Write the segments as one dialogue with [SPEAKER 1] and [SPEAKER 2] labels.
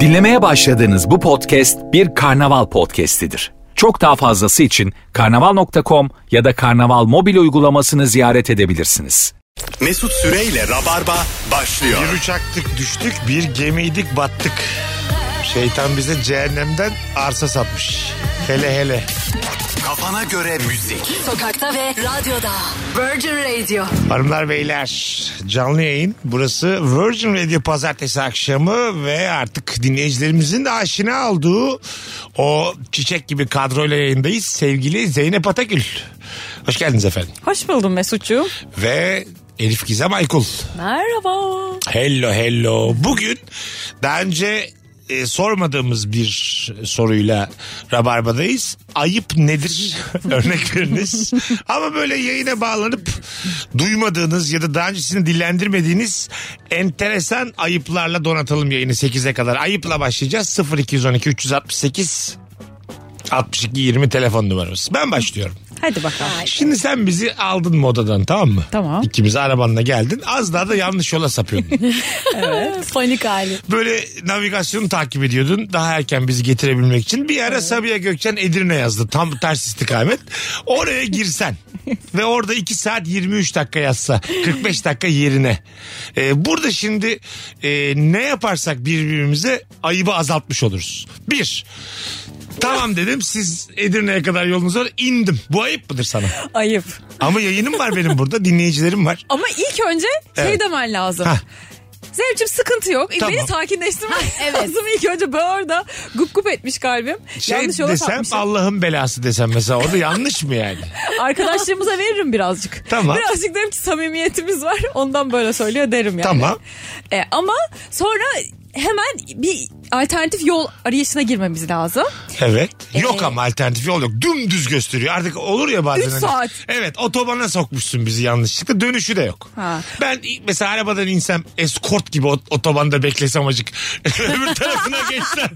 [SPEAKER 1] Dinlemeye başladığınız bu podcast bir karnaval podcastidir. Çok daha fazlası için karnaval.com ya da karnaval mobil uygulamasını ziyaret edebilirsiniz.
[SPEAKER 2] Mesut Süreyle Rabarba başlıyor.
[SPEAKER 3] Bir uçaktık düştük, bir gemiydik battık. Şeytan bize cehennemden arsa satmış. Hele hele.
[SPEAKER 2] Kafana göre müzik.
[SPEAKER 4] Sokakta ve radyoda. Virgin Radio.
[SPEAKER 3] Hanımlar beyler canlı yayın. Burası Virgin Radio pazartesi akşamı ve artık dinleyicilerimizin de aşina olduğu o çiçek gibi kadroyla yayındayız. Sevgili Zeynep Atakül. Hoş geldiniz efendim.
[SPEAKER 5] Hoş buldum Mesut'cuğum.
[SPEAKER 3] Ve Elif Gizem Aykul.
[SPEAKER 5] Merhaba.
[SPEAKER 3] Hello hello. Bugün daha önce e, sormadığımız bir soruyla Rabarba'dayız. Ayıp nedir? Örnek veriniz. Ama böyle yayına bağlanıp duymadığınız ya da daha öncesini dillendirmediğiniz enteresan ayıplarla donatalım yayını 8'e kadar. Ayıpla başlayacağız. 0212 368 62 20 telefon numaramız. Ben başlıyorum.
[SPEAKER 5] Hadi bakalım.
[SPEAKER 3] Şimdi sen bizi aldın modadan tamam mı?
[SPEAKER 5] Tamam.
[SPEAKER 3] İkimiz arabanla geldin. Az daha da yanlış yola sapıyordun.
[SPEAKER 5] Panik hali.
[SPEAKER 3] Böyle navigasyonu takip ediyordun. Daha erken bizi getirebilmek için. Bir ara Sabiha Gökçen Edirne yazdı. Tam ters istikamet. Oraya girsen ve orada 2 saat 23 dakika yazsa 45 dakika yerine. Ee, burada şimdi e, ne yaparsak birbirimize ayıbı azaltmış oluruz. Bir, tamam dedim siz Edirne'ye kadar yolunuz var indim. Bu ayıp mıdır sana?
[SPEAKER 5] Ayıp.
[SPEAKER 3] Ama yayınım var benim burada dinleyicilerim var.
[SPEAKER 5] Ama ilk önce
[SPEAKER 3] Evet.
[SPEAKER 5] şey demen lazım.
[SPEAKER 3] Hah.
[SPEAKER 5] Zevcim sıkıntı yok. E,
[SPEAKER 3] Tamam.
[SPEAKER 5] Beni sakinleştirmen lazım. İlk önce böyle orada gup gup etmiş kalbim.
[SPEAKER 3] Şey
[SPEAKER 5] Yanlış yola
[SPEAKER 3] desem
[SPEAKER 5] sapmışım.
[SPEAKER 3] Allah'ın belası desem mesela orada yanlış mı yani?
[SPEAKER 5] Arkadaşlarımıza veririm birazcık.
[SPEAKER 3] Tamam.
[SPEAKER 5] Birazcık derim ki samimiyetimiz var. Ondan böyle söylüyor derim yani.
[SPEAKER 3] Tamam.
[SPEAKER 5] E, ama sonra hemen bir alternatif yol arayışına girmemiz lazım.
[SPEAKER 3] Evet. Yok ama alternatif yol yok. Dümdüz gösteriyor. Artık olur ya bazen.
[SPEAKER 5] Ee, Üç
[SPEAKER 3] hani-
[SPEAKER 5] saat.
[SPEAKER 3] Evet otobana sokmuşsun bizi yanlışlıkla. Dönüşü de yok.
[SPEAKER 5] Ha.
[SPEAKER 3] Ben mesela arabadan insem eskort gibi ot- otobanda beklesem acık. Öbür tarafına geçsem.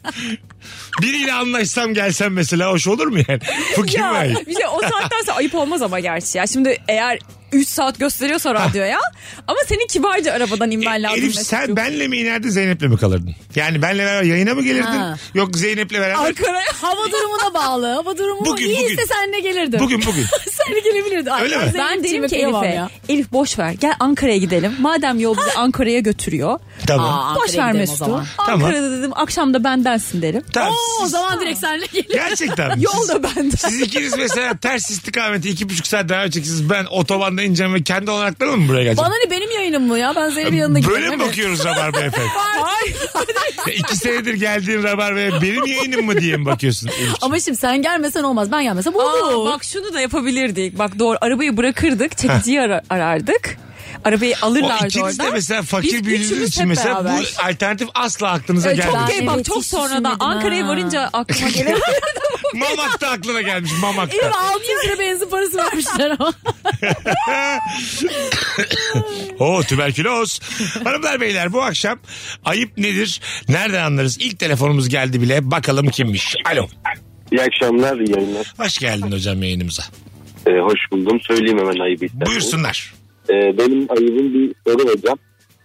[SPEAKER 3] Biriyle anlaşsam gelsem mesela hoş olur mu yani? Bu kim
[SPEAKER 5] Ya
[SPEAKER 3] ayıp?
[SPEAKER 5] bir şey o saatten sonra ayıp olmaz ama gerçi ya. Şimdi eğer 3 saat gösteriyorsa radyoya ama senin kibarca arabadan inmen lazım.
[SPEAKER 3] E, Elif
[SPEAKER 5] Mesut'cum.
[SPEAKER 3] sen benle mi inerdin Zeynep'le mi kalırdın? Yani benle beraber yayına mı gelirdin?
[SPEAKER 6] Ha.
[SPEAKER 3] Yok Zeynep'le beraber.
[SPEAKER 5] Ankara'ya
[SPEAKER 6] Hava durumuna bağlı. Hava durumu
[SPEAKER 3] Bugün,
[SPEAKER 6] iyi
[SPEAKER 3] bugün.
[SPEAKER 6] ise senle gelirdim.
[SPEAKER 3] Bugün bugün.
[SPEAKER 6] Sen de gelebilirdin. Ay,
[SPEAKER 3] Öyle
[SPEAKER 6] ben
[SPEAKER 3] mi?
[SPEAKER 6] Zeynep'ciğim
[SPEAKER 5] ben derim ki
[SPEAKER 6] kıyamam
[SPEAKER 5] Elif'e
[SPEAKER 6] ya.
[SPEAKER 5] Elif boş ver gel Ankara'ya gidelim. Madem yol bizi Ankara'ya götürüyor.
[SPEAKER 3] Tamam.
[SPEAKER 6] Aa,
[SPEAKER 5] boş
[SPEAKER 6] Ankara'ya
[SPEAKER 5] ver
[SPEAKER 6] gidelim o
[SPEAKER 5] Mesut'u.
[SPEAKER 6] zaman.
[SPEAKER 3] Tamam.
[SPEAKER 5] Ankara'da dedim akşam da bendensin derim.
[SPEAKER 3] Tamam.
[SPEAKER 6] Oo, o
[SPEAKER 3] siz-
[SPEAKER 6] zaman direkt senle gelirim.
[SPEAKER 3] Gerçekten mi?
[SPEAKER 5] Yol
[SPEAKER 3] Siz-
[SPEAKER 5] da benden.
[SPEAKER 3] Siz ikiniz mesela ters istikamete iki buçuk saat daha öleceksiniz. Ben otobanda ineceğim ve kendi olanaklarla mı buraya geleceğim?
[SPEAKER 6] Bana ne benim yayınım mı ya? Ben Zeynep'in yanına gidiyorum.
[SPEAKER 3] Böyle mi bakıyoruz Rabarba efendim?
[SPEAKER 5] Ay,
[SPEAKER 3] Ya E, iki senedir geldiğin Rabarba'ya benim yayınım mı diye mi bakıyorsun? Elifciğim?
[SPEAKER 6] Ama şimdi sen gelmesen olmaz. Ben gelmesem olur.
[SPEAKER 5] Aa, bak şunu da yapabilirdik. Bak doğru arabayı bırakırdık. Çekiciyi ara- arardık. Arabayı
[SPEAKER 3] o
[SPEAKER 5] alırlardı
[SPEAKER 3] ikiniz de
[SPEAKER 5] oradan.
[SPEAKER 3] mesela
[SPEAKER 5] Biz
[SPEAKER 3] fakir büyüdüğünüz
[SPEAKER 5] üçümüz
[SPEAKER 3] için
[SPEAKER 5] hep
[SPEAKER 3] mesela
[SPEAKER 5] beraber. E,
[SPEAKER 3] bu alternatif asla aklınıza
[SPEAKER 5] Çok
[SPEAKER 3] gelmedi.
[SPEAKER 5] gay- bak
[SPEAKER 6] Evet,
[SPEAKER 5] çok
[SPEAKER 6] hiç
[SPEAKER 5] sonradan
[SPEAKER 6] düşünmedim
[SPEAKER 5] Ankara'ya
[SPEAKER 6] ha.
[SPEAKER 5] varınca aklıma gelen
[SPEAKER 3] Mamak da aklına gelmiş mamak da.
[SPEAKER 6] Benim 600 lira benzin parası vermişler ama.
[SPEAKER 3] Oo tüberküloz. Hanımlar beyler bu akşam ayıp nedir? Nereden anlarız? İlk telefonumuz geldi bile bakalım kimmiş. Alo.
[SPEAKER 7] İyi akşamlar, iyi yayınlar.
[SPEAKER 3] Hoş geldin hocam yayınımıza.
[SPEAKER 7] Ee, hoş buldum. Söyleyeyim hemen ayıbı isterseniz.
[SPEAKER 3] Buyursunlar.
[SPEAKER 7] Ee, benim ayıbım bir soru hocam.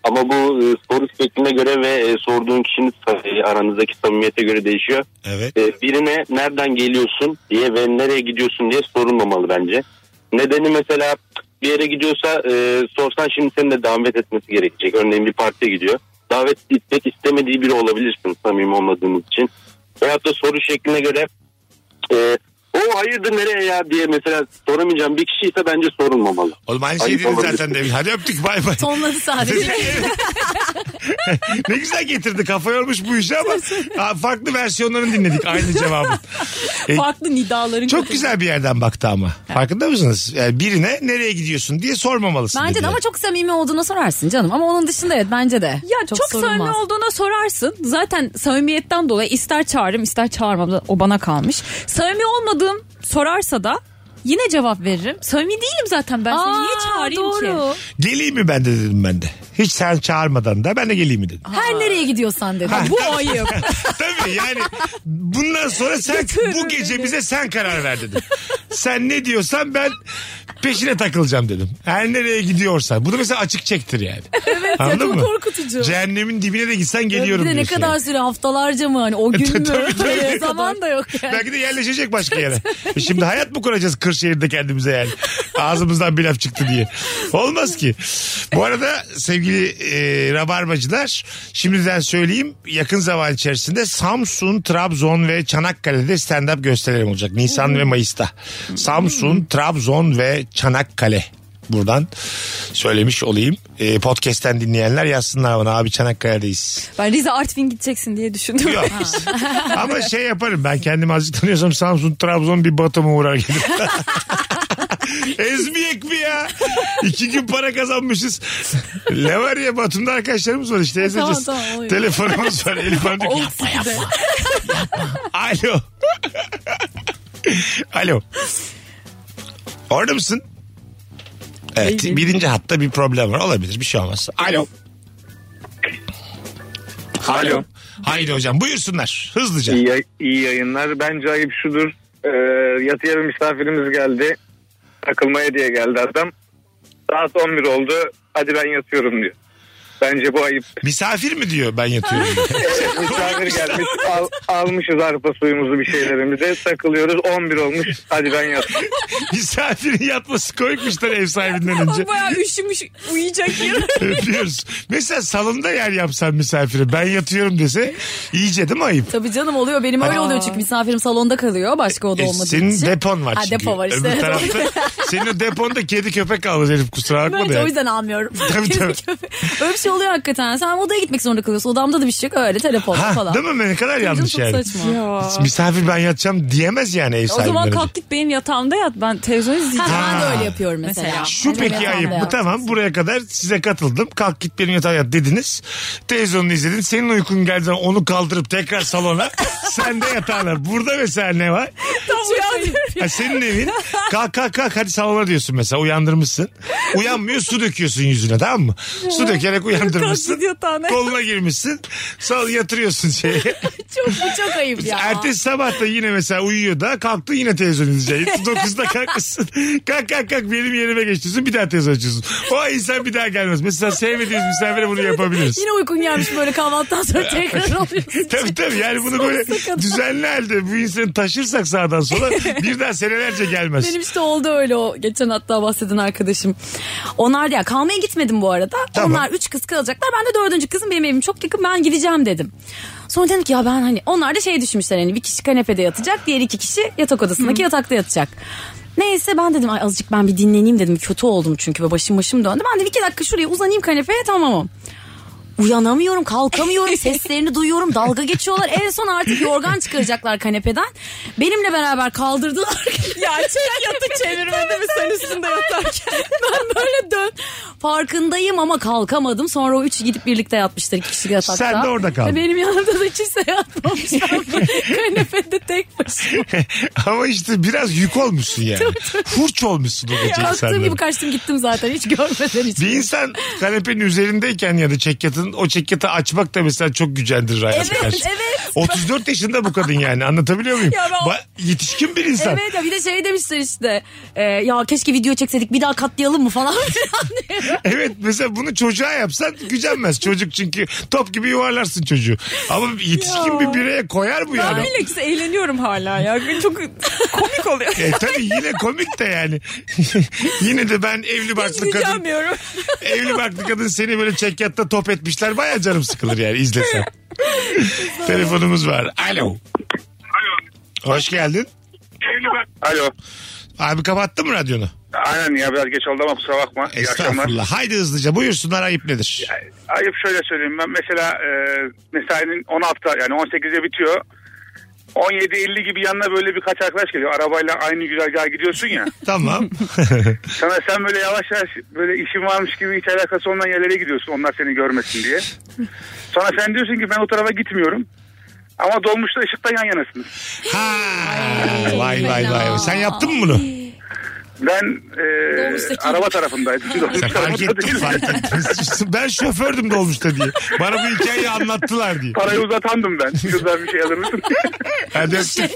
[SPEAKER 7] Ama bu e, soru şekline göre ve e, sorduğun kişinin e, aranızdaki samimiyete göre değişiyor.
[SPEAKER 3] Evet.
[SPEAKER 7] Ee, birine nereden geliyorsun diye ve nereye gidiyorsun diye sorulmamalı bence. Nedeni mesela bir yere gidiyorsa e, sorsan şimdi senin de davet etmesi gerekecek. Örneğin bir partiye gidiyor. Davet etmek istemediği biri olabilirsin samimi olmadığımız için. Veyahut da soru şekline göre e, o hayırdır nereye ya diye mesela soramayacağım bir kişi ise bence sorulmamalı.
[SPEAKER 3] Oğlum aynı şey
[SPEAKER 7] Ayıp
[SPEAKER 3] dedin
[SPEAKER 7] olabilir.
[SPEAKER 3] zaten demin. Hadi öptük bay bay.
[SPEAKER 6] Tonladı sadece.
[SPEAKER 3] ne güzel getirdi kafa yormuş bu işi ama ha, farklı versiyonlarını dinledik aynı cevabı. E,
[SPEAKER 5] farklı nidaların
[SPEAKER 3] çok güzel bir yerden baktı ama. Farkında mısınız? Yani birine nereye gidiyorsun diye sormamalısın.
[SPEAKER 6] bence de
[SPEAKER 3] dediler.
[SPEAKER 6] ama çok samimi olduğuna sorarsın canım. Ama onun dışında evet bence de.
[SPEAKER 5] Ya çok, samimi
[SPEAKER 6] sorulmaz.
[SPEAKER 5] olduğuna sorarsın. Zaten samimiyetten dolayı ister çağırırım ister çağırmam da o bana kalmış. Samimi olmadığım sorarsa da yine cevap veririm. Samimi değilim zaten ben seni niye
[SPEAKER 6] Aa,
[SPEAKER 5] çağırayım ki?
[SPEAKER 6] doğru.
[SPEAKER 3] Geleyim mi ben de dedim ben de. Hiç sen çağırmadan da ben de geleyim mi dedim.
[SPEAKER 6] Her nereye gidiyorsan dedi.
[SPEAKER 5] Bu ayıp.
[SPEAKER 3] Tabii yani bundan sonra sen bu gece bize sen karar ver dedim. Sen ne diyorsan ben peşine takılacağım dedim. Her nereye gidiyorsan. Bu da mesela açık çektir yani. Evet
[SPEAKER 6] ya, çok korkutucu.
[SPEAKER 3] Cehennemin dibine de gitsen geliyorum
[SPEAKER 6] Bir de ne
[SPEAKER 3] diyorsun
[SPEAKER 6] kadar
[SPEAKER 3] yani.
[SPEAKER 6] süre haftalarca mı hani o
[SPEAKER 5] E,
[SPEAKER 6] gün mü?
[SPEAKER 3] Tabii, tabii.
[SPEAKER 6] Öyle Zaman da yok yani.
[SPEAKER 3] Belki de yerleşecek başka yere. E Şimdi hayat mı kuracağız Kırşehir'de kendimize yani? Ağzımızdan bir laf çıktı diye. Olmaz ki. Bu arada sevgili e, rabarbacılar şimdiden söyleyeyim yakın zaman içerisinde Samsun, Trabzon ve Çanakkale'de stand-up gösterilerim olacak. Nisan ve Mayıs'ta. Samsun, Trabzon ve Çanakkale buradan söylemiş olayım. E, podcast'ten dinleyenler yazsınlar bana abi Çanakkale'deyiz.
[SPEAKER 5] Ben Rize Artvin gideceksin diye düşündüm.
[SPEAKER 3] Yok. Ama şey yaparım ben kendimi azıcık tanıyorsam Samsun Trabzon bir batıma uğrar gelirim. Ezmiyek mi ya? İki gün para kazanmışız. ne var ya Batum'da arkadaşlarımız var işte ezeceğiz.
[SPEAKER 6] E, Tamam, tamam, oluyor.
[SPEAKER 3] Telefonumuz var. Elif Hanım diyor ki, yapma yapma. Alo. Alo. Orada mısın? Evet birinci hatta bir problem var olabilir bir şey olmaz. Alo. Alo. Haydi hocam buyursunlar hızlıca.
[SPEAKER 8] İyi, yay- iyi yayınlar. Bence ayıp şudur. Ee, yatıya bir misafirimiz geldi. Takılmaya diye geldi adam. Saat 11 oldu. Hadi ben yatıyorum diyor. Bence bu ayıp.
[SPEAKER 3] Misafir mi diyor ben yatıyorum.
[SPEAKER 8] Evet, misafir gelmiş. Al, almışız arpa suyumuzu bir şeylerimizi. Takılıyoruz. 11 olmuş. Hadi ben yatıyorum.
[SPEAKER 3] Misafirin yatması koymuşlar ev sahibinden önce.
[SPEAKER 5] Bak bayağı üşümüş uyuyacak yere.
[SPEAKER 3] Öpüyoruz. Mesela salonda yer yapsan misafire ben yatıyorum dese iyice değil mi ayıp?
[SPEAKER 6] Tabii canım oluyor. Benim öyle oluyor çünkü misafirim salonda kalıyor. Başka oda
[SPEAKER 3] E,
[SPEAKER 6] olmadığı
[SPEAKER 3] senin
[SPEAKER 6] için.
[SPEAKER 3] depon var
[SPEAKER 6] Ha,
[SPEAKER 3] çünkü.
[SPEAKER 6] depo var işte.
[SPEAKER 3] Öbür tarafta, senin o deponda kedi köpek kalmaz herif kusura bakma da.
[SPEAKER 6] Bence o
[SPEAKER 3] yani.
[SPEAKER 6] yüzden almıyorum.
[SPEAKER 3] Tabii, tabii.
[SPEAKER 6] öyle bir şey oluyor hakikaten. Sen odaya gitmek zorunda kalıyorsun. Odamda da bir şey yok. Öyle telefonla
[SPEAKER 3] Ha,
[SPEAKER 6] falan.
[SPEAKER 3] değil mi? Ne kadar
[SPEAKER 6] Canım
[SPEAKER 3] yanlış
[SPEAKER 6] çok
[SPEAKER 3] yani.
[SPEAKER 6] saçma.
[SPEAKER 3] Misafir ben yatacağım diyemez yani ev
[SPEAKER 5] O
[SPEAKER 3] sahibinden
[SPEAKER 5] zaman
[SPEAKER 3] önce.
[SPEAKER 5] kalk git benim yatağımda yat. Ben televizyon izleyeceğim.
[SPEAKER 6] Ha, ben
[SPEAKER 3] Ha.
[SPEAKER 6] de öyle yapıyorum mesela.
[SPEAKER 5] Mesela.
[SPEAKER 3] Şu
[SPEAKER 6] Öyle
[SPEAKER 3] peki
[SPEAKER 6] yatağımda
[SPEAKER 3] ayıp mı?
[SPEAKER 6] yat.
[SPEAKER 3] Tamam buraya kadar size katıldım. Kalk git benim yatağa yat dediniz. Televizyonunu izledin. Senin uykun geldiği zaman onu kaldırıp tekrar salona. sen de yatağına. Burada mesela ne var?
[SPEAKER 5] Tam uyandım.
[SPEAKER 3] Ha, senin evin. Kalk kalk kalk hadi salona diyorsun mesela. Uyandırmışsın. Uyanmıyor su döküyorsun yüzüne tamam mı? Su dökerek uyandırmışsın.
[SPEAKER 5] Kalk git yatağına.
[SPEAKER 3] Koluna girmişsin. Sal yatırıyorsun şeye.
[SPEAKER 6] Çok, bu çok ayıp ya.
[SPEAKER 3] Ertesi sabah da yine mesela uyuyor da kalktın yine televizyon izleyeceksin. 9'da kalkmışsın. Kalk kalk kalk benim yerime geçiyorsun bir daha televizyon açıyorsun. O insan bir daha gelmez. Mesela sevmediğimiz misafire bunu yapabiliriz.
[SPEAKER 6] Yine uykun gelmiş böyle kahvaltıdan sonra tekrar alıyorsun.
[SPEAKER 3] Tabii tabii yani bunu böyle
[SPEAKER 6] Sonsuza kadar.
[SPEAKER 3] düzenli halde bu insanı taşırsak sağdan sola bir daha senelerce gelmez.
[SPEAKER 6] Benim işte oldu öyle o geçen hatta bahseden arkadaşım. Onlar da ya kalmaya gitmedim bu arada.
[SPEAKER 3] Tamam.
[SPEAKER 6] Onlar üç kız kalacaklar. Ben de dördüncü kızım benim evim çok yakın ben gideceğim dedim. Sonra dedim ki ya ben hani onlar da şey düşünmüşler hani bir kişi kanepede yatacak diğer iki kişi yatak odasındaki yatakta yatacak. Neyse ben dedim ay azıcık ben bir dinleneyim dedim kötü oldum çünkü ve başım başım döndü. Ben de iki dakika şuraya uzanayım kanepeye tamamım. Uyanamıyorum, kalkamıyorum, seslerini duyuyorum, dalga geçiyorlar. En son artık yorgan çıkaracaklar kanepeden. Benimle beraber kaldırdılar. ya çek yatı çevirmedi mi sen üstünde yatarken? ben böyle dön. Farkındayım ama kalkamadım. Sonra o üçü gidip birlikte yatmışlar iki kişi yatakta.
[SPEAKER 3] Sen de orada kaldın.
[SPEAKER 6] Ve Benim yanımda da kimse yatmamış. Kanepede tek başıma.
[SPEAKER 3] Ama işte biraz yük olmuşsun yani. Hurç olmuşsun o gece
[SPEAKER 6] Kalktığım
[SPEAKER 3] insanlara.
[SPEAKER 6] gibi kaçtım gittim zaten. Hiç görmeden hiç.
[SPEAKER 3] Bir insan kanepenin üzerindeyken ya da çekyatın o çekyatı açmak da mesela çok gücendirir hayata
[SPEAKER 6] Evet,
[SPEAKER 3] karşı.
[SPEAKER 6] evet.
[SPEAKER 3] 34 yaşında bu kadın yani anlatabiliyor muyum?
[SPEAKER 6] Ya ben-
[SPEAKER 3] Ba- yetişkin bir insan.
[SPEAKER 6] Evet ya bir de şey demişler işte. e, ya keşke video çekseydik bir daha katlayalım mı falan.
[SPEAKER 3] Evet mesela bunu çocuğa yapsan gücenmez. Çocuk çünkü top gibi yuvarlarsın çocuğu. Ama yetişkin
[SPEAKER 5] Ya.
[SPEAKER 3] bir bireye koyar bu yani.
[SPEAKER 5] Bilakis eğleniyorum hala ya. Çok komik oluyor.
[SPEAKER 3] E, tabii yine komik de yani. yine de ben evli barklı kadın
[SPEAKER 5] Gücenmiyorum.
[SPEAKER 3] evli barklı kadın seni böyle çekyatta top etmişler. Baya canım sıkılır yani izlesen. Telefonumuz var. Alo. Hoş geldin.
[SPEAKER 8] Alo.
[SPEAKER 3] Abi kapattın mı radyonu?
[SPEAKER 8] Aynen ya biraz geç oldu ama kusura bakma. İyi akşamlar.
[SPEAKER 3] Estağfurullah. Haydi hızlıca buyursunlar ayıp nedir?
[SPEAKER 8] Ayıp şöyle söyleyeyim ben mesela e, mesainin 16'da yani 18'de bitiyor. 17.50 gibi yanına böyle birkaç arkadaş geliyor. Arabayla aynı güzergaha gidiyorsun ya.
[SPEAKER 3] Tamam.
[SPEAKER 8] Sana sen böyle yavaş yavaş böyle işin varmış gibi hiç alakası olmayan yerlere gidiyorsun. Onlar seni görmesin diye. Sonra sen diyorsun ki ben o tarafa gitmiyorum. Ama dolmuşta ışıkta yan yanasınız.
[SPEAKER 3] ha, vay vay vay. Sen yaptın mı bunu?
[SPEAKER 2] Ben e,
[SPEAKER 6] Dolmuştaki.
[SPEAKER 2] araba tarafındaydım. Dolmuş
[SPEAKER 3] Ya fark
[SPEAKER 2] tarafında
[SPEAKER 3] ettim
[SPEAKER 2] değilim.
[SPEAKER 3] fark ettim. Ben şofördüm dolmuşta diye. Bana bu hikayeyi anlattılar diye.
[SPEAKER 2] Parayı uzatandım ben. Şuradan bir şey alır mısın?
[SPEAKER 3] Hadi öptük.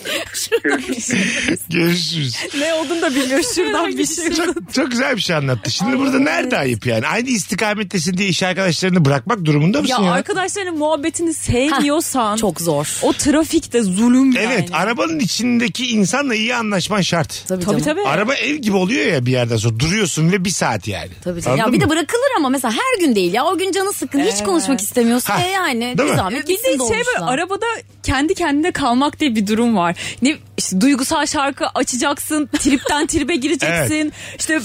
[SPEAKER 3] Görüşürüz.
[SPEAKER 5] Ne olduğunu da bilmiyor şuradan bir şey.
[SPEAKER 3] Çok, çok güzel bir şey anlattı. Şimdi burada nerede ayıp yani? Aynı istikamettesin diye iş arkadaşlarını bırakmak durumunda
[SPEAKER 5] Ya
[SPEAKER 3] mısın ya?
[SPEAKER 5] arkadaşlarının muhabbetini sevmiyorsan
[SPEAKER 6] Çok zor.
[SPEAKER 5] o trafikte zulüm yani.
[SPEAKER 3] Evet arabanın içindeki insanla iyi anlaşman şart.
[SPEAKER 6] Tabii,
[SPEAKER 5] Tabii
[SPEAKER 6] canım.
[SPEAKER 5] tabii.
[SPEAKER 3] Araba ev gibi oluyor ya bir yerden sonra duruyorsun ve bir saat yani.
[SPEAKER 6] Tabii canım. Ya
[SPEAKER 3] Anladın
[SPEAKER 6] bir de
[SPEAKER 3] mı?
[SPEAKER 6] bırakılır ama mesela her gün değil ya. O gün canı sıkkın. Hiç konuşmak istemiyorsun.
[SPEAKER 3] Ha,
[SPEAKER 6] E yani
[SPEAKER 3] değil
[SPEAKER 6] bir
[SPEAKER 3] mi?
[SPEAKER 5] Bir
[SPEAKER 6] zahmet
[SPEAKER 5] de şey
[SPEAKER 6] gitsin
[SPEAKER 5] böyle
[SPEAKER 6] dolmuşla.
[SPEAKER 5] arabada kendi kendine kalmak diye bir durum var. Ne işte duygusal şarkı açacaksın, tripten tribe gireceksin. işte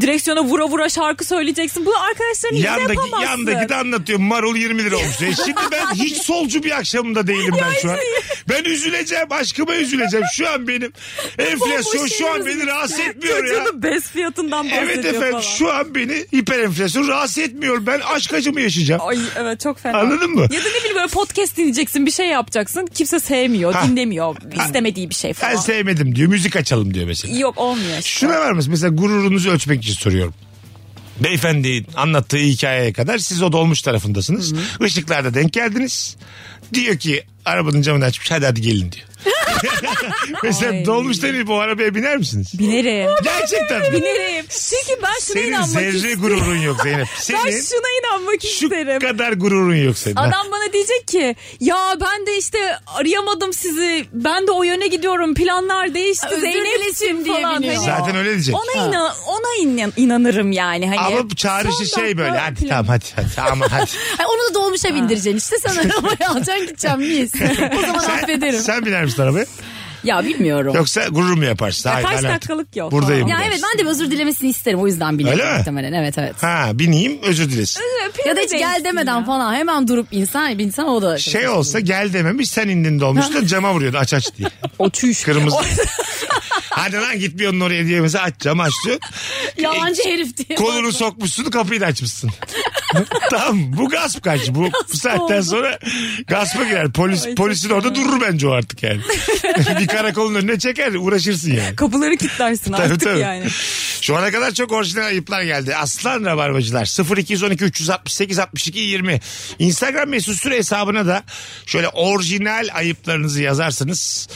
[SPEAKER 5] direksiyona vura vura şarkı söyleyeceksin. Bunu arkadaşların yanında
[SPEAKER 3] Yandaki,
[SPEAKER 5] yapamazsın.
[SPEAKER 3] yandaki de anlatıyor marul 20 lira olmuş. diye. Şimdi ben hiç solcu bir akşamımda değilim ben şu an. Ben üzüleceğim aşkıma üzüleceğim. Şu an benim enflasyon şu an beni rahatsız etmiyor ya.
[SPEAKER 5] Çocuğunu bez fiyatından bahsediyor
[SPEAKER 3] Evet efendim
[SPEAKER 5] falan.
[SPEAKER 3] şu an beni hiper enflasyon rahatsız etmiyor. Ben aşk acımı yaşayacağım.
[SPEAKER 5] Ay evet çok fena.
[SPEAKER 3] Anladın mı?
[SPEAKER 5] Ya da ne bileyim böyle podcast dinleyeceksin bir şey yapacaksın. Kimse sevmiyor,
[SPEAKER 3] Ha.
[SPEAKER 5] dinlemiyor. istemediği bir şey
[SPEAKER 3] Ben
[SPEAKER 5] falan.
[SPEAKER 3] sevmedim diyor müzik açalım diyor mesela.
[SPEAKER 5] Yok olmuyor işte.
[SPEAKER 3] Şuna var mısın? Mesela gururunuzu ölçmek için soruyorum. Beyefendi anlattığı hikayeye kadar siz o dolmuş tarafındasınız. Işıklarda denk geldiniz. Diyor ki arabanın camını açmış hadi hadi gelin diyor. Mesela
[SPEAKER 5] Ay.
[SPEAKER 3] dolmuştan inip o arabaya biner misiniz?
[SPEAKER 5] Binerim.
[SPEAKER 3] Gerçekten mi?
[SPEAKER 5] Binerim. Çünkü ben şuna
[SPEAKER 3] Senin
[SPEAKER 5] inanmak
[SPEAKER 3] zerre
[SPEAKER 5] istiyorum.
[SPEAKER 3] gururun yok Zeynep.
[SPEAKER 5] Ben
[SPEAKER 3] Senin
[SPEAKER 5] şuna inanmak
[SPEAKER 3] şu
[SPEAKER 5] isterim.
[SPEAKER 3] kadar gururun yok senin. Ha.
[SPEAKER 5] Adam bana diyecek ki ya ben de işte arayamadım sizi. Ben de o yöne gidiyorum. Planlar değişti.
[SPEAKER 6] Özür
[SPEAKER 5] Zeynep'ciğim
[SPEAKER 6] dilesin diye
[SPEAKER 5] falan.
[SPEAKER 6] biniyor.
[SPEAKER 5] Hani
[SPEAKER 3] Zaten öyle diyecek.
[SPEAKER 5] ona inan ona inan- inanırım yani hani.
[SPEAKER 3] Ama bu çağrışı
[SPEAKER 5] son
[SPEAKER 3] şey böyle
[SPEAKER 5] dakika
[SPEAKER 3] hadi
[SPEAKER 5] plan-
[SPEAKER 3] tamam hadi hadi tamam hadi.
[SPEAKER 6] Ay onu da dolmuşa bindireceksin işte. Sen arabaya alacaksın gideceğim miyiz? o zaman affederim.
[SPEAKER 3] Sen biner misin arabaya?
[SPEAKER 6] Ya bilmiyorum.
[SPEAKER 3] Yoksa gurur mu yaparsın? Hayır,
[SPEAKER 5] kaç
[SPEAKER 3] ben artık
[SPEAKER 5] dakikalık yok.
[SPEAKER 3] Buradayım.
[SPEAKER 6] Ya
[SPEAKER 3] dersin.
[SPEAKER 6] evet ben de özür dilemesini isterim. O yüzden biliyorum
[SPEAKER 3] Öyle mi?
[SPEAKER 6] muhtemelen. Evet evet.
[SPEAKER 3] Ha bineyim özür dilesin.
[SPEAKER 5] Plan
[SPEAKER 6] Ya da hiç gel
[SPEAKER 5] değişsin
[SPEAKER 6] demeden
[SPEAKER 5] ya.
[SPEAKER 6] falan hemen durup insan bir insan o da.
[SPEAKER 3] Şey olsa gel dememiş sen indin dolmuş da cama vuruyordu aç aç diye.
[SPEAKER 6] o çüş.
[SPEAKER 3] Kırmızı. Hadi lan gitmiyorsun oraya diye mesela aç cam aç diyor.
[SPEAKER 6] Yalancı Şey herif diye.
[SPEAKER 3] Kolunu sokmuşsun kapıyı da açmışsın. tamam bu gasp kaç. Bu, bu saatten sonra gaspa girer. Polis, polisin orada durur bence o artık yani. bir karakolun önüne çeker uğraşırsın yani.
[SPEAKER 5] Kapıları kilitlersin
[SPEAKER 3] Tabii,
[SPEAKER 5] artık
[SPEAKER 3] tabii.
[SPEAKER 5] yani.
[SPEAKER 3] Şu ana kadar çok orijinal ayıplar geldi. Aslan Rabarbacılar 0212 368 62 20. Instagram mesut süre hesabına da şöyle orijinal ayıplarınızı yazarsanız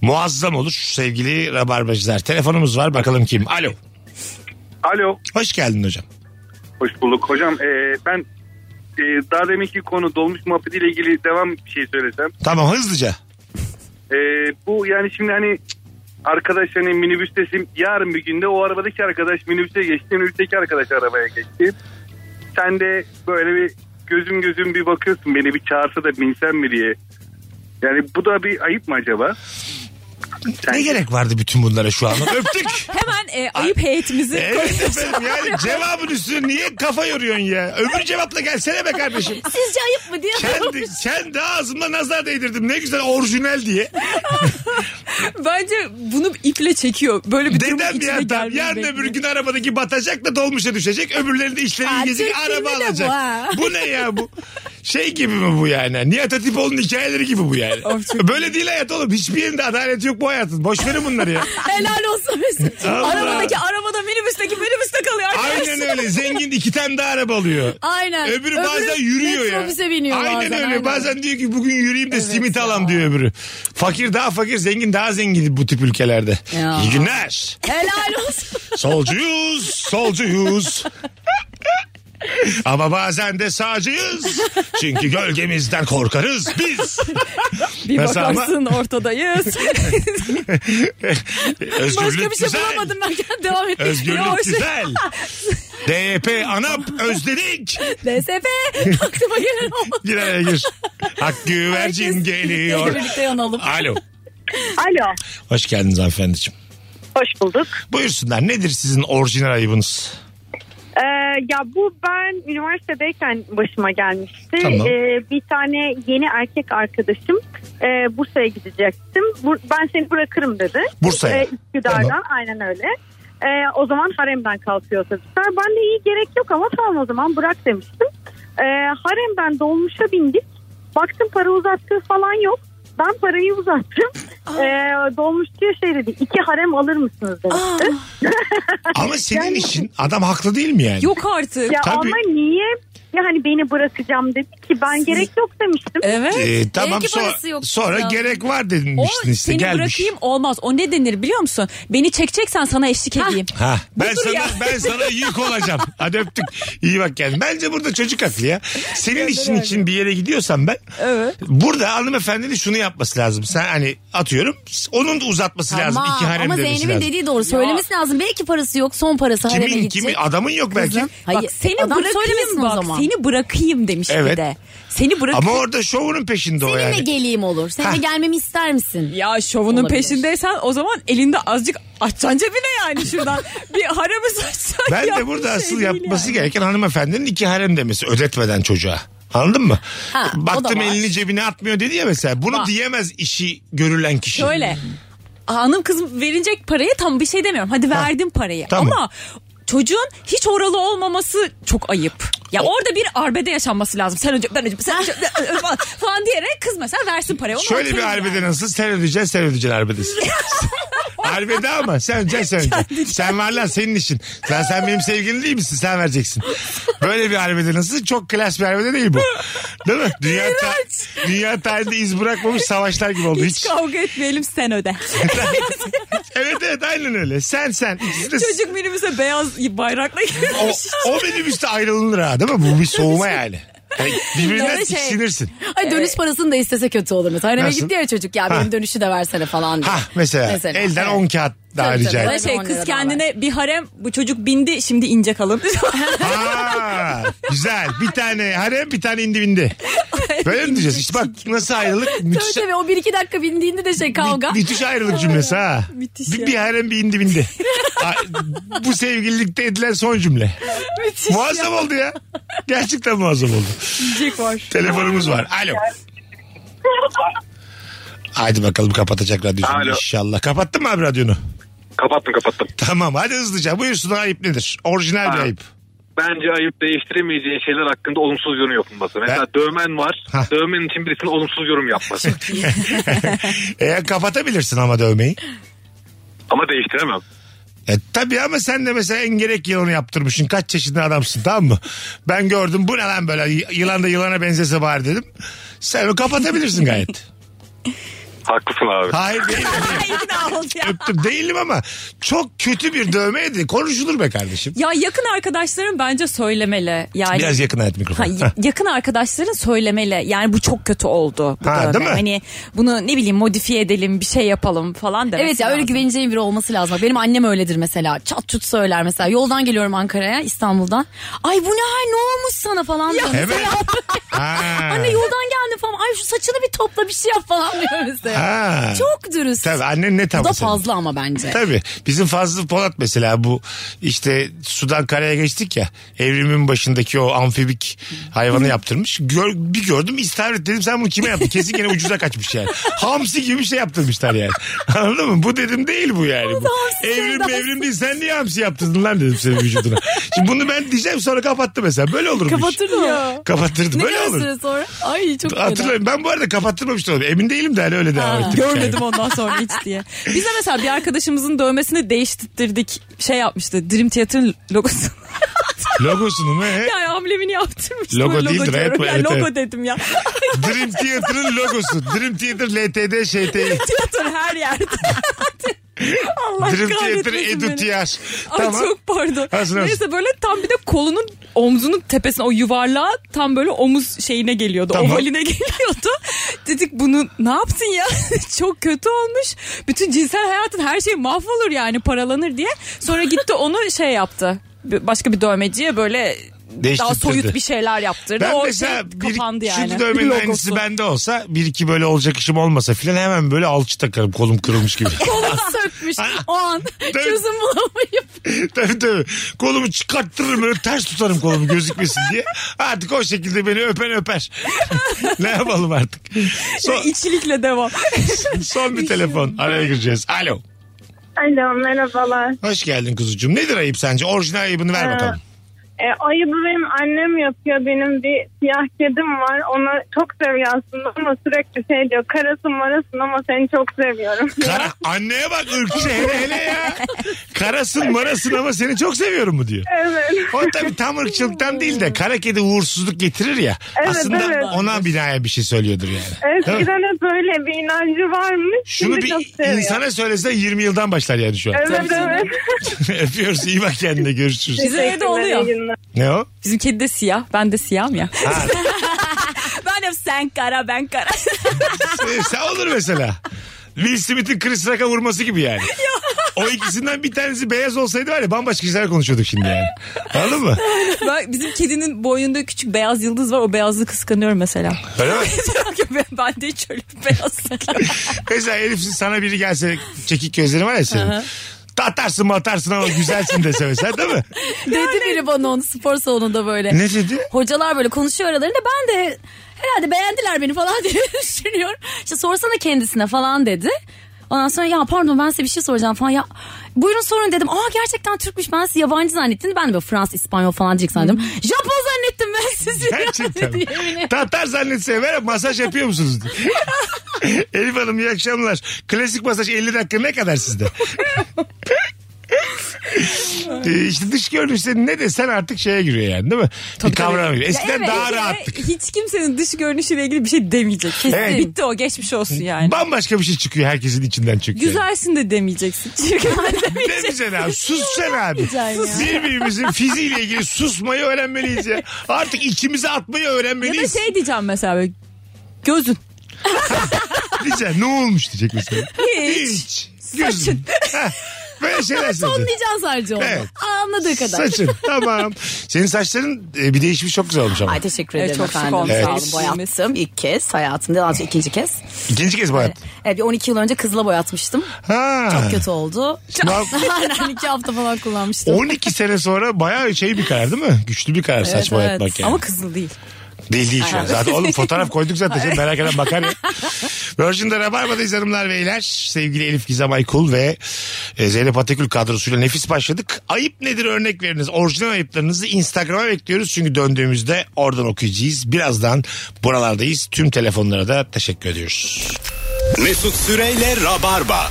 [SPEAKER 3] muazzam olur sevgili Rabarbacılar. Telefonumuz var bakalım kim? Alo.
[SPEAKER 2] Alo.
[SPEAKER 3] Hoş geldin hocam.
[SPEAKER 2] Hoş bulduk. Hocam e, ben e, daha deminki konu dolmuş muhabbetiyle ilgili devam bir şey söylesem.
[SPEAKER 3] Tamam hızlıca.
[SPEAKER 2] E, bu yani şimdi hani arkadaş hani minibüstesin yarın bir günde o arabadaki arkadaş minibüse geçti. Minibüsteki arkadaş arabaya geçti. Sen de böyle bir gözüm gözüm bir bakıyorsun beni bir çağırsa da binsem mi diye. Yani bu da bir ayıp mı acaba?
[SPEAKER 3] Ne gerek vardı bütün bunlara şu an? Öptük.
[SPEAKER 5] Hemen e, ayıp heyetimizi
[SPEAKER 3] evet efendim yani cevabın üstüne niye kafa yoruyorsun ya? Öbür cevapla gelsene be kardeşim.
[SPEAKER 6] Sizce ayıp mı diye.
[SPEAKER 3] Kendi, kendi ağzımla nazar değdirdim. Ne güzel orijinal diye.
[SPEAKER 5] bence bunu iple çekiyor. Böyle bir durumun
[SPEAKER 3] Dedem bir
[SPEAKER 5] içine
[SPEAKER 3] yandan
[SPEAKER 5] gelmeyi
[SPEAKER 3] yarın
[SPEAKER 5] bekliyor.
[SPEAKER 3] öbür gün arabadaki batacak da dolmuşa düşecek. Öbürleri de işleri iyi
[SPEAKER 6] Aa,
[SPEAKER 3] gezecek
[SPEAKER 6] Türk
[SPEAKER 3] araba
[SPEAKER 6] filmi de bu
[SPEAKER 3] alacak.
[SPEAKER 6] ha.
[SPEAKER 3] Bu, ne ya bu? Şey gibi mi bu yani? Nihat Atipoğlu'nun hikayeleri gibi bu yani.
[SPEAKER 5] Of, çok
[SPEAKER 3] Böyle değil hayat oğlum. Hiçbir yerinde adalet yok bu hayatın. Boş verin bunları ya.
[SPEAKER 6] Helal olsun Mesut.
[SPEAKER 3] Allah.
[SPEAKER 5] Arabadaki arabada minibüsteki minibüste kalıyor arkadaşlar.
[SPEAKER 3] Aynen öyle. Zengin iki tane daha araba alıyor.
[SPEAKER 6] Aynen.
[SPEAKER 3] Öbürü bazen yürüyor ya.
[SPEAKER 6] Metrobüse biniyor
[SPEAKER 3] aynen
[SPEAKER 6] bazen.
[SPEAKER 3] öyle. Bazen diyor ki bugün yürüyeyim de simit alam diyor öbürü. Fakir daha fakir, zengin daha zengin bu tip ülkelerde.
[SPEAKER 6] Ya.
[SPEAKER 3] İyi günler.
[SPEAKER 6] Helal olsun.
[SPEAKER 3] Solcuyuz, solcuyuz. Ama bazen de sağcıyız. Çünkü gölgemizden korkarız biz.
[SPEAKER 5] Bir
[SPEAKER 3] Mesela ama-
[SPEAKER 5] bakarsın ortadayız.
[SPEAKER 3] Özgürlük
[SPEAKER 6] Başka bir şey
[SPEAKER 3] güzel.
[SPEAKER 6] bulamadım ben. Gel, Devam et.
[SPEAKER 3] Özgürlük
[SPEAKER 6] Ya o şey-
[SPEAKER 3] güzel. DYP, ANAP, özledik.
[SPEAKER 6] DSP. Aklıma gelen o.
[SPEAKER 3] Gir araya gir. Hak güvercin
[SPEAKER 6] Herkes
[SPEAKER 3] geliyor.
[SPEAKER 6] Birlikte yanalım.
[SPEAKER 3] Alo.
[SPEAKER 9] Alo.
[SPEAKER 3] Hoş geldiniz hanımefendiciğim.
[SPEAKER 9] Hoş bulduk.
[SPEAKER 3] Buyursunlar nedir sizin orijinal ayıbınız?
[SPEAKER 9] Ee, ya bu ben üniversitedeyken başıma gelmişti.
[SPEAKER 3] Tamam.
[SPEAKER 9] Ee, bir tane yeni erkek arkadaşım e, Bursa'ya gidecektim. Bu- ben seni bırakırım dedi.
[SPEAKER 3] Bursa'ya.
[SPEAKER 9] Ee, Üsküdar'dan
[SPEAKER 3] Tamam.
[SPEAKER 9] aynen öyle. Ee, o zaman haremden kalkıyor otobüsler. Ben de iyi gerek yok ama tamam o zaman bırak demiştim. Ee, haremden dolmuşa bindik. Baktım para uzattığı falan yok. Ben parayı uzattım.
[SPEAKER 10] Ee, dolmuşçuya şey dedi. İki harem alır mısınız dedi.
[SPEAKER 3] Ama senin işin adam haklı değil mi yani?
[SPEAKER 5] Yok artık.
[SPEAKER 10] Ya
[SPEAKER 3] tabii.
[SPEAKER 10] ama niye yani beni bırakacağım dedi ki ben gerek yok demiştim.
[SPEAKER 5] Evet.
[SPEAKER 3] Ee, tamam
[SPEAKER 6] Belki
[SPEAKER 3] sonra,
[SPEAKER 6] parası yoktur
[SPEAKER 3] sonra
[SPEAKER 6] ya.
[SPEAKER 3] gerek var
[SPEAKER 5] O
[SPEAKER 3] demiştin işte
[SPEAKER 5] seni
[SPEAKER 3] gelmiş.
[SPEAKER 5] bırakayım olmaz. O ne denir biliyor musun? Beni çekeceksen sana eşlik edeyim.
[SPEAKER 3] Ha, ben
[SPEAKER 5] Budur
[SPEAKER 3] sana
[SPEAKER 5] ya.
[SPEAKER 3] ben sana yük olacağım. Hadi öptük. İyi bak kendine. Bence burada çocuk haklı ya. Senin işin için bir yere gidiyorsam ben.
[SPEAKER 5] Evet.
[SPEAKER 3] Burada hanımefendinin şunu yapması lazım. Sen hani atıyorum onun da uzatması Şey lazım. İki harem
[SPEAKER 6] ama
[SPEAKER 3] demesi
[SPEAKER 6] Zeynep'in
[SPEAKER 3] lazım.
[SPEAKER 6] dediği doğru. Söylemesi lazım. Belki parası yok. Son parası hareme
[SPEAKER 3] Kimin
[SPEAKER 6] gidecek.
[SPEAKER 3] kimi adamın yok belki.
[SPEAKER 6] Kızın. Hayır,
[SPEAKER 5] bak seni
[SPEAKER 6] adam söylemesin
[SPEAKER 5] bırakayım
[SPEAKER 6] o
[SPEAKER 5] bak.
[SPEAKER 6] zaman.
[SPEAKER 5] Seni bırakayım demiş
[SPEAKER 3] Evet.
[SPEAKER 5] bir de. Seni bırakayım.
[SPEAKER 3] Ama orada şovunun peşinde o
[SPEAKER 6] Seninle
[SPEAKER 3] yani.
[SPEAKER 6] geleyim olur. Seninle
[SPEAKER 3] Ha.
[SPEAKER 6] gelmemi ister misin?
[SPEAKER 5] Ya şovunun
[SPEAKER 6] Olabilir.
[SPEAKER 5] peşindeysen o zaman elinde azıcık açacaksın cebine yani şuradan. bir haremi saçsan
[SPEAKER 3] Ben
[SPEAKER 5] ya,
[SPEAKER 3] de burada
[SPEAKER 5] bir şey
[SPEAKER 3] asıl
[SPEAKER 5] değil
[SPEAKER 3] yapması
[SPEAKER 5] yani.
[SPEAKER 3] gereken hanımefendinin iki harem demesi ödetmeden çocuğa. Anladın mı?
[SPEAKER 6] Ha, o da
[SPEAKER 3] Baktım
[SPEAKER 6] var.
[SPEAKER 3] elini cebine atmıyor dedi ya mesela. Bunu
[SPEAKER 5] Var.
[SPEAKER 3] diyemez işi görülen kişi.
[SPEAKER 5] Şöyle hanım kız verilecek parayı tam bir şey demiyorum. Hadi verdim parayı
[SPEAKER 3] tamam.
[SPEAKER 5] ama çocuğun hiç oralı olmaması çok ayıp. Ya orada bir arbede yaşanması lazım. Sen önce ben önce sen önce falan, falan diyerek kız mesela versin parayı. Onu
[SPEAKER 3] Şöyle bir
[SPEAKER 5] okeyim
[SPEAKER 3] harbede
[SPEAKER 5] yani.
[SPEAKER 3] nasıl? Sen ödeyeceksin, sen ödeyeceksin harbedesi. harbede ama sen ödeyeceksin, sen ödeyeceksin. Sen var lan senin işin. Lan sen benim sevgilim değil misin? Sen vereceksin. Böyle bir harbede nasıl? Çok klas bir harbede değil bu. Değil mi? Dünya, ta- dünya tarihinde iz bırakmamış savaşlar gibi oldu. Hiç.
[SPEAKER 5] Hiç kavga etmeyelim sen öde.
[SPEAKER 3] evet evet aynen öyle. Sen sen. İkisi de
[SPEAKER 5] Çocuk şey minibüse beyaz bayrakla
[SPEAKER 3] o,
[SPEAKER 5] girmiş.
[SPEAKER 3] o minibüste ayrılınır ha değil mi? Bu bir soğuma yani. yani birbirinden
[SPEAKER 5] Böyle şey.
[SPEAKER 3] tiksinirsin.
[SPEAKER 6] Ay dönüş parasını da istese kötü olur mesela. Hareme
[SPEAKER 3] Nasıl?
[SPEAKER 6] gitti ya çocuk ya benim dönüşü de versene falan diye.
[SPEAKER 3] Ha mesela, elden
[SPEAKER 6] Evet.
[SPEAKER 3] 10 kağıt daha
[SPEAKER 6] Tabii,
[SPEAKER 3] rica
[SPEAKER 6] tabii.
[SPEAKER 5] Böyle
[SPEAKER 3] et.
[SPEAKER 5] şey
[SPEAKER 6] on lira
[SPEAKER 5] kız
[SPEAKER 6] daha
[SPEAKER 5] kendine bir harem bu çocuk bindi şimdi ince kalın.
[SPEAKER 3] Ha, güzel. Bir tane harem bir tane indi bindi. Böyle mi diyeceğiz? İşte bak nasıl ayrılık.
[SPEAKER 6] Tabii
[SPEAKER 3] Müthiş,
[SPEAKER 6] tabii o bir iki dakika bindiğinde de şey kavga.
[SPEAKER 3] mü- müthiş ayrılık cümlesi ha.
[SPEAKER 5] Müthiş
[SPEAKER 3] bir,
[SPEAKER 5] ya.
[SPEAKER 3] bir harem bir indi bindi. A- Bu sevgililikte edilen son cümle. muazzam oldu ya. Gerçekten muazzam oldu.
[SPEAKER 5] var.
[SPEAKER 3] Telefonumuz var. Alo. Haydi bakalım kapatacak radyosunu
[SPEAKER 7] Alo.
[SPEAKER 3] inşallah. Kapattın mı abi radyonu?
[SPEAKER 7] Kapattım kapattım.
[SPEAKER 3] Tamam hadi hızlıca buyursun ayıp nedir? Orijinal bir
[SPEAKER 7] Ha.
[SPEAKER 3] ayıp.
[SPEAKER 7] Bence ayıp değiştiremeyeceğin şeyler hakkında olumsuz yorum yapılması. Mesela dövmen var.
[SPEAKER 3] Hah.
[SPEAKER 7] Dövmenin için birisinin olumsuz yorum yapması.
[SPEAKER 3] E, kapatabilirsin ama dövmeyi.
[SPEAKER 7] Ama değiştiremem.
[SPEAKER 3] E, tabii ama sen de mesela en gerek yılanı yaptırmışsın. Kaç yaşında adamsın tamam mı? Ben gördüm bu ne lan böyle y- yılan da yılana benzese bari dedim. Sen o kapatabilirsin gayet.
[SPEAKER 7] Haklısın abi.
[SPEAKER 3] Hayır değilim.
[SPEAKER 5] İkna oldu ya.
[SPEAKER 3] Öptüm değilim ama çok kötü bir dövmeydi. Konuşulur be kardeşim.
[SPEAKER 5] Ya yakın arkadaşlarım bence söylemeli. Yani
[SPEAKER 3] Biraz yakın et
[SPEAKER 5] Ha,
[SPEAKER 3] mikrofonu.
[SPEAKER 5] y- yakın arkadaşların söylemeli. Yani bu çok kötü oldu. Bu
[SPEAKER 3] Ha,
[SPEAKER 5] dövme.
[SPEAKER 3] değil mi?
[SPEAKER 5] Hani bunu ne bileyim modifiye edelim bir şey yapalım falan demesi
[SPEAKER 6] Evet ya öyle
[SPEAKER 5] lazım.
[SPEAKER 6] güveneceğin biri olması lazım. Bak Benim annem öyledir mesela. Çat çut söyler mesela. Yoldan geliyorum Ankara'ya İstanbul'dan. Ay bu ne hal ne olmuş sana falan diyor.
[SPEAKER 3] Hemen.
[SPEAKER 6] Mesela,
[SPEAKER 3] Ha.
[SPEAKER 6] Anne yoldan geldim falan. Ay şu saçını bir topla bir şey yap falan diyor mesela.
[SPEAKER 3] Ha.
[SPEAKER 6] Çok dürüst.
[SPEAKER 3] Tabii annen ne
[SPEAKER 6] Bu da
[SPEAKER 3] tavsiye?
[SPEAKER 6] fazla ama bence.
[SPEAKER 3] Tabii. Bizim Fazlı Polat mesela bu işte sudan karaya geçtik ya. Evrimin başındaki o amfibik hayvanı yaptırmış. Gör- bir gördüm istavrit dedim sen bunu kime yaptın? Kesin gene ucuza kaçmış yani. Hamsi gibi bir şey yaptırmışlar yani. Anladın mı? Bu dedim değil bu yani. Bu.
[SPEAKER 6] hamsi şey,
[SPEAKER 3] Evrim
[SPEAKER 6] sevdası.
[SPEAKER 3] evrim değil sen niye hamsi yaptırdın lan dedim senin vücuduna. Şimdi bunu ben diyeceğim sonra kapattı mesela. Böyle olur mu iş?
[SPEAKER 6] Kapatır ya.
[SPEAKER 3] Kapattırdı.
[SPEAKER 6] Ne
[SPEAKER 3] Böyle
[SPEAKER 6] kadar
[SPEAKER 3] olur.
[SPEAKER 6] süre sonra? Ay çok fena.
[SPEAKER 3] Hatırlıyorum ben bu arada kapattırmamıştım. onu. Emin değilim de hani öyle devam ettim.
[SPEAKER 5] Görmedim ondan sonra hiç diye. Biz de mesela bir arkadaşımızın dövmesini değiştirdik. Şey yapmıştı. Dream Theater'ın logosu.
[SPEAKER 3] Logosunu mu? He?
[SPEAKER 5] yani amblemini yaptırmıştı.
[SPEAKER 3] Logo
[SPEAKER 5] Böyle
[SPEAKER 3] değildir,
[SPEAKER 5] diyorum.
[SPEAKER 3] evet,
[SPEAKER 5] Ya
[SPEAKER 3] evet,
[SPEAKER 5] logo
[SPEAKER 3] evet.
[SPEAKER 5] dedim ya.
[SPEAKER 3] Dream Theater'ın logosu. Dream Theater LTD ŞTİ.
[SPEAKER 5] Theater her yerde. Allah
[SPEAKER 3] Dream Theater
[SPEAKER 5] kahretmesin beni.
[SPEAKER 3] Edu TR.
[SPEAKER 5] Ay
[SPEAKER 3] Tamam.
[SPEAKER 5] çok pardon.
[SPEAKER 3] Hazır, hazır.
[SPEAKER 5] Neyse böyle tam bir de kolunun omzunun tepesine o yuvarlağa tam böyle omuz şeyine geliyordu.
[SPEAKER 3] Tamam.
[SPEAKER 5] Ovaline geliyordu. Dedik bunu ne yaptın ya? çok kötü olmuş. Bütün cinsel hayatın her şey mahvolur yani paralanır diye. Sonra gitti onu şey yaptı. Bir- Başka bir dövmeciye böyle daha
[SPEAKER 3] Değiştirtirdi.
[SPEAKER 5] soyut bir şeyler yaptırdı.
[SPEAKER 3] Ben
[SPEAKER 5] o
[SPEAKER 3] mesela
[SPEAKER 5] şey
[SPEAKER 3] bir,
[SPEAKER 5] kapandı yani.
[SPEAKER 3] şu dövmenin
[SPEAKER 5] Logosu.
[SPEAKER 3] aynısı bende olsa bir iki böyle olacak işim olmasa filan hemen böyle alçı takarım kolum kırılmış gibi.
[SPEAKER 6] Kolunu sökmüş o an. Çözüm bulamayıp.
[SPEAKER 3] tabii tabii. Kolumu çıkarttırırım böyle ters tutarım kolumu gözükmesin diye. Artık o şekilde beni öpen öper. ne yapalım artık. Son,
[SPEAKER 5] İçilikle devam.
[SPEAKER 3] son bir telefon. Araya gireceğiz. Alo.
[SPEAKER 10] Alo merhabalar.
[SPEAKER 3] Hoş geldin kuzucuğum. Nedir ayıp sence? Orijinal ayıbını ver
[SPEAKER 10] Ee,
[SPEAKER 3] bakalım.
[SPEAKER 10] E, ayıbı benim annem yapıyor. Benim bir siyah kedim var. Ona çok seviyorsun ama sürekli şey diyor. Karasın marasın ama seni çok seviyorum.
[SPEAKER 3] Kara, anneye bak ırkçı hele hele ya. Karasın marasın ama seni çok seviyorum mu diyor.
[SPEAKER 10] evet.
[SPEAKER 3] O tabii tam ırkçılıktan değil de kara kedi uğursuzluk getirir ya.
[SPEAKER 10] Evet,
[SPEAKER 3] aslında
[SPEAKER 10] evet.
[SPEAKER 3] ona binaya bir şey söylüyordur yani. Değil mi?
[SPEAKER 10] Eskiden hep böyle bir inancı varmış.
[SPEAKER 3] Şunu
[SPEAKER 10] Şimdi çok
[SPEAKER 3] bir
[SPEAKER 10] seviyor.
[SPEAKER 3] insana söylese 20 yıldan başlar yani şu an.
[SPEAKER 10] Evet evet.
[SPEAKER 3] Öpüyoruz iyi bak kendine görüşürüz.
[SPEAKER 5] Bizim evde oluyor.
[SPEAKER 3] Ne o?
[SPEAKER 5] Bizim kedi de siyah. Ben de siyahım ya. ben hep sen kara ben kara.
[SPEAKER 3] E, Sen olur mesela. Will Smith'in Chris Rock'a vurması gibi yani. o ikisinden bir tanesi beyaz olsaydı var ya bambaşka şeyler konuşuyorduk şimdi yani. Anladın mı?
[SPEAKER 5] Ben- bizim kedinin boynunda küçük beyaz yıldız var. O beyazlığı kıskanıyorum mesela.
[SPEAKER 3] Öyle mi?
[SPEAKER 5] ben de hiç öyle bir beyazlık. yok.
[SPEAKER 3] Mesela Elif sana biri gelse çekik gözlerin var ya senin. Tatarsın matarsın ama güzelsin dese mesela değil mi?
[SPEAKER 6] Dedi biri bana onu spor salonunda böyle.
[SPEAKER 3] Ne dedi?
[SPEAKER 6] Hocalar böyle konuşuyor aralarında ben de herhalde beğendiler beni falan diye düşünüyorum. İşte sorsana kendisine falan dedi. Ondan sonra ya pardon ben size bir şey soracağım falan ya buyurun sorun dedim. Aa gerçekten Türkmüş ben sizi yabancı zannettim. Ben de böyle Fransız, İspanyol falan diyecek zannettim. Japon zannettim ben sizi.
[SPEAKER 3] Gerçekten.
[SPEAKER 6] diye yemin ederim.
[SPEAKER 3] Tatar zannetse ver masaj yapıyor musunuz? Elif Hanım iyi akşamlar. Klasik masaj 50 dakika ne kadar sizde? ee, işte dış görünüşte ne desen artık şeye giriyor yani değil mi? bir kavrama giriyor. Eskiden
[SPEAKER 5] Evet,
[SPEAKER 3] daha
[SPEAKER 5] ve
[SPEAKER 3] rahattık.
[SPEAKER 5] Hiç kimsenin dış görünüşüyle ilgili bir şey demeyecek. Kesin.
[SPEAKER 3] Evet.
[SPEAKER 5] Bitti o geçmiş olsun yani.
[SPEAKER 3] Bambaşka bir şey çıkıyor herkesin içinden çünkü.
[SPEAKER 5] Güzelsin de demeyeceksin. Çirkin de demeyeceksin.
[SPEAKER 3] Ne güzel abi sus sen abi. Birbirimizin fiziğiyle ilgili susmayı öğrenmeliyiz ya. Artık içimize atmayı
[SPEAKER 5] Ya da
[SPEAKER 3] öğrenmeliyiz.
[SPEAKER 5] şey diyeceğim mesela böyle, gözün.
[SPEAKER 3] Diyeceksin, ne olmuş diyecek mesela.
[SPEAKER 5] Hiç.
[SPEAKER 3] Gözüm. Heh, Böyle şeyler söyleyecek.
[SPEAKER 6] Anlayacağın sadece onu.
[SPEAKER 3] Evet.
[SPEAKER 6] Anladığı kadar.
[SPEAKER 3] Saçın tamam. Senin saçların e, bir değişmiş çok güzel olmuş ama.
[SPEAKER 11] Ay teşekkür
[SPEAKER 5] Evet,
[SPEAKER 11] ederim
[SPEAKER 5] çok şık
[SPEAKER 11] efendim.
[SPEAKER 5] olmuş.
[SPEAKER 11] Sağ
[SPEAKER 5] Evet.
[SPEAKER 11] olun boyattım ilk kez hayatımda. Daha sonra ikinci kez.
[SPEAKER 3] İkinci kez bayat.
[SPEAKER 6] Evet, bir 12 yıl önce kızla boyatmıştım.
[SPEAKER 3] Ha.
[SPEAKER 6] Çok kötü oldu.
[SPEAKER 3] Bak,
[SPEAKER 6] Aynen iki hafta falan kullanmıştım.
[SPEAKER 3] 12 sene sonra bayağı şey bir karar değil mi? Güçlü bir karar saç boyatmak yani.
[SPEAKER 5] Ama kızıl değil.
[SPEAKER 3] Değil değil şu an. Zaten oğlum fotoğraf koyduk zaten. Şimdi merak eden bakar ya. Virgin'de Rabarba'dayız hanımlar beyler. Sevgili Elif Gizem Aykul ve e, Zeynep Atakül kadrosuyla nefis başladık. Ayıp nedir örnek veriniz. Orijinal ayıplarınızı Instagram'a bekliyoruz. Çünkü döndüğümüzde oradan okuyacağız. Birazdan buralardayız. Tüm telefonlara da teşekkür ediyoruz.
[SPEAKER 2] Mesut Süreyle Rabarba.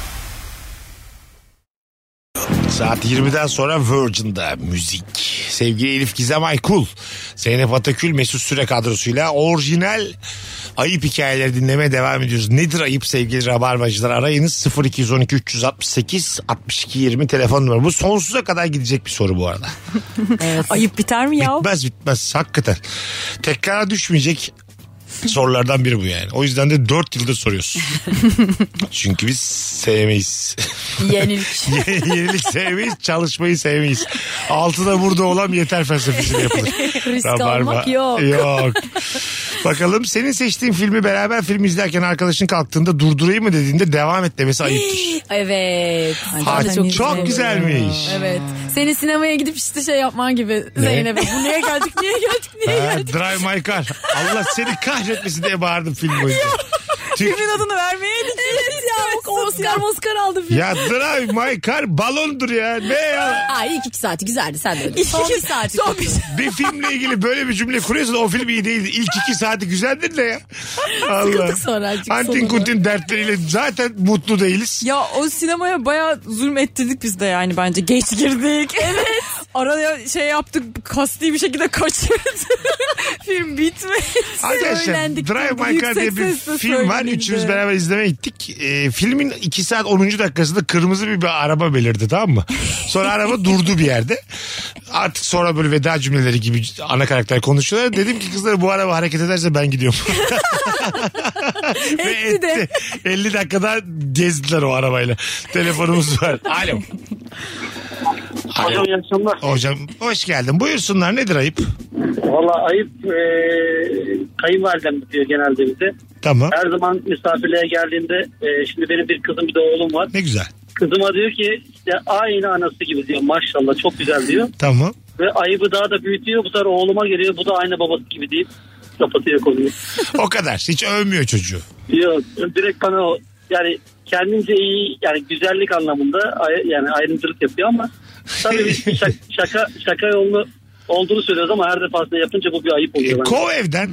[SPEAKER 3] Saat 20'den sonra Virgin'da müzik. Sevgili Elif Gizem Aykul, Zeynep Atakül, Mesut Süre kadrosuyla orijinal ayıp hikayeleri dinlemeye devam ediyoruz. Nedir ayıp sevgili Rabarbacılar? Arayınız 0212 368 62 20 telefon numaramız. Bu sonsuza kadar gidecek bir soru bu arada.
[SPEAKER 5] Ayıp biter mi ya?
[SPEAKER 3] Bitmez bitmez hakikaten. Tekrar düşmeyecek sorulardan biri bu yani. O yüzden de 4 yıldır soruyoruz. Çünkü biz sevmeyiz.
[SPEAKER 6] Yenilik.
[SPEAKER 3] Yenilik sevmeyiz, çalışmayı sevmeyiz. Altıda burada olam yeter felsefesi yapılır.
[SPEAKER 6] Risk
[SPEAKER 3] Rabarba.
[SPEAKER 6] almak yok.
[SPEAKER 3] Yok. Bakalım senin seçtiğin filmi beraber film izlerken arkadaşın kalktığında durdurayım mı dediğinde devam et demesi ayıptır.
[SPEAKER 6] Evet. Ay,
[SPEAKER 3] Ha,
[SPEAKER 6] ben de
[SPEAKER 3] çok güzelmiş.
[SPEAKER 6] Evet. Seni sinemaya gidip işte şey yapman gibi Zeynep'e. Bu niye geldik, niye geldik, niye
[SPEAKER 3] Ha,
[SPEAKER 6] geldik?
[SPEAKER 3] drive my car. Allah seni kahretmesin diye bağırdım film boyunca. Çünkü-
[SPEAKER 5] Filmin adını vermeye
[SPEAKER 6] Evet ya Oscar Oscar aldı film.
[SPEAKER 3] ya drive my car balondur ya. Ne ya?
[SPEAKER 6] Ay ilk iki saati güzeldi sen de. öyle. Son bir saati.
[SPEAKER 5] Son bir
[SPEAKER 3] Bir filmle ilgili böyle bir cümle kuruyorsun o film iyi değildi. İlk iki saati güzeldir de ya. Allah.
[SPEAKER 6] Sıkıldık sonra azıcık
[SPEAKER 3] Antin
[SPEAKER 6] sonunda.
[SPEAKER 3] kuntin dertleriyle zaten mutlu değiliz.
[SPEAKER 5] Ya o sinemaya bayağı zulmettirdik biz de yani bence. Geç girdik. Evet. Araya şey yaptık kasti bir şekilde kaçırdık. Film bitmedi.
[SPEAKER 3] Arkadaşlar
[SPEAKER 5] Söylendik.
[SPEAKER 3] Drive My Car
[SPEAKER 5] Yüksek
[SPEAKER 3] diye bir
[SPEAKER 5] sesle
[SPEAKER 3] film var.
[SPEAKER 5] söylenildi.
[SPEAKER 3] Üçümüz beraber izlemeye gittik. Ee, filmin 2 saat 10. dakikasında kırmızı bir, bir araba belirdi tamam mı? Sonra araba durdu bir yerde. Artık sonra böyle veda cümleleri gibi ana karakter konuşuyorlar. Dedim ki kızlar bu araba hareket ederse ben gidiyorum. Ve etti. 50 dakikada gezdiler o arabayla. Telefonumuz var. Alo. Alo.
[SPEAKER 8] iyi akşamlar.
[SPEAKER 3] Hocam hoş geldin. Buyursunlar nedir ayıp?
[SPEAKER 8] Valla ayıp e, kayınvalidem diyor genelde bize.
[SPEAKER 3] Tamam.
[SPEAKER 8] Her zaman misafirliğe geldiğinde e, şimdi benim bir kızım bir de oğlum var.
[SPEAKER 3] Ne güzel.
[SPEAKER 8] Kızıma diyor ki işte aynı anası gibi diyor maşallah çok güzel diyor.
[SPEAKER 3] Tamam.
[SPEAKER 8] Ve ayıbı daha da büyütüyor bu sefer oğluma geliyor bu da aynı babası gibi deyip kapatıyor konuyu.
[SPEAKER 3] O kadar. Hiç övmüyor çocuğu.
[SPEAKER 8] Diyor direkt bana o yani kendince iyi yani güzellik anlamında ay- yani ayrımcılık yapıyor ama tabii biz şaka, şaka, şaka yolunu
[SPEAKER 12] olduğunu söylüyoruz ama her defasında yapınca bu bir ayıp
[SPEAKER 3] E,
[SPEAKER 12] oluyor. bence.
[SPEAKER 3] kov evden.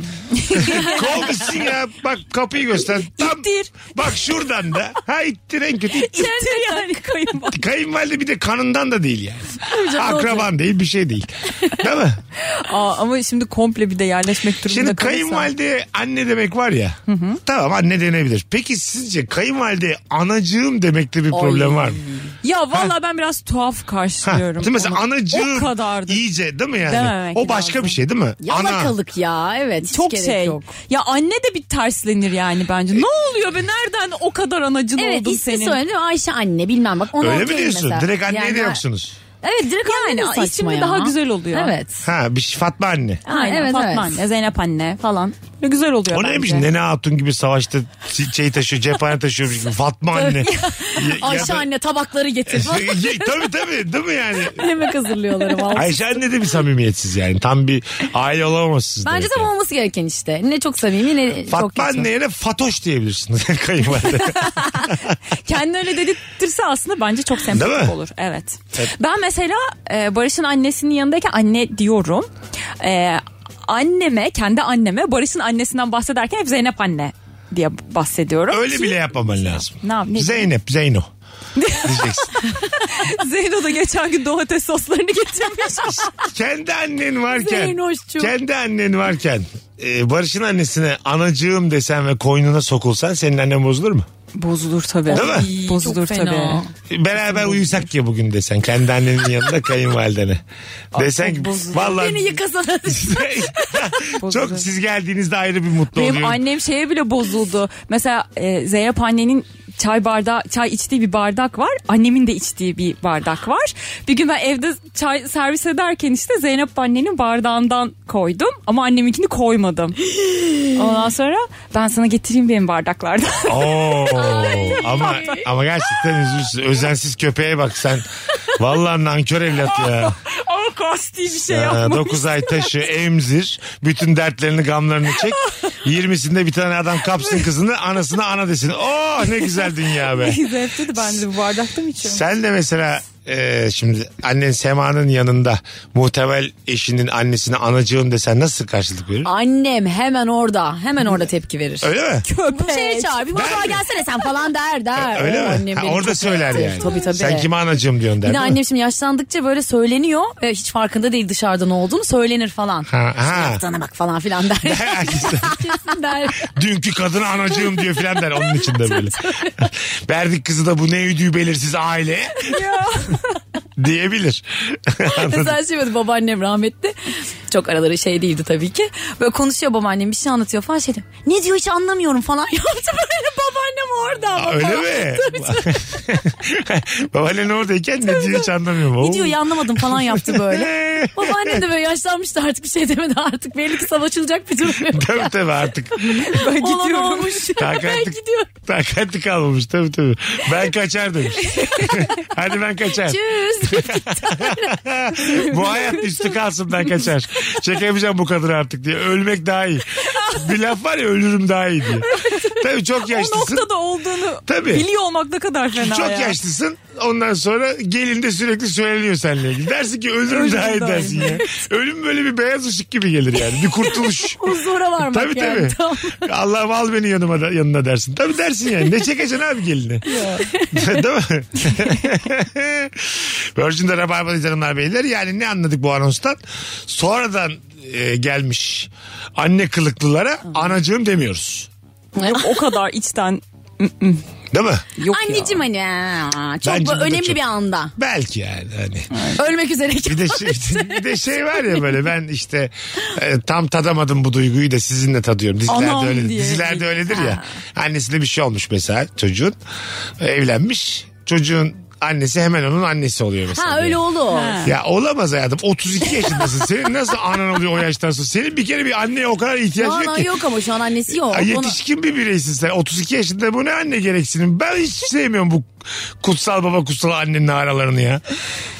[SPEAKER 3] kov gitsin ya. Bak kapıyı göster. Tam, Bak şuradan da. Ha ittir en kötü. ittir.
[SPEAKER 5] İçeride yani kayınvalide.
[SPEAKER 3] Kayınvalide bir de kanından da değil
[SPEAKER 5] Tabii
[SPEAKER 3] yani.
[SPEAKER 5] canım, doğru.
[SPEAKER 3] Akraban değil bir şey değil. Değil mi?
[SPEAKER 5] Aa, ama şimdi komple bir de yerleşmek durumunda
[SPEAKER 3] Şimdi
[SPEAKER 5] kalırsan-
[SPEAKER 3] kayınvalide anne demek var ya. Tamam anne denebilir. Peki sizce kayınvalide anacığım demekte bir problem var mı?
[SPEAKER 5] Ya valla ben biraz tuhaf
[SPEAKER 3] Ha,
[SPEAKER 5] karşılıyorum.
[SPEAKER 3] değil mi? Mesela
[SPEAKER 5] onu.
[SPEAKER 3] anacığım
[SPEAKER 5] O kadardı.
[SPEAKER 3] iyice değil mi yani?
[SPEAKER 5] Dememek
[SPEAKER 3] o başka bir şey değil mi?
[SPEAKER 5] Yalakalık ya evet Çok
[SPEAKER 6] gerek
[SPEAKER 5] şey.
[SPEAKER 6] yok.
[SPEAKER 5] Ya anne de bir terslenir yani bence. Ne oluyor be nereden o kadar anacın
[SPEAKER 6] Evet
[SPEAKER 5] oldun
[SPEAKER 6] ismi
[SPEAKER 5] senin?
[SPEAKER 6] söylenir Ayşe anne bilmem bak ona
[SPEAKER 3] Öyle mi
[SPEAKER 6] okeyim
[SPEAKER 3] diyorsun?
[SPEAKER 6] mesela.
[SPEAKER 3] Direkt anneye
[SPEAKER 6] Yani-
[SPEAKER 3] de yoksunuz.
[SPEAKER 6] Evet direkt anne
[SPEAKER 5] Yani
[SPEAKER 6] de saçma
[SPEAKER 5] isimli
[SPEAKER 6] ya.
[SPEAKER 5] daha güzel oluyor.
[SPEAKER 6] Evet.
[SPEAKER 3] Ha bir şey- Fatma anne.
[SPEAKER 5] Aynen
[SPEAKER 6] evet,
[SPEAKER 5] Fatma
[SPEAKER 6] evet.
[SPEAKER 5] anne, Zeynep anne falan. Ne güzel oluyor
[SPEAKER 3] O
[SPEAKER 5] bence.
[SPEAKER 3] neymiş Nene Hatun gibi savaşta şey taşıyor, cephane taşıyormuş gibi. Fatma anne.
[SPEAKER 6] Ayşe anne tabakları getir. falan.
[SPEAKER 3] tabii tabii değil mi yani?
[SPEAKER 6] Yemek hazırlıyorlar ama.
[SPEAKER 3] Ayşe anne de bir samimiyetsiz yani. Tam bir aile olamazsınız.
[SPEAKER 6] Bence
[SPEAKER 3] direkt
[SPEAKER 6] tam
[SPEAKER 3] yani.
[SPEAKER 6] olması gereken işte. Ne çok samimi ne çok
[SPEAKER 3] Fatma
[SPEAKER 6] geçme.
[SPEAKER 3] anneye de Fatoş diyebilirsiniz kayınvalide.
[SPEAKER 5] Kendi öyle dedirtirse aslında bence çok
[SPEAKER 3] Değil
[SPEAKER 5] sempatik
[SPEAKER 3] mi?
[SPEAKER 5] olur. Evet.
[SPEAKER 3] Evet.
[SPEAKER 5] Ben mesela e, Barış'ın annesinin yanındayken anne diyorum. E, anneme, kendi anneme Barış'ın annesinden bahsederken hep Zeynep anne diye bahsediyorum.
[SPEAKER 3] Öyle
[SPEAKER 5] Ki-
[SPEAKER 3] bile yapmaman lazım.
[SPEAKER 5] Ne yap- ne-
[SPEAKER 3] Zeynep, Zeyno. Diyeceksin.
[SPEAKER 5] Zeyno da geçen gün domates soslarını getirmiş.
[SPEAKER 3] kendi annen varken
[SPEAKER 5] Zeynoşçum.
[SPEAKER 3] kendi annen varken e, Barış'ın annesine anacığım desen ve koynuna sokulsan senin annen bozulur mu?
[SPEAKER 5] Bozulur tabii.
[SPEAKER 3] Değil
[SPEAKER 6] mi?
[SPEAKER 5] Bozulur
[SPEAKER 6] Çok fena.
[SPEAKER 5] tabii.
[SPEAKER 3] E, Beraber uyusak ya bugün desen kendi annenin yanında kayınvalidene. Desen ki vallahi
[SPEAKER 6] Beni yıkasana.
[SPEAKER 3] çok siz geldiğinizde ayrı bir mutlu
[SPEAKER 5] Benim
[SPEAKER 3] oluyorum.
[SPEAKER 5] annem şeye bile bozuldu. Mesela e, Zeynep annenin çay bardağı çay içtiği bir bardak var. Annemin de içtiği bir bardak var. Bir gün ben evde çay servis ederken işte Zeynep annenin bardağından koydum ama anneminkini koymadım. Ondan sonra ben sana getireyim benim bardaklardan.
[SPEAKER 3] Oo, ama ama gerçekten üzülürsün. Özensiz köpeğe bak sen. Vallahi nankör evlat ya.
[SPEAKER 5] ama kasti bir şey
[SPEAKER 3] Ya,
[SPEAKER 5] yapmamış.
[SPEAKER 3] 9 ay taşı emzir. Bütün dertlerini gamlarını çek. 20'sinde bir tane adam kapsın kızını anasına ana desin. Oh ne güzel dünya be.
[SPEAKER 5] Zeynep dedi ben de bu bardakta mı içiyorum?
[SPEAKER 3] Sen de mesela e, şimdi annen Sema'nın yanında muhtemel eşinin annesine anacığım desen nasıl karşılık verir?
[SPEAKER 6] Annem hemen orada. Hemen orada tepki verir.
[SPEAKER 3] Öyle mi?
[SPEAKER 5] Köpek.
[SPEAKER 6] Şey çağır bir mutfağa gelsene sen falan der der.
[SPEAKER 3] E, Öyle
[SPEAKER 6] Oo,
[SPEAKER 3] mi?
[SPEAKER 6] annem
[SPEAKER 3] Ha,
[SPEAKER 6] beni
[SPEAKER 3] orada
[SPEAKER 6] çok
[SPEAKER 3] söyler
[SPEAKER 6] eğitir.
[SPEAKER 3] yani.
[SPEAKER 6] Tabii tabii.
[SPEAKER 3] Sen kime anacığım diyorsun der
[SPEAKER 6] bir de
[SPEAKER 3] değil mi?
[SPEAKER 6] annem şimdi yaşlandıkça böyle söyleniyor. e, Hiç farkında değil dışarıda ne olduğunu söylenir falan.
[SPEAKER 3] Ha, ha.
[SPEAKER 6] Sana bak falan filan der. Kesin der.
[SPEAKER 3] Dünkü kadına anacığım diyor filan der onun için de böyle. Verdik kızı da bu ne üdüğü belirsiz aile diyebilir. Anladın?
[SPEAKER 6] Mesela şey böyle babaannem rahmetli. Çok araları şey değildi tabii ki. Böyle konuşuyor babaannem bir şey anlatıyor falan şey diyor. Ne diyor hiç anlamıyorum falan yaptı böyle babaannem orada. ama
[SPEAKER 3] Aa, Öyle
[SPEAKER 6] falan.
[SPEAKER 3] mi? Babaannen oradayken ne diyor hiç anlamıyorum.
[SPEAKER 6] Ne diyor ya anlamadım falan yaptı böyle.
[SPEAKER 3] Eee.
[SPEAKER 6] Babaannem de böyle yaşlanmıştı artık bir şey demedi artık belli ki savaşılacak bir durum yok.
[SPEAKER 3] tabii tabii artık.
[SPEAKER 5] Ben
[SPEAKER 6] Olan
[SPEAKER 5] gidiyorum.
[SPEAKER 6] olmuş. ben
[SPEAKER 3] Takatlık,
[SPEAKER 6] gidiyorum.
[SPEAKER 3] takatlık kalmamış tabii tabii. Ben kaçar demiş. Hadi ben kaçar.
[SPEAKER 6] Tschüss.
[SPEAKER 3] bu hayat üstü kalsın ben kaçar. Çekemeyeceğim bu kadını artık diye. Ölmek daha iyi. Bir laf var ya ölürüm daha iyi diye. Tabii çok
[SPEAKER 5] O
[SPEAKER 3] yaşlısın.
[SPEAKER 5] noktada olduğunu
[SPEAKER 3] Tabii.
[SPEAKER 5] biliyor olmak ne kadar fena
[SPEAKER 3] Çok
[SPEAKER 5] ya.
[SPEAKER 3] yaşlısın. Ondan sonra gelin de sürekli söyleniyor seninle ilgili. Dersin ki ölürüm
[SPEAKER 5] Ölürüm
[SPEAKER 3] daha iyi
[SPEAKER 5] daha
[SPEAKER 3] dersin
[SPEAKER 5] iyi.
[SPEAKER 3] ya. Ölüm böyle bir beyaz ışık gibi gelir yani. Bir kurtuluş.
[SPEAKER 6] Huzura varmak
[SPEAKER 3] tabii
[SPEAKER 6] yani.
[SPEAKER 3] tabii.
[SPEAKER 6] Tamam.
[SPEAKER 3] Allah'ım al beni yanıma da, yanına dersin. Tabii dersin yani. Ne çekeceksin abi gelini? Değil mi? Virgin'de Rabarba'dayız hanımlar beyler. Yani ne anladık bu anonstan? Sonradan e, gelmiş anne kılıklılara anacığım demiyoruz.
[SPEAKER 5] Yok, o kadar içten
[SPEAKER 3] Değil mi?
[SPEAKER 5] yok ya.
[SPEAKER 6] Anneciğim hani aa, çok
[SPEAKER 3] Bence bu da
[SPEAKER 6] önemli
[SPEAKER 3] çok-
[SPEAKER 6] bir anda.
[SPEAKER 3] Belki yani. Hani.
[SPEAKER 6] Ölmek üzere.
[SPEAKER 3] Bir de, şey, bir de şey var ya böyle ben işte e, tam tadamadım bu duyguyu da sizinle tadıyorum. Dizilerde,
[SPEAKER 5] Anam
[SPEAKER 3] öyle,
[SPEAKER 5] diye.
[SPEAKER 3] dizilerde öyledir ya. Annesine bir şey olmuş mesela çocuğun. E, Evlenmiş. Çocuğun annesi hemen onun annesi oluyor mesela.
[SPEAKER 6] Ha öyle olur.
[SPEAKER 3] Ya olamaz hayatım. 32 yaşındasın. Senin nasıl anan oluyor o yaştan sonra? Senin bir kere bir anneye o kadar ihtiyaç
[SPEAKER 6] Şu an
[SPEAKER 3] yok ki.
[SPEAKER 6] yok ama şu an annesi yok.
[SPEAKER 3] Ya yetişkin bir bireysin sen. 32 yaşında bu ne anne gereksinim? Ben hiç sevmiyorum bu kutsal baba kutsal annenin aralarını ya.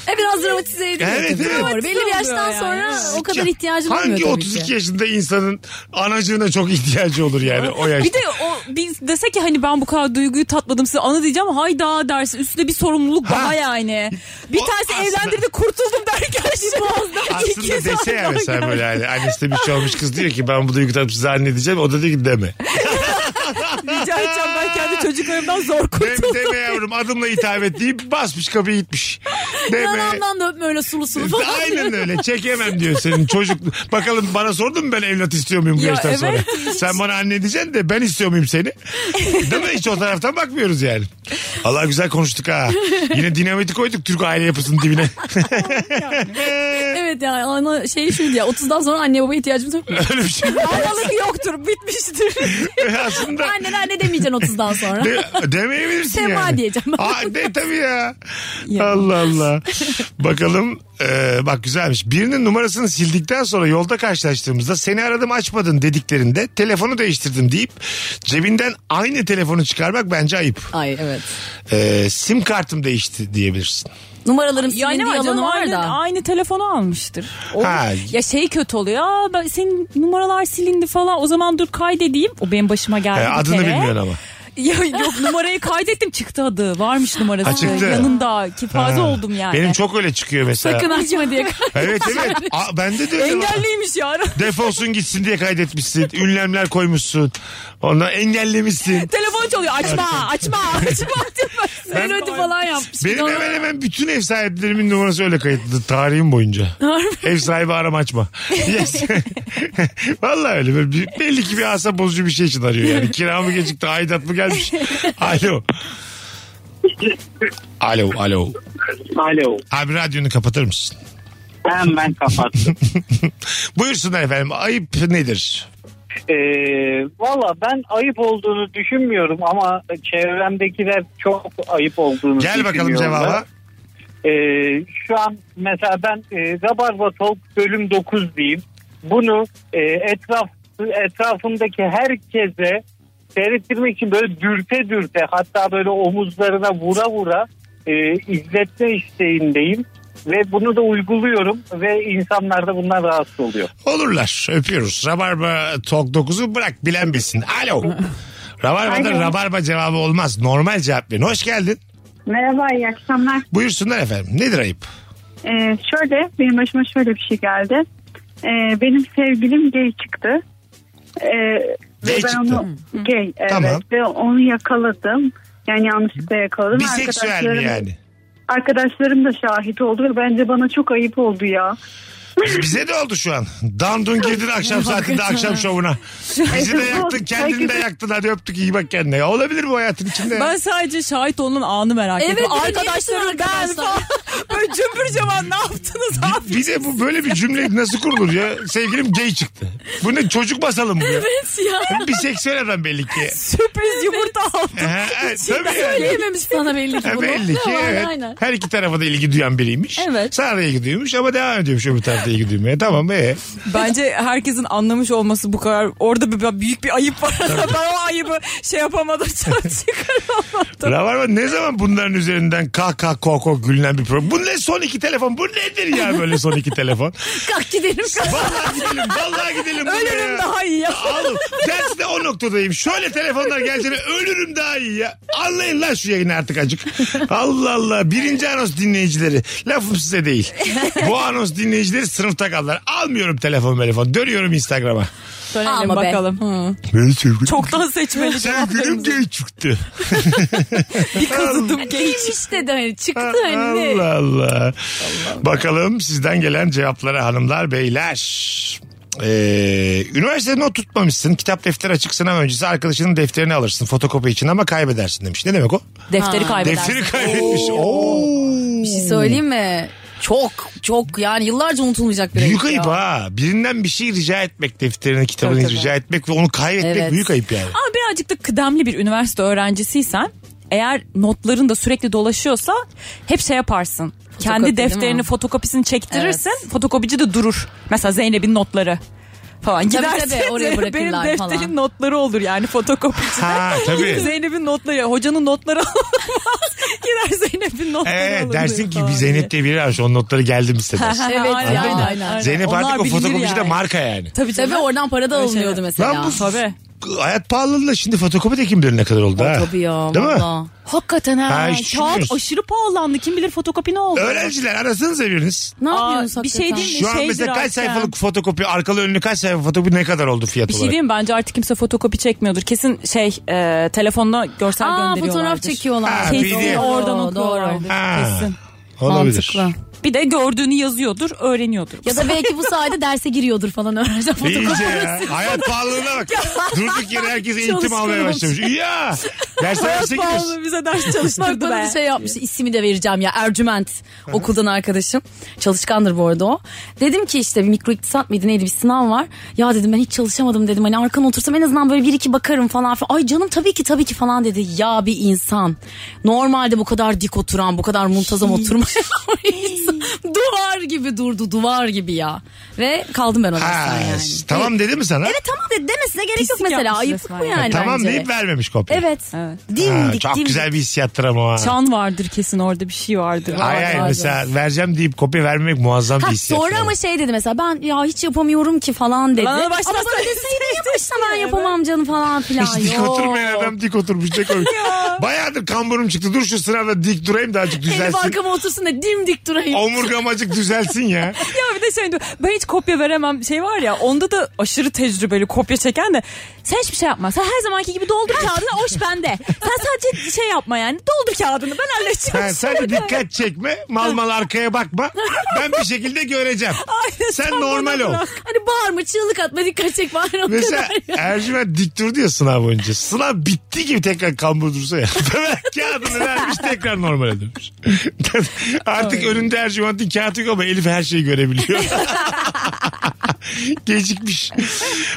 [SPEAKER 6] E biraz dramatize ediliyor.
[SPEAKER 3] Evet,
[SPEAKER 6] tabii.
[SPEAKER 3] evet.
[SPEAKER 6] Doğru. Belli bir yaştan sonra o kadar ihtiyacın olmuyor
[SPEAKER 3] Hangi
[SPEAKER 6] tabii
[SPEAKER 3] 32
[SPEAKER 6] ki.
[SPEAKER 3] yaşında insanın anacığına çok ihtiyacı olur yani o yaşta?
[SPEAKER 5] Bir de o biz dese ki hani ben bu kadar duyguyu tatmadım size anı diyeceğim hayda dersin üstüne bir sorumluluk daha yani. Bir
[SPEAKER 3] O
[SPEAKER 5] tanesi
[SPEAKER 3] aslında-
[SPEAKER 5] evlendirdi kurtuldum derken şey- bir boğazdan iki
[SPEAKER 3] Aslında dese ya
[SPEAKER 5] sonra
[SPEAKER 3] mesela
[SPEAKER 5] gel.
[SPEAKER 3] böyle hani annesi de bir şey olmuş kız diyor ki ben bu duygu tabii size anne diyeceğim. O da diyor ki deme.
[SPEAKER 5] Rica edeceğim ben kendi çocuklarımdan zor
[SPEAKER 3] Dem,
[SPEAKER 5] kurtuldum.
[SPEAKER 3] deme yavrum adımla hitap et deyip basmış kapıya gitmiş. Deme.
[SPEAKER 6] Yanağımdan da öpme öyle sulu sulu falan.
[SPEAKER 3] Aynen öyle çekemem diyor senin çocuk. Bakalım bana sordun mu ben evlat istiyor muyum bu
[SPEAKER 6] Ya
[SPEAKER 3] yaştan
[SPEAKER 6] evet.
[SPEAKER 3] sonra? Sen bana anne diyeceksin de ben istiyor muyum seni? Değil mi? Hiç o taraftan bakmıyoruz yani. Allah güzel konuştuk ha. Yine dinamiti koyduk Türk aile yapısının dibine.
[SPEAKER 6] Evet yani ana şey şuydu ya 30'dan sonra anne baba ihtiyacımız yok.
[SPEAKER 3] Öyle bir şey.
[SPEAKER 6] Ayrılık yoktur bitmiştir.
[SPEAKER 3] Aslında
[SPEAKER 6] Annen anne demeyeceksin 30'dan sonra.
[SPEAKER 3] De, demeyebilirsin
[SPEAKER 6] Sema
[SPEAKER 3] yani.
[SPEAKER 6] diyeceğim.
[SPEAKER 3] Aa, de tabii ya. Allah Allah. Bakalım e, bak güzelmiş. Birinin numarasını sildikten sonra yolda karşılaştığımızda seni aradım açmadın dediklerinde telefonu değiştirdim deyip cebinden aynı telefonu çıkarmak bence ayıp.
[SPEAKER 6] Ay evet.
[SPEAKER 3] E, sim kartım değişti diyebilirsin.
[SPEAKER 6] Numaralarım silindi
[SPEAKER 5] Yani var
[SPEAKER 6] yalanı
[SPEAKER 5] canım
[SPEAKER 6] var
[SPEAKER 5] aynı,
[SPEAKER 6] da.
[SPEAKER 5] aynı telefonu almıştır. O,
[SPEAKER 3] Ha.
[SPEAKER 5] ya şey kötü oluyor. Aa, ben, senin numaralar silindi falan. O zaman dur kaydedeyim. O benim başıma geldi
[SPEAKER 3] E,
[SPEAKER 5] bir
[SPEAKER 3] adını
[SPEAKER 5] kere.
[SPEAKER 3] bilmiyorsun ama.
[SPEAKER 5] Ya yok numarayı kaydettim çıktı adı. Varmış numarası.
[SPEAKER 3] Ha, çıktı.
[SPEAKER 5] Yanında kifaze
[SPEAKER 3] Ha.
[SPEAKER 5] oldum yani.
[SPEAKER 3] Benim çok öyle çıkıyor mesela.
[SPEAKER 6] Sakın açma diye.
[SPEAKER 3] Evet evet. Aa, bende de öyle var.
[SPEAKER 5] Engelliymiş ya.
[SPEAKER 3] Defolsun gitsin diye kaydetmişsin. Ünlemler koymuşsun. Ondan engellemişsin.
[SPEAKER 5] Telefon çalıyor. Açma, açma, açma.
[SPEAKER 3] Ben-
[SPEAKER 5] Ben ödü falan yapmış.
[SPEAKER 3] Benim hemen hemen bütün ev sahiplerimin numarası öyle kayıtlı tarihim boyunca. ev sahibi arama açma. Yes. Vallahi öyle böyle bir, belli ki bir asa bozucu bir şey için arıyor yani. Kira mı gecikti aidat mı gelmiş. Alo. Alo alo.
[SPEAKER 12] Alo.
[SPEAKER 3] Abi radyonu kapatır mısın?
[SPEAKER 12] Hemen kapattım.
[SPEAKER 3] Buyursunlar efendim ayıp nedir?
[SPEAKER 12] ee, Valla ben ayıp olduğunu düşünmüyorum ama çevremdekiler çok ayıp olduğunu
[SPEAKER 3] Gel bakalım
[SPEAKER 12] düşünüyorlar.
[SPEAKER 3] cevaba.
[SPEAKER 12] Ee, şu an mesela ben e, Rabarba Talk bölüm 9 diyeyim. Bunu e, etraf etrafımdaki herkese seyrettirmek için böyle dürte dürte hatta böyle omuzlarına vura vura e, izletme isteğindeyim. Ve bunu da uyguluyorum ve insanlar da bundan rahatsız oluyor.
[SPEAKER 3] Olurlar öpüyoruz. Rabarba Talk 9'u bırak bilen bilsin. Alo. Rabarba'da
[SPEAKER 10] Alo.
[SPEAKER 3] rabarba cevabı olmaz. Normal cevap verin. Hoş geldin.
[SPEAKER 10] Merhaba iyi akşamlar.
[SPEAKER 3] Buyursunlar efendim. Nedir ayıp?
[SPEAKER 10] Ee, şöyle benim başıma şöyle bir şey geldi. Ee, benim sevgilim gay çıktı. Ee,
[SPEAKER 3] Gay
[SPEAKER 10] ve ben
[SPEAKER 3] çıktı.
[SPEAKER 10] onu gay evet
[SPEAKER 3] Tamam.
[SPEAKER 10] ve onu yakaladım. Yani yanlışlıkla yakaladım.
[SPEAKER 3] Biseksüel mi yani?
[SPEAKER 10] Arkadaşlarım da şahit oldu ve bence bana çok ayıp oldu ya.
[SPEAKER 3] Bize de oldu şu an. Dandun girdin akşam saatinde akşam şovuna. Bizi de yaktın kendini de yaktın. Hadi öptük iyi bak kendine. Ya olabilir bu hayatın içinde.
[SPEAKER 5] Ben sadece şahit olunan anı merak
[SPEAKER 6] Evet,
[SPEAKER 5] ediyorum.
[SPEAKER 6] evet,
[SPEAKER 5] Arkadaşlarım
[SPEAKER 6] niye
[SPEAKER 5] ben
[SPEAKER 6] yaptın
[SPEAKER 5] falan. Böyle cümbür cevan ne yaptınız abi?
[SPEAKER 3] Bir de bu böyle bir cümle nasıl kurulur ya? Sevgilim gay çıktı. Bu ne çocuk masalı mı bu ya? Biseksüel adam belli ki.
[SPEAKER 5] Sürpriz yumurta aldım.
[SPEAKER 3] Ha, ha, Tabii yani.
[SPEAKER 6] Söyleyememiş sana belli ki
[SPEAKER 3] Ha,
[SPEAKER 6] bunu.
[SPEAKER 3] belli ki
[SPEAKER 6] Tamam,
[SPEAKER 3] evet.
[SPEAKER 6] Aynen.
[SPEAKER 3] Her iki tarafa da ilgi duyan biriymiş.
[SPEAKER 6] Evet.
[SPEAKER 3] Sana da ilgi duymuş ama devam ediyormuş öbür tarafta ilgi duymaya. Tamam e. be.
[SPEAKER 5] Bence herkesin anlamış olması bu kadar. Orada bir, büyük bir ayıp var. ben o ayıbı şey yapamadım. çıkaramadım.
[SPEAKER 3] Rabarba ne zaman bunların üzerinden kah kah kok kok gülünen bir program. Bu ne son iki telefon? Bu nedir ya böyle son iki telefon?
[SPEAKER 6] Kalk gidelim.
[SPEAKER 3] Vallahi gidelim. Vallahi gidelim. bu ne
[SPEAKER 5] Ölürüm
[SPEAKER 3] ya?
[SPEAKER 5] daha iyi ya.
[SPEAKER 3] Oğlum ders de o noktadayım. Şöyle telefonlar geleceğine ölürüm daha iyi ya. Anlayın lan şu yayını artık acık. Allah Allah. Birinci anons dinleyicileri. Lafım size değil. Bu anons dinleyicileri sınıfta kaldılar. Almıyorum telefon telefon. Dönüyorum Instagram'a.
[SPEAKER 5] Dönelim
[SPEAKER 6] Alma be.
[SPEAKER 5] bakalım. Hı.
[SPEAKER 3] Ben sevgilim.
[SPEAKER 5] Çoktan seçmeli.
[SPEAKER 3] Sevgilim
[SPEAKER 5] cevaplarımızı.
[SPEAKER 3] gay çıktı.
[SPEAKER 5] Bir kazıdım geç.
[SPEAKER 6] Neymiş dedi hani çıktı hani. ne?
[SPEAKER 3] Allah Allah. Bakalım sizden gelen cevaplara hanımlar beyler. Ee, üniversitede not tutmamışsın. Kitap defter açık sınav öncesi arkadaşının defterini alırsın fotokopi için ama kaybedersin demiş. Ne demek o?
[SPEAKER 6] Defteri kaybedersin.
[SPEAKER 3] Defteri kaybetmiş. Oo.
[SPEAKER 6] Bir şey söyleyeyim mi? Çok çok yani yıllarca unutulmayacak bir
[SPEAKER 3] Büyük ayıp
[SPEAKER 6] ya.
[SPEAKER 3] ha. Birinden bir şey rica etmek, defterini, kitabını
[SPEAKER 6] Tabii, tabii.
[SPEAKER 3] rica etmek ve onu kaybetmek
[SPEAKER 6] Evet.
[SPEAKER 3] büyük ayıp yani.
[SPEAKER 5] Ama birazcık da kıdemli bir üniversite öğrencisiysen eğer notların da sürekli dolaşıyorsa hep şey yaparsın.
[SPEAKER 6] değil
[SPEAKER 5] Kendi defterini
[SPEAKER 6] mi?
[SPEAKER 5] fotokopisini çektirirsin. Fotokopici de durur. Mesela Zeynep'in notları falan.
[SPEAKER 6] Tabii,
[SPEAKER 5] Gidersin
[SPEAKER 6] tabii, oraya
[SPEAKER 5] Zeynep, benim
[SPEAKER 6] bırakırlar
[SPEAKER 5] defterin
[SPEAKER 6] falan.
[SPEAKER 5] notları olur yani fotokopici.
[SPEAKER 3] Ha tabii.
[SPEAKER 5] Zeynep'in notları, hocanın notları olmaz. Gider Zeynep'in notları
[SPEAKER 3] Ee,
[SPEAKER 5] alındı
[SPEAKER 3] dersin ki
[SPEAKER 5] falan
[SPEAKER 3] bir Zeynep diye biri almış. Onun notları geldi mi size dersin.
[SPEAKER 6] Evet
[SPEAKER 5] Aynen,
[SPEAKER 6] ya,
[SPEAKER 5] aynen.
[SPEAKER 6] aynen.
[SPEAKER 3] Zeynep
[SPEAKER 5] Onlar
[SPEAKER 3] artık o
[SPEAKER 5] bilinir
[SPEAKER 3] fotokopici de
[SPEAKER 5] yani.
[SPEAKER 3] marka yani.
[SPEAKER 5] Tabii
[SPEAKER 6] Tabii oradan para da alınıyordu mesela.
[SPEAKER 3] Lan bu
[SPEAKER 5] Tabii.
[SPEAKER 3] hayat pahalılığında şimdi fotokopi de kim bilir ne kadar oldu ha.
[SPEAKER 6] Tabii ya.
[SPEAKER 3] Değil mi?
[SPEAKER 6] valla.
[SPEAKER 5] Hakikaten ha.
[SPEAKER 3] Ha, hiç
[SPEAKER 5] Kağıt
[SPEAKER 3] düşünmüyorsun.
[SPEAKER 5] aşırı pahalandı. Kim bilir fotokopi ne oldu?
[SPEAKER 3] Öğrenciler arasanıza biriniz.
[SPEAKER 6] Ne
[SPEAKER 5] Aa,
[SPEAKER 6] yapıyorsun
[SPEAKER 5] bir şey
[SPEAKER 6] hakikaten?
[SPEAKER 5] değil mi?
[SPEAKER 3] Şu an
[SPEAKER 5] şeydir
[SPEAKER 3] mesela kaç
[SPEAKER 5] artık
[SPEAKER 3] sayfalık fotokopi, arkalı önlü kaç sayfa fotokopi ne kadar oldu fiyat
[SPEAKER 5] Bir şey
[SPEAKER 3] olarak?
[SPEAKER 5] diyeyim mi? bence artık kimse fotokopi çekmiyordur. Kesin şey e, telefonla görsel
[SPEAKER 6] Aa
[SPEAKER 5] gönderiyorlardır.
[SPEAKER 6] fotoğraf çekiyorlar.
[SPEAKER 3] Ha,
[SPEAKER 5] Kesin
[SPEAKER 3] PDF.
[SPEAKER 5] oradan
[SPEAKER 6] Doğru,
[SPEAKER 5] okuyorlardır.
[SPEAKER 3] Ha.
[SPEAKER 5] Kesin.
[SPEAKER 3] Olabilir.
[SPEAKER 6] Mantıklı.
[SPEAKER 5] Bir de gördüğünü yazıyordur, öğreniyordur.
[SPEAKER 6] Ya da belki bu sayede derse giriyordur falan öğrenci
[SPEAKER 3] İyice
[SPEAKER 6] fotoğraf.
[SPEAKER 3] ya. Hayat pahalılığına bak. Durduk yere herkes eğitim almaya başlamış. Ya. Dersler hepsi gidiyorsun.
[SPEAKER 5] Pahalı bize ders
[SPEAKER 6] Bak
[SPEAKER 5] çalıştırdı
[SPEAKER 6] bana
[SPEAKER 5] be.
[SPEAKER 6] bir şey yapmış. İsmi de vereceğim ya. Ercüment. Okuldan arkadaşım. Çalışkandır bu arada o. Dedim ki işte bir mikro iktisat mıydı neydi bir sınav var. Ya dedim ben hiç çalışamadım dedim. Hani arkana otursam en azından böyle bir iki bakarım falan filan. Ay canım tabii ki tabii ki falan dedi. Ya bir insan. Normalde bu kadar dik oturan bu kadar muntazam oturmayan bir insan. Duvar gibi durdu duvar gibi ya. Ve kaldım ben o
[SPEAKER 3] Ha,
[SPEAKER 6] dersten yani.
[SPEAKER 3] Tamam dedi mi sana?
[SPEAKER 6] Evet tamam dedi demesine gerek yok
[SPEAKER 5] Pislik
[SPEAKER 6] mesela.
[SPEAKER 5] yapmış
[SPEAKER 6] Ayıplık
[SPEAKER 5] resmen
[SPEAKER 6] mı
[SPEAKER 5] ya.
[SPEAKER 6] yani
[SPEAKER 3] tamam
[SPEAKER 6] bence?
[SPEAKER 3] deyip vermemiş kopya.
[SPEAKER 6] Evet.
[SPEAKER 5] Evet.
[SPEAKER 3] Ha,
[SPEAKER 6] Dimdik
[SPEAKER 3] çok
[SPEAKER 6] dimdik.
[SPEAKER 3] güzel bir hissiyattır ama. o ha.
[SPEAKER 5] Can vardır kesin orada bir şey vardır.
[SPEAKER 3] Hayır hayır mesela vereceğim deyip kopya vermemek muazzam bir
[SPEAKER 6] Ha,
[SPEAKER 3] hissiyat.
[SPEAKER 6] sonra
[SPEAKER 3] yani.
[SPEAKER 6] ama şey dedi mesela ben ya hiç yapamıyorum ki falan dedi.
[SPEAKER 5] Bana da
[SPEAKER 6] Ama
[SPEAKER 5] baştan
[SPEAKER 6] bana
[SPEAKER 5] söyle-
[SPEAKER 6] deseydi niye baştan ben yapamam canım falan filan.
[SPEAKER 3] Hiç dik
[SPEAKER 6] Yok.
[SPEAKER 3] oturmayan adam dik oturmuş ne koymuş. Bayağıdır kamburum çıktı. Dur şu sırada dik durayım da azıcık
[SPEAKER 6] Elif
[SPEAKER 3] düzelsin.
[SPEAKER 6] arkama otursun da dimdik durayım.
[SPEAKER 3] Omurgam azıcık düzelsin ya.
[SPEAKER 5] Ya bir de şey diyor, ben hiç kopya veremem şey var ya onda da aşırı tecrübeli kopya çeken de sen hiçbir şey yapma. Sen her zamanki gibi doldur kağıdını hoş bende. Sen sadece şey yapma yani doldur kağıdını ben halledeceğim.
[SPEAKER 3] Ha, sen de dikkat çekme. Mal mal arkaya bakma. Ben bir şekilde göreceğim.
[SPEAKER 5] Aynen,
[SPEAKER 3] Sen normal ol.
[SPEAKER 6] Hani bağırma çığlık atma dikkat çek var o
[SPEAKER 3] Mesela
[SPEAKER 6] kadar.
[SPEAKER 3] Ercüment dik durdu ya sınav boyunca. Sınav bitti gibi tekrar kambur dursa ya. Hemen kağıdını vermiş tekrar normale dönmüş. Artık önünde Ercüment'in kağıdı yok ama Elif her şeyi görebiliyor. Gecikmiş.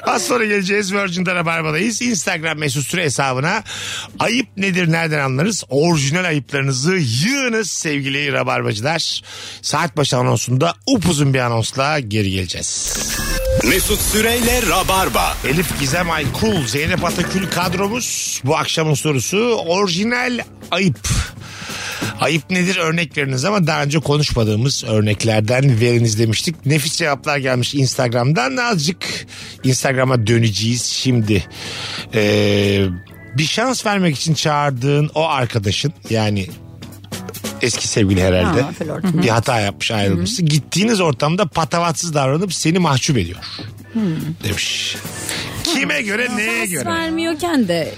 [SPEAKER 3] Az sonra geleceğiz Virgin'de Rabarba'dayız. Instagram mesut süre hesabına ayıp nedir nereden anlarız? Orijinal ayıplarınızı yığınız sevgili Rabarbacılar. Saat başı anonsunda upuzun bir anonsla geri geleceğiz.
[SPEAKER 2] Mesut Süreyle Rabarba.
[SPEAKER 3] Elif Gizem Aykul, Zeynep Atakül kadromuz. Bu akşamın sorusu orijinal ayıp. Ayıp nedir örnek veriniz ama daha önce konuşmadığımız örneklerden veriniz demiştik. Nefis cevaplar gelmiş Instagram'dan. Azıcık Instagram'a döneceğiz şimdi. Ee, bir şans vermek için çağırdığın o arkadaşın yani eski sevgili herhalde
[SPEAKER 11] Ha, flört.
[SPEAKER 3] bir hata yapmış ayrılmışsın. Gittiğiniz ortamda patavatsız davranıp seni mahcup ediyor demiş. Kime göre neye
[SPEAKER 6] Şans
[SPEAKER 3] göre?
[SPEAKER 6] vermiyorken de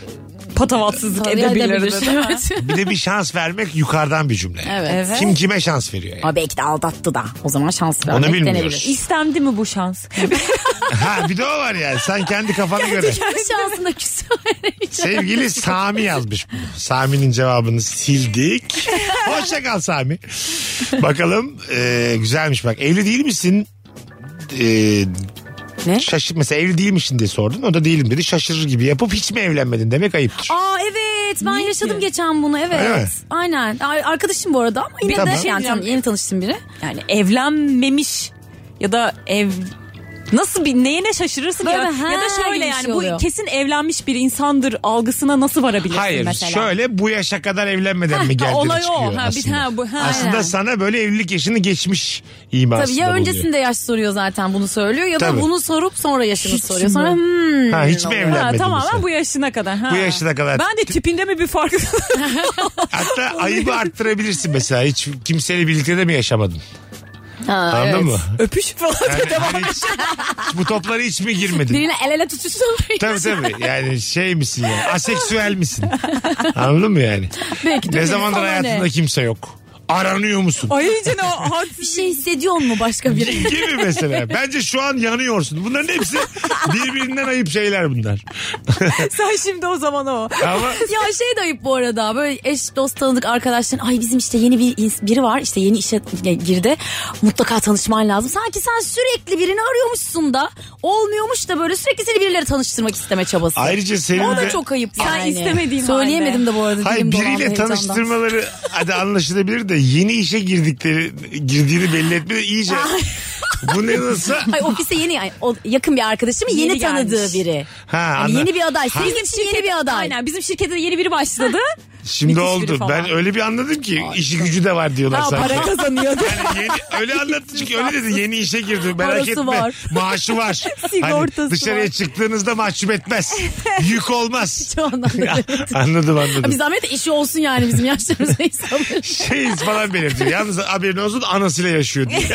[SPEAKER 5] Patavatsızlık edebilirdi.
[SPEAKER 6] edebilir. Evet.
[SPEAKER 3] Bir de bir şans vermek yukarıdan bir cümle.
[SPEAKER 6] Evet.
[SPEAKER 3] Kim kime şans veriyor? Yani?
[SPEAKER 11] Ama belki de aldattı da. O zaman şans vermek
[SPEAKER 3] Onu
[SPEAKER 11] denebilir.
[SPEAKER 3] bilmiyoruz.
[SPEAKER 5] İstendi mi bu şans?
[SPEAKER 3] ha bir de o var yani. Sen kendi kafana göre.
[SPEAKER 6] Bu şansında küsüyor.
[SPEAKER 3] Sevgili Sami yazmış bunu. Sami'nin cevabını sildik. Hoşça kal Sami. Bakalım e, güzelmiş bak. Evli değil misin? E,
[SPEAKER 6] Ne?
[SPEAKER 3] Şaşır, mesela evli değilmişsin diye sordun. O da değilim dedi. Şaşırır gibi yapıp hiç mi evlenmedin demek ayıptır.
[SPEAKER 6] Aa evet ben yaşadım geçen bunu
[SPEAKER 3] Öyle mi?
[SPEAKER 6] evet. Aynen. Ay- Arkadaşım bu arada ama yine
[SPEAKER 3] Tamam.
[SPEAKER 6] de şey, yani tam- yeni tanıştım biri.
[SPEAKER 5] Yani evlenmemiş ya da ev Nasıl bir neyine şaşırırsın
[SPEAKER 6] Böyle
[SPEAKER 5] ya?
[SPEAKER 6] ha
[SPEAKER 5] ya da
[SPEAKER 6] gibi
[SPEAKER 5] şöyle
[SPEAKER 6] bir
[SPEAKER 5] yani
[SPEAKER 6] şey oluyor.
[SPEAKER 5] bu kesin evlenmiş bir insandır algısına nasıl varabilirsin
[SPEAKER 3] Hayır
[SPEAKER 5] mesela?
[SPEAKER 3] şöyle bu yaşa kadar evlenmeden mi geldiğini
[SPEAKER 5] olay o.
[SPEAKER 3] çıkıyor
[SPEAKER 5] Ha, bir-
[SPEAKER 3] aslında.
[SPEAKER 5] ha, bu- ha,
[SPEAKER 3] aslında
[SPEAKER 6] aynen.
[SPEAKER 3] sana böyle evlilik yaşını geçmiş imasında
[SPEAKER 6] Tabii ya
[SPEAKER 3] bulunuyor.
[SPEAKER 6] öncesinde yaş soruyor zaten bunu söylüyor ya da
[SPEAKER 3] Tabii.
[SPEAKER 6] bunu sorup sonra yaşını
[SPEAKER 5] Hiç
[SPEAKER 6] soruyor.
[SPEAKER 5] mi?
[SPEAKER 6] Sonra hmm.
[SPEAKER 3] Ha, hiç mi
[SPEAKER 5] Ha,
[SPEAKER 3] evlenmedin
[SPEAKER 5] tamamen
[SPEAKER 3] mesela?
[SPEAKER 5] bu yaşına kadar. Ha.
[SPEAKER 3] Bu yaşına kadar.
[SPEAKER 5] Ben de tipinde mi bir fark
[SPEAKER 3] Hatta ayıbı arttırabilirsin mesela. Hiç kimseyle birlikte de mi yaşamadın?
[SPEAKER 6] Ha,
[SPEAKER 3] Anladın
[SPEAKER 6] evet.
[SPEAKER 3] mı?
[SPEAKER 5] öpüş falan
[SPEAKER 3] Yani hani hiç- bu toplara hiç mi girmedin?
[SPEAKER 6] Birine el ele tutuşsun.
[SPEAKER 3] Tabii tabii. Yani şey misin yani? Aseksüel misin? Anladın mı yani?
[SPEAKER 6] Belki de
[SPEAKER 3] Ne
[SPEAKER 6] benim
[SPEAKER 3] zamandır
[SPEAKER 6] sana ne?
[SPEAKER 3] hayatında kimse yok? Aranıyor musun?
[SPEAKER 5] Ay iyice ne o hadsiz.
[SPEAKER 6] Bir şey hissediyor mu başka biri?
[SPEAKER 3] gibi mesela. Bence şu an yanıyorsun. Bunların hepsi birbirinden ayıp şeyler bunlar.
[SPEAKER 5] Sen şimdi o zaman o.
[SPEAKER 3] Ama
[SPEAKER 6] ya şey de ayıp bu arada böyle eş dost tanıdık arkadaşların ay bizim işte yeni bir ins- biri var işte yeni işe girdi mutlaka tanışman lazım. Sanki sen sürekli birini arıyormuşsun da olmuyormuş da böyle sürekli seni birileri tanıştırmak isteme çabası.
[SPEAKER 3] ayrıca senin
[SPEAKER 6] o
[SPEAKER 3] de...
[SPEAKER 6] da çok ayıp
[SPEAKER 5] Sen
[SPEAKER 6] yani.
[SPEAKER 5] istemediğin
[SPEAKER 6] Söyleyemedim
[SPEAKER 5] halde.
[SPEAKER 6] de bu arada.
[SPEAKER 3] Hayır
[SPEAKER 6] dilim dolandı
[SPEAKER 3] biriyle
[SPEAKER 6] heyecandan.
[SPEAKER 3] tanıştırmaları hadi anlaşılabilir de yeni işe girdikleri girdiğini belli etmedi iyice. Bu ne nasıl?
[SPEAKER 6] Ay ofiste yeni ay, o, yakın bir arkadaşımın yeni,
[SPEAKER 5] Yeni gelmiş.
[SPEAKER 6] tanıdığı biri.
[SPEAKER 3] Ha,
[SPEAKER 6] Yani
[SPEAKER 3] anla-
[SPEAKER 6] Hani yeni bir aday. Senin
[SPEAKER 5] Bizim
[SPEAKER 6] için yeni bir aday.
[SPEAKER 5] Aynen bizim şirkette de yeni biri başladı.
[SPEAKER 3] Şimdi
[SPEAKER 5] Müthiş biri
[SPEAKER 3] oldu.
[SPEAKER 5] falan.
[SPEAKER 3] Ben öyle bir anladım ki işi gücü de var diyorlar
[SPEAKER 5] Ha,
[SPEAKER 3] sanki.
[SPEAKER 5] para kazanıyor.
[SPEAKER 3] Yani yeni, öyle anlattı ki öyle dedi yeni işe girdi merak
[SPEAKER 5] Parası
[SPEAKER 3] etme.
[SPEAKER 5] var.
[SPEAKER 3] Maaşı var. Hani
[SPEAKER 6] Sigortası
[SPEAKER 3] dışarıya
[SPEAKER 6] var.
[SPEAKER 3] çıktığınızda mahcup etmez. Yük olmaz.
[SPEAKER 6] Şu anlamda
[SPEAKER 3] Ya,
[SPEAKER 6] evet.
[SPEAKER 3] anladım anladım.
[SPEAKER 6] Biz zahmet de işi olsun yani bizim yaşlarımızda insanların.
[SPEAKER 3] Şeyiz falan belirtiyor. Yalnız haberin olsun anasıyla yaşıyor diye.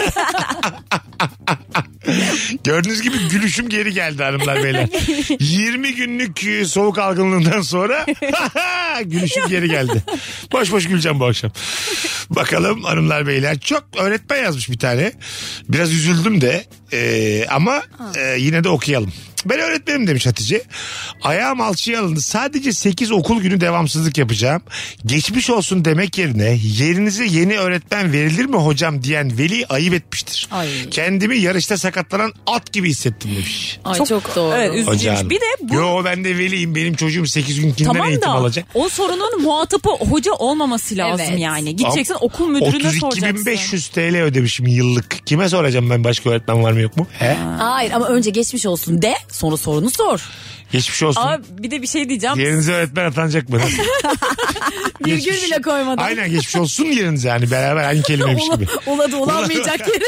[SPEAKER 3] Gördüğünüz gibi gülüşüm geri geldi hanımlar beyler. 20 günlük e, soğuk algınlığından sonra gülüşüm geri geldi. Boş boş güleceğim bu akşam. Bakalım hanımlar beyler. Çok öğretmen yazmış bir tane. Biraz üzüldüm de e, ama e, yine de okuyalım. Ben öğretmenim demiş Hatice. Ayağım alçıya alındı. Sadece 8 okul günü devamsızlık yapacağım. Geçmiş olsun demek yerine yerinize yeni öğretmen verilir mi hocam diyen veli ayıp etmiştir.
[SPEAKER 6] Ay.
[SPEAKER 3] Kendimi yarışta sakatlanan at gibi hissettim demiş.
[SPEAKER 6] Ay çok, doğru.
[SPEAKER 5] Evet, üzücüymüş.
[SPEAKER 3] Hocam.
[SPEAKER 5] Bir de bu
[SPEAKER 3] Yo ben de veliyim. Benim çocuğum 8 gün kimden
[SPEAKER 5] tamam
[SPEAKER 3] eğitim
[SPEAKER 5] da
[SPEAKER 3] alacak?
[SPEAKER 5] o sorunun muhatabı hoca olmaması lazım
[SPEAKER 6] Evet.
[SPEAKER 5] yani. Gideceksin
[SPEAKER 3] Am-
[SPEAKER 5] okul müdürüne soracaksın.
[SPEAKER 3] 32.500 TL ödemişim yıllık. Kime soracağım ben başka öğretmen var mı yok mu? He?
[SPEAKER 6] Hayır ama önce geçmiş olsun de sonra sorunu sor.
[SPEAKER 3] Geçmiş olsun.
[SPEAKER 5] Ama bir de bir şey diyeceğim.
[SPEAKER 3] Yerinize öğretmen atanacak mı?
[SPEAKER 6] Virgül
[SPEAKER 3] Geçmiş-
[SPEAKER 6] bile koymadan.
[SPEAKER 3] Aynen geçmiş olsun yerinize yani beraber aynı kelimeymiş
[SPEAKER 6] Ola,
[SPEAKER 3] gibi.
[SPEAKER 6] oladı olamayacak yeri.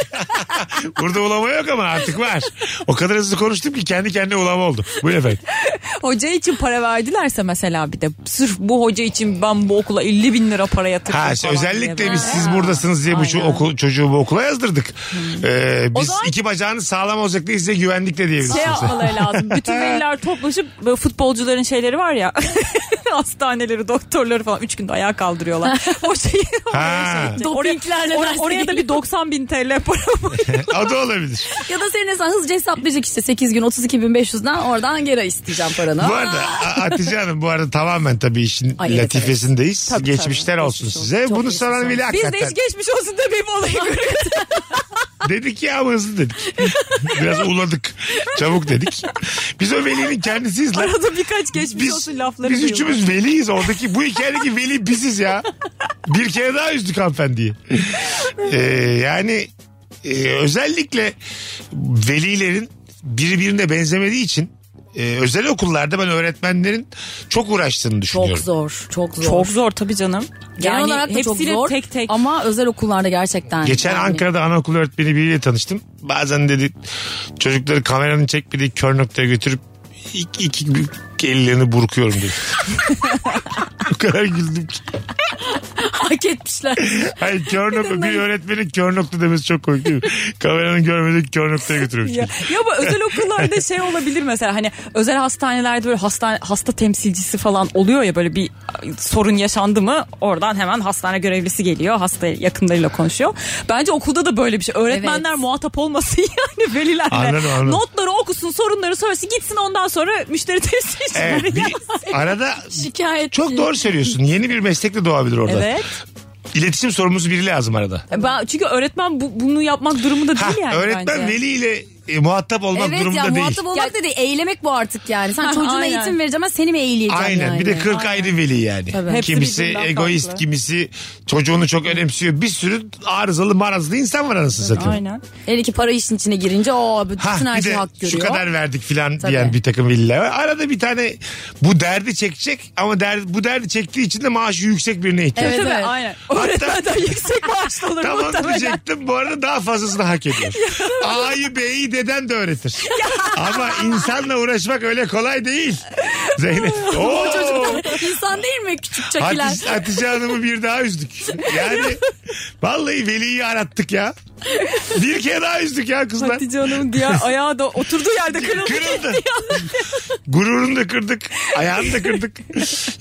[SPEAKER 3] Burada ulama yok ama artık var. O kadar hızlı konuştum ki kendi kendine ulama oldu. Buyurun efendim.
[SPEAKER 5] Hoca için para verdilerse mesela bir de sırf bu hoca için ben bu okula 50 bin lira para yatırdım
[SPEAKER 3] Ha,
[SPEAKER 5] falan
[SPEAKER 3] özellikle
[SPEAKER 5] diye
[SPEAKER 3] biz
[SPEAKER 5] böyle. Hmm.
[SPEAKER 3] siz buradasınız diye bu şu okul, çocuğu bu okula yazdırdık. Ee, biz
[SPEAKER 5] zaman-
[SPEAKER 3] iki bacağınız sağlam olacak diye size güvendik de diyebilirsiniz.
[SPEAKER 5] şey yapmaları lazım. Bütün veliler toplaşıp böyle futbolcuların şeyleri var ya. hastaneleri, doktorları falan 3 günde ayağa kaldırıyorlar. O şeyi
[SPEAKER 3] Ha.
[SPEAKER 5] oraya, şey- oraya,
[SPEAKER 6] Dopinglerle
[SPEAKER 5] or-
[SPEAKER 6] derse
[SPEAKER 5] oraya da bir 90 bin TL para var.
[SPEAKER 3] o da olabilir.
[SPEAKER 6] ya da senin sen hızlıca hesaplayacak işte 8 gün 32.500'den oradan geri isteyeceğim paranı.
[SPEAKER 3] Bu arada A- Hatice Hanım bu arada tamamen tabii işin
[SPEAKER 6] Ay, evet,
[SPEAKER 3] latifesindeyiz.
[SPEAKER 6] Tabii, tabii.
[SPEAKER 3] Geçmişler olsun
[SPEAKER 6] Geçmiş olsun.
[SPEAKER 3] size.
[SPEAKER 6] Çok
[SPEAKER 3] Bunu
[SPEAKER 6] geçmiş
[SPEAKER 3] soran
[SPEAKER 6] olsun.
[SPEAKER 3] bile
[SPEAKER 5] Biz de
[SPEAKER 3] hakikaten.
[SPEAKER 5] hiç geçmiş olsun demeyeyim olayı.
[SPEAKER 3] Dedik ya ama hızlı dedik. Biraz uladık. Çabuk dedik. Biz o velinin kendisiyiz lan.
[SPEAKER 5] Arada birkaç geçmiş olsun lafları
[SPEAKER 3] biz
[SPEAKER 5] duyuyorlar.
[SPEAKER 3] üçümüz veliyiz oradaki. Bu hikayedeki veli biziz ya. Bir kere daha üzdük hanımefendiyi. Ee, yani e, özellikle velilerin birbirine benzemediği için e, özel okullarda ben öğretmenlerin çok uğraştığını düşünüyorum.
[SPEAKER 6] Çok zor. Çok zor.
[SPEAKER 5] Çok zor tabii canım.
[SPEAKER 6] Genel olarak da çok
[SPEAKER 5] hepsiyle
[SPEAKER 6] zor.
[SPEAKER 5] tek tek.
[SPEAKER 6] Ama özel okullarda gerçekten.
[SPEAKER 3] Geçen
[SPEAKER 6] yani.
[SPEAKER 3] Ankara'da anaokulu öğretmeni biriyle tanıştım. Bazen dedi çocukları kameranın çekmediği kör noktaya götürüp iki, iki büyük ellerini burkuyorum dedi. o kadar güldüm ki.
[SPEAKER 6] Hak etmişler.
[SPEAKER 3] Hayır kör nokta bir öğretmenin kör nokta demesi çok komik değil mi? Kameranın görmediği kör noktaya götürüyormuş.
[SPEAKER 5] Ya, ya bu özel okullarda şey olabilir mesela hani özel hastanelerde böyle hasta, hasta temsilcisi falan oluyor ya böyle bir sorun yaşandı mı oradan hemen hastane görevlisi geliyor hasta yakınlarıyla konuşuyor. Bence okulda da böyle bir şey öğretmenler
[SPEAKER 6] Evet.
[SPEAKER 5] muhatap olmasın yani velilerle
[SPEAKER 3] Anladım, anladım.
[SPEAKER 5] notları okusun sorunları söylesin gitsin ondan sonra müşteri
[SPEAKER 3] Evet,
[SPEAKER 5] temsilcileri
[SPEAKER 3] bir arada
[SPEAKER 6] Şikayet.
[SPEAKER 3] çok doğru söylüyorsun. Yeni bir meslek de doğabilir orada.
[SPEAKER 5] Evet.
[SPEAKER 3] İletişim sorumlusu biri lazım arada.
[SPEAKER 5] Ben, çünkü öğretmen bu- bunu yapmak durumunda
[SPEAKER 3] Ha,
[SPEAKER 5] değil yani
[SPEAKER 3] öğretmen
[SPEAKER 5] bence.
[SPEAKER 3] veliyle e, muhatap olmak
[SPEAKER 6] Evet
[SPEAKER 3] durumunda
[SPEAKER 6] ya
[SPEAKER 3] değil.
[SPEAKER 6] muhatap olmak dedi eğlemek bu artık yani. Sen çocuğuna
[SPEAKER 5] Aynen.
[SPEAKER 6] eğitim vereceğim ben seni mi eğleyeceğim
[SPEAKER 3] Aynen
[SPEAKER 6] yani?
[SPEAKER 3] bir de 40 ayrı veli yani.
[SPEAKER 5] Hepsi
[SPEAKER 3] Kimisi
[SPEAKER 5] birbirinden
[SPEAKER 3] egoist,
[SPEAKER 5] farklı.
[SPEAKER 3] kimisi çocuğunu çok önemsiyor. Bir sürü arızalı marazlı insan var anasını satayım.
[SPEAKER 5] Aynen.
[SPEAKER 6] Hele ki para işin içine girince o bütün
[SPEAKER 3] Ha,
[SPEAKER 6] her
[SPEAKER 3] bir
[SPEAKER 6] şey
[SPEAKER 3] de
[SPEAKER 6] hak
[SPEAKER 3] şu
[SPEAKER 6] görüyor.
[SPEAKER 3] kadar verdik filan
[SPEAKER 6] Tabii.
[SPEAKER 3] diyen bir takım veliler var. Arada bir tane bu derdi çekecek ama der, bu derdi çektiği için de maaşı yüksek birine ihtiyaç.
[SPEAKER 6] Evet,
[SPEAKER 5] Tabii
[SPEAKER 6] evet.
[SPEAKER 5] aynen. Öğretmenden yüksek maaşlı olur
[SPEAKER 3] Tamam
[SPEAKER 5] muhtemelen.
[SPEAKER 3] diyecektim bu arada daha fazlasını hak ediyor. A'yı B'yi deden de öğretir. ama insanla uğraşmak öyle kolay değil. Zeynep. Oo.
[SPEAKER 6] İnsan değil mi küçük çakiler?
[SPEAKER 3] Hatice, Hatice Hanım'ı bir daha üzdük. Yani vallahi Veli'yi arattık ya. Bir kere daha üzdük ya kızlar.
[SPEAKER 5] Hatice Hanım'ın diğer ayağı da oturduğu yerde kırıldı.
[SPEAKER 3] Kırıldı. Gururunu da kırdık. Ayağını da kırdık.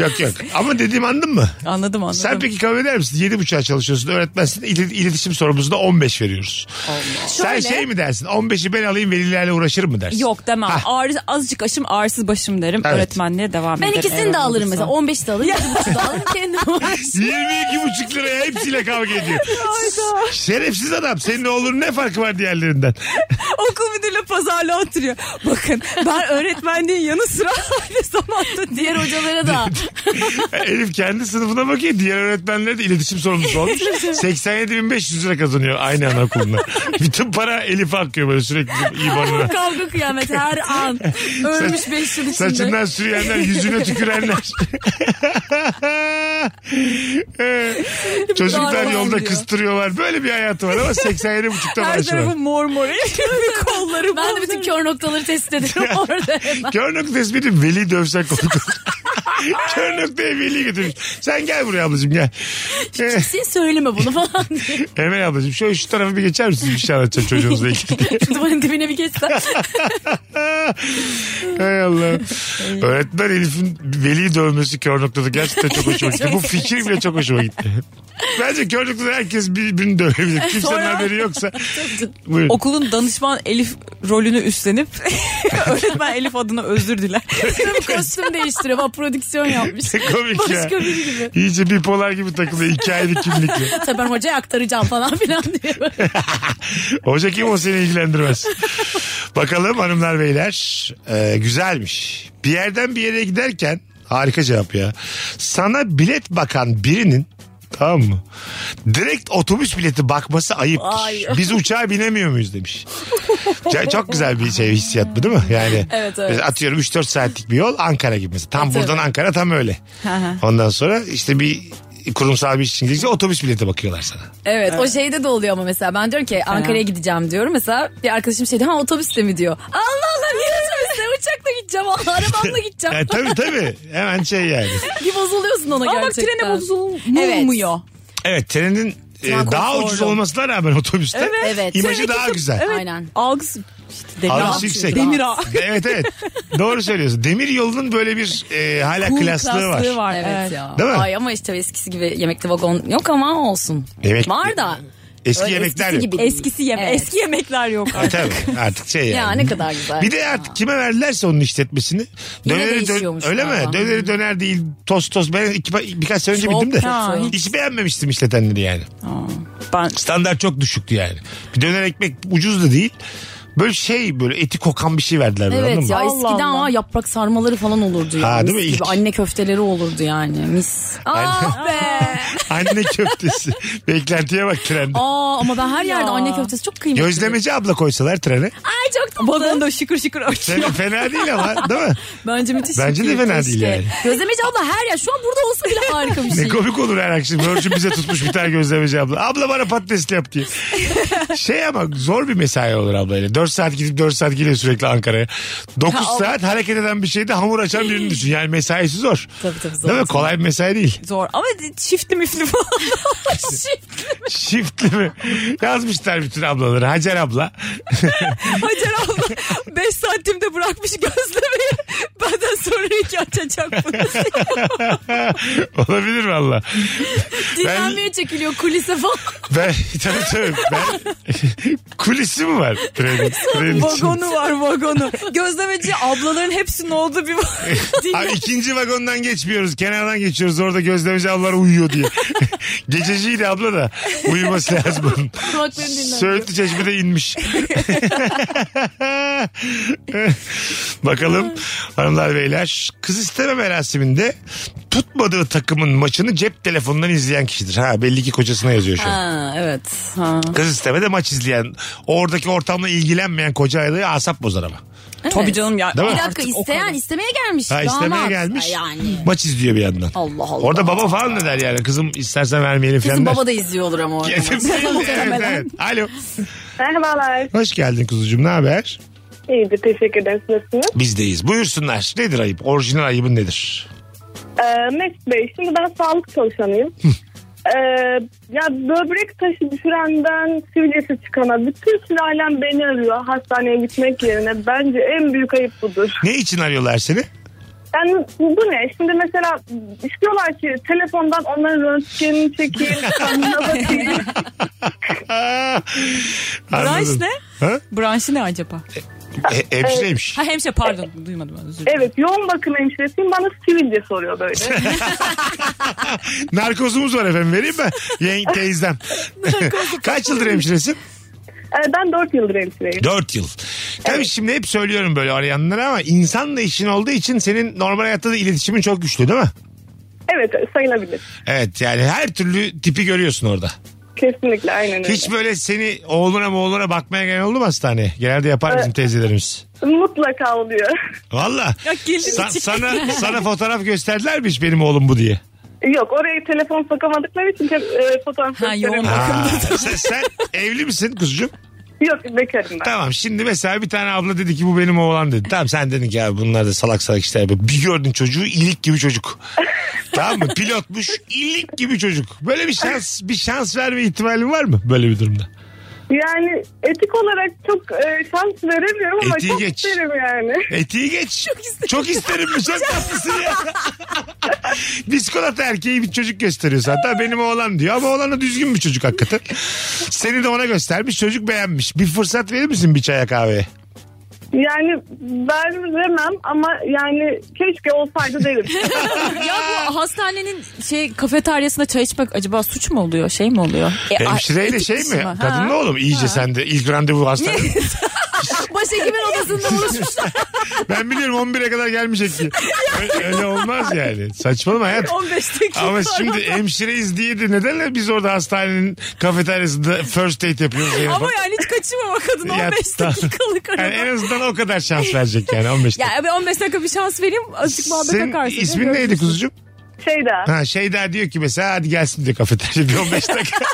[SPEAKER 3] yok yok. Ama dediğimi anladın mı?
[SPEAKER 5] Anladım anladım.
[SPEAKER 3] Sen peki kabul eder misin? Yedi buçuğa çalışıyorsun. Öğretmensin. İl- iletişim sorumlusuna 15 veriyoruz. Sen
[SPEAKER 5] Şöyle-
[SPEAKER 3] şey mi dersin? 15'i ben alayım velilerle uğraşırım mı dersin?
[SPEAKER 5] Yok demem.
[SPEAKER 3] Ha.
[SPEAKER 5] Ağrı, azıcık aşım ağrısız başım derim.
[SPEAKER 3] Evet.
[SPEAKER 5] Öğretmenliğe devam
[SPEAKER 6] Ben
[SPEAKER 5] ederim.
[SPEAKER 6] ikisini
[SPEAKER 5] eğer
[SPEAKER 6] de alırım
[SPEAKER 5] olursa.
[SPEAKER 6] mesela. 15 de alırım, 7,5 da alırım. Kendim
[SPEAKER 3] 22 buçuk liraya hepsiyle kavga ediyor. Şerefsiz adam. senin olur ne farkı var diğerlerinden?
[SPEAKER 5] Okul müdürüyle pazarlığa oturuyor. Bakın ben öğretmenliğin yanı sıra aynı zamanda diğer hocalara da.
[SPEAKER 3] Elif kendi sınıfına bakıyor. Diğer öğretmenler de iletişim sorumlusu olmuş. 87.500 lira kazanıyor aynı anaokulunda. Bütün para Elif'e akıyor böyle sürekli ibanına.
[SPEAKER 6] Kavga kıyamet her an. Ölmüş beş yıl içinde.
[SPEAKER 3] Saçından sürenler, yüzüne tükürenler. Çocuklar
[SPEAKER 5] Darman
[SPEAKER 3] yolda
[SPEAKER 5] diyor.
[SPEAKER 3] kıstırıyorlar. Böyle bir hayatı var ama 87.5'ta
[SPEAKER 5] Her
[SPEAKER 3] maaşı var.
[SPEAKER 5] tarafı mor mor. Kolları
[SPEAKER 6] Ben de bütün kör noktaları test ediyorum orada hemen.
[SPEAKER 3] Kör nokta ismini Veli dövsen korkar. Kör noktaya Veli götürmüş. Sen gel buraya ablacığım gel. Eh.
[SPEAKER 6] Kimseye söyleme bunu falan diye.
[SPEAKER 3] Hemen ablacığım şöyle şu tarafa bir geçer misiniz? Bir şey anlatacağım çocuğunuzla ilgili.
[SPEAKER 6] Şu duvarın dibine bir geçsen.
[SPEAKER 3] Hay Allah. Öğretmen Elif'in veliyi dövmesi kör noktada gerçekten çok hoşuma gitti. Bu fikir bile çok hoşuma gitti. Bence kör noktada herkes birbirini dövebilir. Kimsenin
[SPEAKER 5] Sonra-
[SPEAKER 3] haberi yoksa. Buyurun.
[SPEAKER 5] Okulun danışman Elif rolünü üstlenip öğretmen Elif adına özür diler.
[SPEAKER 6] Tabii kostüm değiştiriyor. Bak prodüksiyon yapmış.
[SPEAKER 3] Ne komik ya.
[SPEAKER 6] Başka biri gibi.
[SPEAKER 3] İyice bipolar gibi takılıyor. İki aylık kimlikle.
[SPEAKER 6] Tabii ben hocaya aktaracağım falan filan diye.
[SPEAKER 3] Hoca kim o seni ilgilendirmez. Bakalım hanımlar beyler. Ee, güzelmiş. Bir yerden bir yere giderken harika cevap ya. Sana bilet bakan birinin tamam mı? Direkt otobüs bileti bakması ayıptır.
[SPEAKER 6] Ay.
[SPEAKER 3] Biz uçağa binemiyor muyuz demiş. Ya Çok güzel bir şey hissiyat bu değil mi? Yani
[SPEAKER 6] Evet, evet.
[SPEAKER 3] mesela atıyorum 3-4 saatlik bir yol Ankara gibi mesela. Tam buradan Ankara tam öyle. Ondan sonra işte bir kurumsal bir iş için gidecekse otobüs bileti bakıyorlar sana.
[SPEAKER 6] Evet, o şeyde de oluyor ama mesela ben diyorum ki Ankara'ya gideceğim diyorum. Mesela bir arkadaşım şey diyor ha otobüsle mi diyor. Allah Allah niye otobüsle uçakla gideceğim Allah arabamla
[SPEAKER 3] E,
[SPEAKER 6] gideceğim.
[SPEAKER 3] tabii tabii. Hemen şey yani.
[SPEAKER 6] bir bozuluyorsun ona
[SPEAKER 5] Ama bak
[SPEAKER 6] gerçekten.
[SPEAKER 5] trene
[SPEAKER 6] Evet.
[SPEAKER 5] bozulmuyor.
[SPEAKER 3] Evet trenin e,
[SPEAKER 6] Tren
[SPEAKER 3] daha
[SPEAKER 6] konforlu.
[SPEAKER 3] ucuz olmasına rağmen otobüste
[SPEAKER 5] Evet.
[SPEAKER 6] Evet.
[SPEAKER 3] imajı
[SPEAKER 5] Trendeki
[SPEAKER 3] daha
[SPEAKER 5] çok-
[SPEAKER 3] güzel.
[SPEAKER 5] Evet.
[SPEAKER 6] Aynen.
[SPEAKER 5] Algısı işte demir
[SPEAKER 3] Algısı
[SPEAKER 5] ağ.
[SPEAKER 3] yüksek.
[SPEAKER 5] Demir ağ.
[SPEAKER 3] evet evet. Doğru söylüyorsun. Demir yolunun böyle bir e, hala klaslığı var.
[SPEAKER 6] Evet,
[SPEAKER 5] Evet.
[SPEAKER 6] ya.
[SPEAKER 3] Değil mi?
[SPEAKER 6] Ay ama işte eskisi gibi yemekli vagon yok ama olsun.
[SPEAKER 3] Yemek-
[SPEAKER 6] Var da.
[SPEAKER 3] Eski
[SPEAKER 6] Öyle
[SPEAKER 3] yemekler
[SPEAKER 6] eskisi
[SPEAKER 3] yok.
[SPEAKER 6] gibi.
[SPEAKER 5] Eskisi yeme
[SPEAKER 6] Evet.
[SPEAKER 5] eski yemekler yok.
[SPEAKER 3] Ha, tabii artık şey yani.
[SPEAKER 6] Ya ne kadar güzel.
[SPEAKER 3] Bir de artık kime verdilerse onun işletmesini.
[SPEAKER 6] Yine
[SPEAKER 3] Döneri dön,
[SPEAKER 6] değişiyormuş
[SPEAKER 3] öyle mi?
[SPEAKER 6] galiba.
[SPEAKER 3] Döneri döner değil tost tost. Ben iki, birkaç sene önce
[SPEAKER 6] Çok
[SPEAKER 3] bildim de.
[SPEAKER 6] kötü. Ha,
[SPEAKER 3] hiç. beğenmemiştim işletenleri yani.
[SPEAKER 5] Ben
[SPEAKER 3] Standart çok düşüktü yani. Bir döner ekmek ucuz da değil. Böyle şey böyle eti kokan bir şey verdiler. böyle, anladın
[SPEAKER 6] Evet
[SPEAKER 3] mı?
[SPEAKER 6] ya
[SPEAKER 5] Allah
[SPEAKER 6] eskiden
[SPEAKER 5] Allah.
[SPEAKER 6] ama yaprak sarmaları falan olurdu ya.
[SPEAKER 3] Ha, değil
[SPEAKER 6] mis
[SPEAKER 3] mi?
[SPEAKER 6] gibi.
[SPEAKER 3] İlk-
[SPEAKER 6] Anne köfteleri olurdu yani mis. Ah be.
[SPEAKER 3] Anne köftesi. Beklentiye bak trende.
[SPEAKER 6] Aa ama ben her yerde
[SPEAKER 5] Ya.
[SPEAKER 6] anne köftesi çok kıymetli.
[SPEAKER 3] Gözlemeci abla koysalar trene.
[SPEAKER 6] Ay çok tatlı.
[SPEAKER 5] vagonda şıkır şıkır
[SPEAKER 3] Sen
[SPEAKER 5] açıyor.
[SPEAKER 3] fena değil ama değil mi?
[SPEAKER 6] Bence müthiş.
[SPEAKER 3] Bence de
[SPEAKER 6] fikir,
[SPEAKER 3] fena
[SPEAKER 6] keşke.
[SPEAKER 3] değil yani.
[SPEAKER 6] Gözlemeci abla her yer şu an burada olsa bile harika bir
[SPEAKER 3] Ne
[SPEAKER 6] şey.
[SPEAKER 3] komik olur her akşam. Virgin bize tutmuş bir tane gözlemeci abla. Abla bana patatesli yap diye. Şey ama zor bir mesai olur ablayla. 4 saat gidip 4 saat geliyor sürekli Ankara'ya. 9 saat hareket eden bir şeyde hamur açan birini düşün. Yani mesaisi zor.
[SPEAKER 6] Tabii, tabii, zor.
[SPEAKER 3] Değil mi? Kolay bir mesai değil.
[SPEAKER 5] Zor ama çiftli müflü falan.
[SPEAKER 3] Çiftli mi? Yazmışlar bütün ablaları. Hacer abla.
[SPEAKER 5] Hacer abla 5 santimde bırakmış gözlemeyi. Benden sonra iki açacak bunu.
[SPEAKER 3] Olabilir valla.
[SPEAKER 6] Dinlenmeye çekiliyor kulise falan.
[SPEAKER 3] Ben tabii tabii. Ben, kulisi mi var? Trenin, trenin için?
[SPEAKER 5] vagonu var vagonu. Gözlemeci ablaların hepsinin olduğu bir
[SPEAKER 3] Abi ikinci vagondan geçmiyoruz. Kenardan geçiyoruz. Orada gözlemeci ablalar uyuyor diye. Gececiydi abla da. Uyuması lazım onun.
[SPEAKER 6] Kulaklarını dinlenmiyor.
[SPEAKER 3] Söğütlü çeşmede inmiş. Bakalım hanımlar beyler. Kız isteme merasiminde tutmadığı takımın maçını cep telefonundan izleyen kişidir. Ha belli ki kocasına yazıyor şu an.
[SPEAKER 6] Ha evet. Ha.
[SPEAKER 3] Kız isteme de maç izleyen, oradaki ortamla ilgilenmeyen koca aylığı asap bozar ama.
[SPEAKER 5] Tabii canım ya.
[SPEAKER 3] Değil mi?
[SPEAKER 6] Bir dakika isteyen istemeye gelmiş.
[SPEAKER 3] Ha istemeye
[SPEAKER 6] damat.
[SPEAKER 3] gelmiş.
[SPEAKER 6] Ay, Yani.
[SPEAKER 3] Maç izliyor bir yandan.
[SPEAKER 6] Allah Allah.
[SPEAKER 3] Orada baba falan ne der yani? Kızım istersen vermeyelim falan
[SPEAKER 6] Kesin
[SPEAKER 3] der.
[SPEAKER 6] baba da izliyor olur ama orada.
[SPEAKER 3] Kesin evet, evet. Alo.
[SPEAKER 10] Merhabalar.
[SPEAKER 3] Hoş geldin kuzucuğum ne haber?
[SPEAKER 10] İyidir teşekkür ederim. Siz nasılsınız?
[SPEAKER 3] Bizdeyiz. Buyursunlar. Nedir ayıp? Orijinal ayıbın nedir?
[SPEAKER 10] Ee, Mesut Bey şimdi ben sağlık çalışanıyım. Ee, ya böbrek taşı düşürenden sivilcesi çıkana bütün sülalem beni arıyor hastaneye gitmek yerine. Bence en büyük ayıp budur.
[SPEAKER 3] Ne için arıyorlar seni?
[SPEAKER 10] Yani bu bu ne? Şimdi mesela istiyorlar ki telefondan onların röntgenini çekeyim, kanına bakayım.
[SPEAKER 5] Branş
[SPEAKER 3] Ah, Anladım.
[SPEAKER 5] ne?
[SPEAKER 3] Ha?
[SPEAKER 5] Branşı ne acaba?
[SPEAKER 3] E, hemşireymiş.
[SPEAKER 5] Ha hemşire pardon duymadım ben özür dilerim.
[SPEAKER 10] Evet yoğun bakım hemşiresiyim bana sivilce soruyor böyle.
[SPEAKER 3] Narkozumuz var efendim vereyim mi? Yeng teyzem. Kaç yıldır hemşiresin?
[SPEAKER 10] Ee, ben 4 yıldır hemşireyim.
[SPEAKER 3] 4 yıl. Tabii şimdi hep söylüyorum böyle arayanlara ama insanla işin olduğu için senin normal hayatta da iletişimin çok güçlü değil mi?
[SPEAKER 10] Evet sayılabilir.
[SPEAKER 3] Evet yani her türlü tipi görüyorsun orada.
[SPEAKER 10] Kesinlikle aynen öyle.
[SPEAKER 3] Hiç böyle seni oğluna moğluna bakmaya gelen oldu mu hastaneye? Genelde yapar bizim teyzelerimiz.
[SPEAKER 10] Mutlaka oluyor.
[SPEAKER 3] Valla.
[SPEAKER 10] Ya gelin
[SPEAKER 3] Sa-
[SPEAKER 10] için.
[SPEAKER 3] sana, sana fotoğraf gösterdiler mi hiç benim oğlum bu diye?
[SPEAKER 10] Yok oraya telefon sokamadıkları için hep, e, fotoğraf ha, yoğun
[SPEAKER 3] Ha, sen, sen evli misin kuzucuğum?
[SPEAKER 10] Yok bekarım ben.
[SPEAKER 3] Tamam şimdi mesela bir tane abla dedi ki bu benim oğlan dedi. Tamam sen dedin ki ya bunlar da salak salak işler yapıyor. Bir gördün çocuğu ilik gibi çocuk. tamam mı? Pilotmuş ilik gibi çocuk. Böyle bir şans bir şans verme ihtimalin var mı böyle bir durumda?
[SPEAKER 10] Yani etik olarak çok e, şans veremiyorum ama
[SPEAKER 3] Etiği
[SPEAKER 10] çok
[SPEAKER 3] geç.
[SPEAKER 10] isterim yani.
[SPEAKER 3] Etiği geç. Çok isterim. Çok isterim. Çok tatlısın ya. Biskolata erkeği bir çocuk gösteriyor zaten. Benim oğlan diyor ama oğlan da düzgün bir çocuk hakikaten. Seni de ona göstermiş. Çocuk beğenmiş. Bir fırsat verir misin bir çaya kahveye?
[SPEAKER 10] Yani veremem ama yani keşke olsaydı derim.
[SPEAKER 5] ya bu hastanenin şey kafeteryasında çay içmek acaba suç mu oluyor şey mi oluyor? E, a-
[SPEAKER 3] Hemşireyle
[SPEAKER 5] etik
[SPEAKER 3] şey
[SPEAKER 5] dışı
[SPEAKER 3] mi?
[SPEAKER 5] mı? Ha.
[SPEAKER 3] Kadınla oğlum iyice sen de ilk randevu hastane.
[SPEAKER 5] Başhekimin odasında buluşmuşlar.
[SPEAKER 3] ben biliyorum 11'e kadar gelmeyecek ki. Ö- Öyle olmaz yani. Saçmalama hayat.
[SPEAKER 5] 15 dakika
[SPEAKER 3] Ama
[SPEAKER 5] sonra.
[SPEAKER 3] şimdi hemşireyiz diye de neden biz orada hastanenin kafeteryasında first date yapıyoruz? Zeynep
[SPEAKER 5] Ama
[SPEAKER 3] Hanım?
[SPEAKER 5] yani hiç kaçırmama kadın
[SPEAKER 3] Ya,
[SPEAKER 5] 15
[SPEAKER 3] tamam.
[SPEAKER 5] dakikalık arada.
[SPEAKER 3] Yani en azından o kadar şans verecek yani 15
[SPEAKER 5] Ya
[SPEAKER 3] dakika.
[SPEAKER 5] abi 15 dakika bir şans vereyim azıcık muhabbete
[SPEAKER 3] Senin
[SPEAKER 5] akarsın.
[SPEAKER 3] ismin neydi kuzucuğum?
[SPEAKER 10] Şeyda.
[SPEAKER 3] Ha Şeyda diyor ki mesela hadi gelsin diyor kafeterya bir 15 dakika.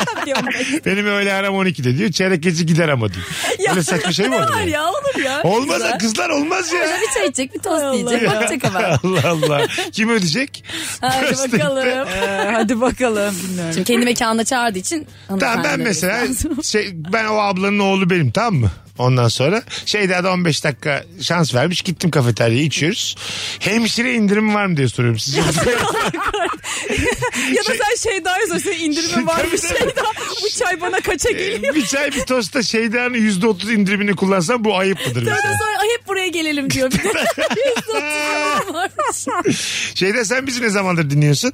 [SPEAKER 3] Benim öyle aram 12'de diyor. Çeyrek gece gider ama diyor. Böyle saçma şey mi
[SPEAKER 6] Ne
[SPEAKER 3] olur?
[SPEAKER 6] var
[SPEAKER 3] yani?
[SPEAKER 6] ya olur ya.
[SPEAKER 3] Olmaz
[SPEAKER 6] Güzel.
[SPEAKER 3] ha, kızlar olmaz ya.
[SPEAKER 6] Güzel bir çay içecek bir tost yiyecek.
[SPEAKER 3] Ya.
[SPEAKER 6] Bakacak ama.
[SPEAKER 3] Allah Allah. Kim ödeyecek?
[SPEAKER 6] Hadi
[SPEAKER 3] First date'te.
[SPEAKER 6] bakalım.
[SPEAKER 5] Ee, hadi bakalım bilmiyorum.
[SPEAKER 6] Şimdi kendi mekanına çağırdığı için.
[SPEAKER 3] Tamam ben
[SPEAKER 6] hanımefendi
[SPEAKER 3] mesela
[SPEAKER 6] dedim.
[SPEAKER 3] şey, ben o ablanın oğlu benim tamam mı? Ondan sonra şeyde de 15 dakika şans vermiş gittim kafeteryaya içiyoruz. Hemşire indirimi var mı diye soruyorum size.
[SPEAKER 5] ya da sen şey daha yazıyorsun indirimi var bir
[SPEAKER 3] Tabii,
[SPEAKER 5] şey daha. Bu çay bana kaça geliyor?
[SPEAKER 3] E, bir çay bir tosta şeyden %30 indirimini kullansam bu ayıp mıdır
[SPEAKER 6] Sonra
[SPEAKER 3] mesela?
[SPEAKER 6] sonra "Ay, hep buraya gelelim diyor. Bir de yüzde otuz varmış.
[SPEAKER 3] Şeyde sen bizi ne zamandır dinliyorsun?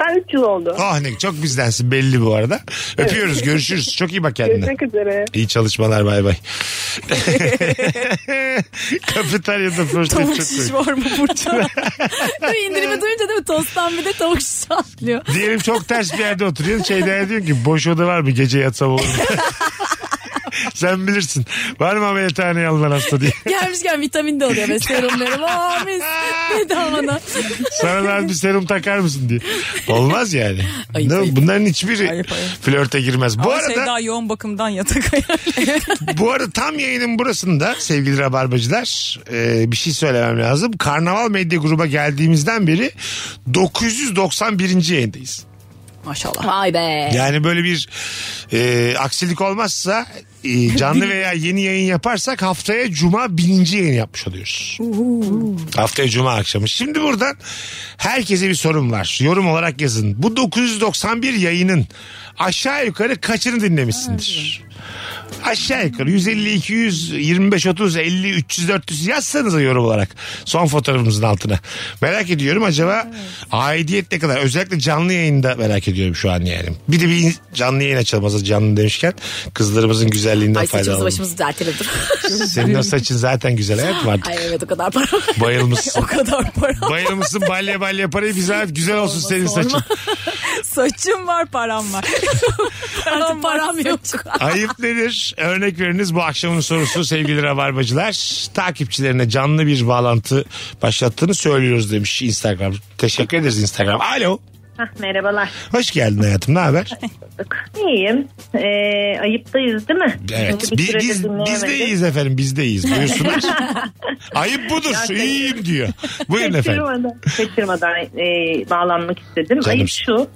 [SPEAKER 10] Ben 3 yıl oldu.
[SPEAKER 3] Ah ne çok bizdensin belli bu arada. Öpüyoruz görüşürüz. Çok iyi bak kendine.
[SPEAKER 10] Görüşmek üzere.
[SPEAKER 3] İyi çalışmalar bay bay. Kafeteryada first date
[SPEAKER 6] Tavuk
[SPEAKER 3] çok
[SPEAKER 6] şiş
[SPEAKER 3] komik.
[SPEAKER 6] var mı burada? Değil mi? İndirimi duyunca değil mi? Tosttan bir de tavuk şiş atlıyor.
[SPEAKER 3] Diyelim çok ters bir yerde oturuyorsun. Şeyden diyorsun ki boş oda var mı gece yatsam olur mu? Sen bilirsin. Var mı ameliyathaneye alınan hasta diye.
[SPEAKER 6] Gelmişken vitamin de oluyor ve serumlarım. Aa mis. Bedavana.
[SPEAKER 3] Sana da bir serum takar mısın diye. Olmaz yani.
[SPEAKER 6] Ayıp,
[SPEAKER 3] Değil mi?
[SPEAKER 6] ayıp.
[SPEAKER 3] Bunların hiçbiri
[SPEAKER 5] Ayıp, ayıp.
[SPEAKER 3] flörte girmez. Bu
[SPEAKER 5] Bu
[SPEAKER 3] arada
[SPEAKER 5] şey daha yoğun bakımdan yatak ayarlı.
[SPEAKER 3] Bu arada tam yayının burasında sevgili rabarbacılar e, bir şey söylemem lazım. Karnaval Medya Grubu'na geldiğimizden beri 991. yayındayız.
[SPEAKER 5] Maşallah.
[SPEAKER 6] Vay be.
[SPEAKER 3] Yani böyle bir e, aksilik olmazsa e, canlı veya yeni yayın yaparsak haftaya cuma bininci yayın yapmış oluyoruz. Haftaya cuma akşamı. Şimdi buradan herkese bir sorum var. Yorum olarak yazın. Bu 991 yayının aşağı yukarı kaçını dinlemişsindir? Aşağı yukarı 150, 200, 25, 30, 50, 300, 400 yazsanıza yorum olarak son fotoğrafımızın altına. Merak ediyorum acaba aidiyet ne kadar? Özellikle canlı yayında merak ediyorum şu an yani. Bir de bir canlı yayın açalım hazır canlı demişken kızlarımızın güzelliğinden
[SPEAKER 6] Ay saçımızı
[SPEAKER 3] faydalanalım.
[SPEAKER 6] başımızı düzeltelim dur.
[SPEAKER 3] Senin o saçın zaten güzel hayatım artık.
[SPEAKER 6] Ay evet o kadar para.
[SPEAKER 3] Bayılmışsın.
[SPEAKER 6] o kadar para.
[SPEAKER 3] Bayılmışsın balya balya parayı bize ver. Güzel olsun senin saçın.
[SPEAKER 5] Saçım var param var. param,
[SPEAKER 6] Artık param yok.
[SPEAKER 3] Ayıp nedir? Örnek veriniz bu akşamın sorusu sevgili rabarbacılar. Takipçilerine canlı bir bağlantı başlattığını söylüyoruz demiş Instagram. Teşekkür ederiz Instagram. Alo.
[SPEAKER 13] Hah, merhabalar.
[SPEAKER 3] Hoş geldin hayatım ne haber?
[SPEAKER 13] İyiyim. Ee, ayıptayız değil mi?
[SPEAKER 3] Evet.
[SPEAKER 13] Çünkü bir
[SPEAKER 3] Bi-
[SPEAKER 13] süredir
[SPEAKER 3] Biz, biz de
[SPEAKER 13] dinleyemedik.
[SPEAKER 3] iyiyiz efendim biz de iyiyiz. Buyursunlar. Ayıp budur.
[SPEAKER 13] şey-
[SPEAKER 3] İyiyim diyor. Buyurun efendim.
[SPEAKER 13] Kaçırmadan, kaçırmadan e, bağlanmak istedim.
[SPEAKER 3] Canım.
[SPEAKER 13] Ayıp şu.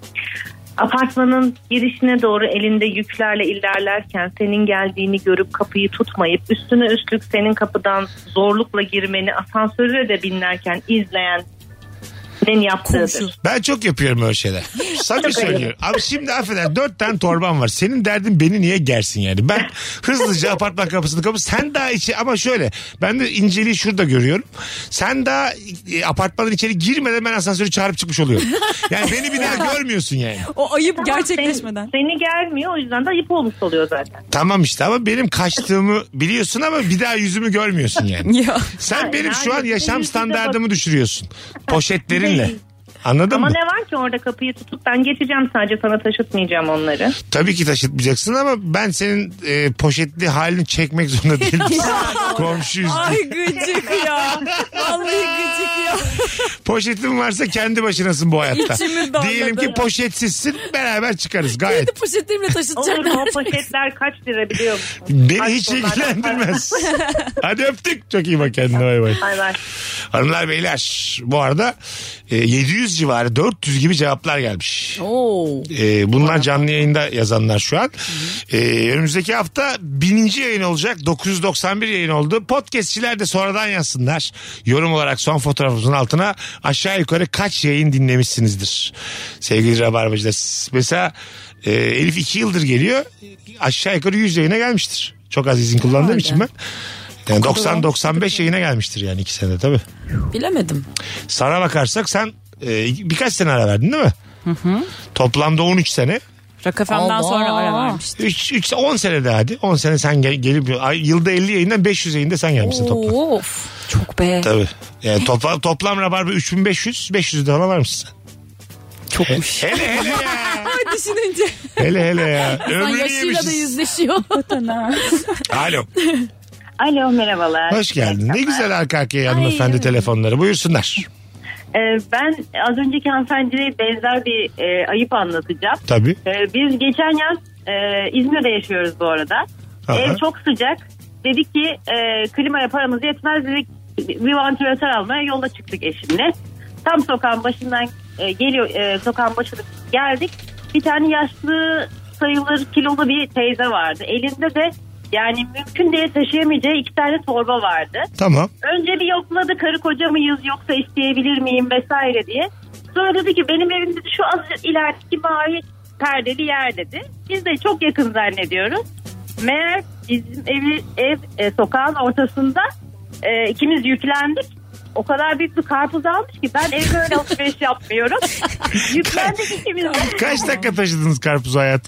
[SPEAKER 13] Apartmanın girişine doğru elinde yüklerle ilerlerken senin geldiğini görüp kapıyı tutmayıp üstüne üstlük senin kapıdan zorlukla girmeni asansöre de binlerken izleyen kişinin yaptığıdır.
[SPEAKER 3] Ben çok yapıyorum öyle şeyler. Samimi
[SPEAKER 13] Çok ayıp.
[SPEAKER 3] söylüyorum. Abi şimdi affeder dört tane torban var. Senin derdin beni niye gersin yani? Ben hızlıca apartman kapısını kapı. Sen daha içi ama şöyle. Ben de inceliği şurada görüyorum. Sen daha e, apartmanın içeri girmeden ben asansörü çağırıp çıkmış oluyorum. Yani beni bir daha görmüyorsun yani.
[SPEAKER 5] O ayıp
[SPEAKER 13] gerçekleşmeden. Seni, seni gelmiyor o yüzden de ayıp olmuş oluyor zaten.
[SPEAKER 3] Tamam işte ama benim kaçtığımı biliyorsun ama bir daha yüzümü görmüyorsun yani.
[SPEAKER 5] Ya.
[SPEAKER 3] Sen
[SPEAKER 13] Aynen,
[SPEAKER 3] benim şu an
[SPEAKER 13] aynen.
[SPEAKER 3] yaşam
[SPEAKER 13] Senin yüzüne
[SPEAKER 3] standardımı düşürüyorsun. Poşetlerinle. Anladın
[SPEAKER 13] ama
[SPEAKER 3] mı?
[SPEAKER 13] ne var ki orada kapıyı tutup ben geçeceğim sadece sana taşıtmayacağım onları.
[SPEAKER 3] Tabii ki taşıtmayacaksın ama ben senin e, poşetli halini çekmek zorunda değilim. Komşuyuz.
[SPEAKER 5] Ay gıcık ya. Vallahi gıcık ya.
[SPEAKER 3] Poşetin varsa kendi başınasın bu hayatta.
[SPEAKER 5] İçimi darladı.
[SPEAKER 3] Diyelim ki poşetsizsin beraber çıkarız gayet.
[SPEAKER 6] poşetlerimle
[SPEAKER 13] Olur mu? o poşetler kaç lira biliyor musun?
[SPEAKER 3] Beni
[SPEAKER 13] Ay,
[SPEAKER 3] hiç
[SPEAKER 13] onlar-
[SPEAKER 3] ilgilendirmez. Hadi öptük. Çok iyi bak kendine bay bay.
[SPEAKER 13] Bay bay.
[SPEAKER 3] Hanımlar beyler bu arada e, 700 civarı 400 gibi cevaplar gelmiş.
[SPEAKER 6] Oo.
[SPEAKER 3] E, bunlar canlı yayında yazanlar şu an. E, önümüzdeki hafta bininci yayın olacak. 991 yayın oldu. Podcastçiler de sonradan yazsınlar. Yorum olarak son fotoğrafımızın altına aşağı yukarı kaç yayın dinlemişsinizdir. Sevgili Rabarbacılar. Siz- Mesela e, Elif 2 yıldır geliyor. Aşağı yukarı 100 yayına gelmiştir. Çok az izin kullandığım için ben. Yani 90-95 yayına gelmiştir yani iki senede tabii.
[SPEAKER 6] Bilemedim.
[SPEAKER 3] Sana bakarsak sen e, birkaç sene ara verdin değil mi? Toplamda 13 sene.
[SPEAKER 5] Rakafem'den sonra ara vermiş.
[SPEAKER 3] 3, 3, 10 sene de hadi. 10 sene sen gel, gelip ay, yılda 50 yayından 500 yayında sen gelmişsin toplam.
[SPEAKER 6] Of. Çok be.
[SPEAKER 3] Tabii. Yani toplam, toplam rabarba 3500, 500 de ona varmışsın sen. Çokmuş. Hele hele ya.
[SPEAKER 5] Ay düşününce.
[SPEAKER 3] Hele hele ya. Ömrünü yemişiz.
[SPEAKER 6] yüzleşiyor.
[SPEAKER 3] Alo.
[SPEAKER 13] Alo merhabalar.
[SPEAKER 3] Hoş geldin. Ne güzel arka arkaya hanımefendi telefonları. Buyursunlar.
[SPEAKER 13] Ee, ben az önceki hanımefendiye benzer bir e, ayıp anlatacağım.
[SPEAKER 3] Tabii.
[SPEAKER 13] Ee, biz geçen yaz e, İzmir'de yaşıyoruz bu arada.
[SPEAKER 3] Aha.
[SPEAKER 13] Ev çok sıcak. Dedik ki e, klimaya paramız yetmez dedik bir vantilatör almaya yola çıktık eşimle. Tam sokağın başından e, geliyor e, sokağın başına geldik. Bir tane yaşlı sayılır kilolu bir teyze vardı. Elinde de yani mümkün diye taşıyamayacağı iki tane torba vardı.
[SPEAKER 3] Tamam.
[SPEAKER 13] Önce bir yokladı karı koca mıyız yoksa isteyebilir miyim vesaire diye. Sonra dedi ki benim evim dedi, şu az ilerideki mavi perdeli yer dedi. Biz de çok yakın zannediyoruz. Meğer bizim evi, ev e, sokağın ortasında e, ikimiz yüklendik. O kadar büyük bir karpuz almış ki ben evde öyle alışveriş yapmıyorum. yüklendik ikimiz. de.
[SPEAKER 3] Kaç dakika taşıdınız karpuzu hayat?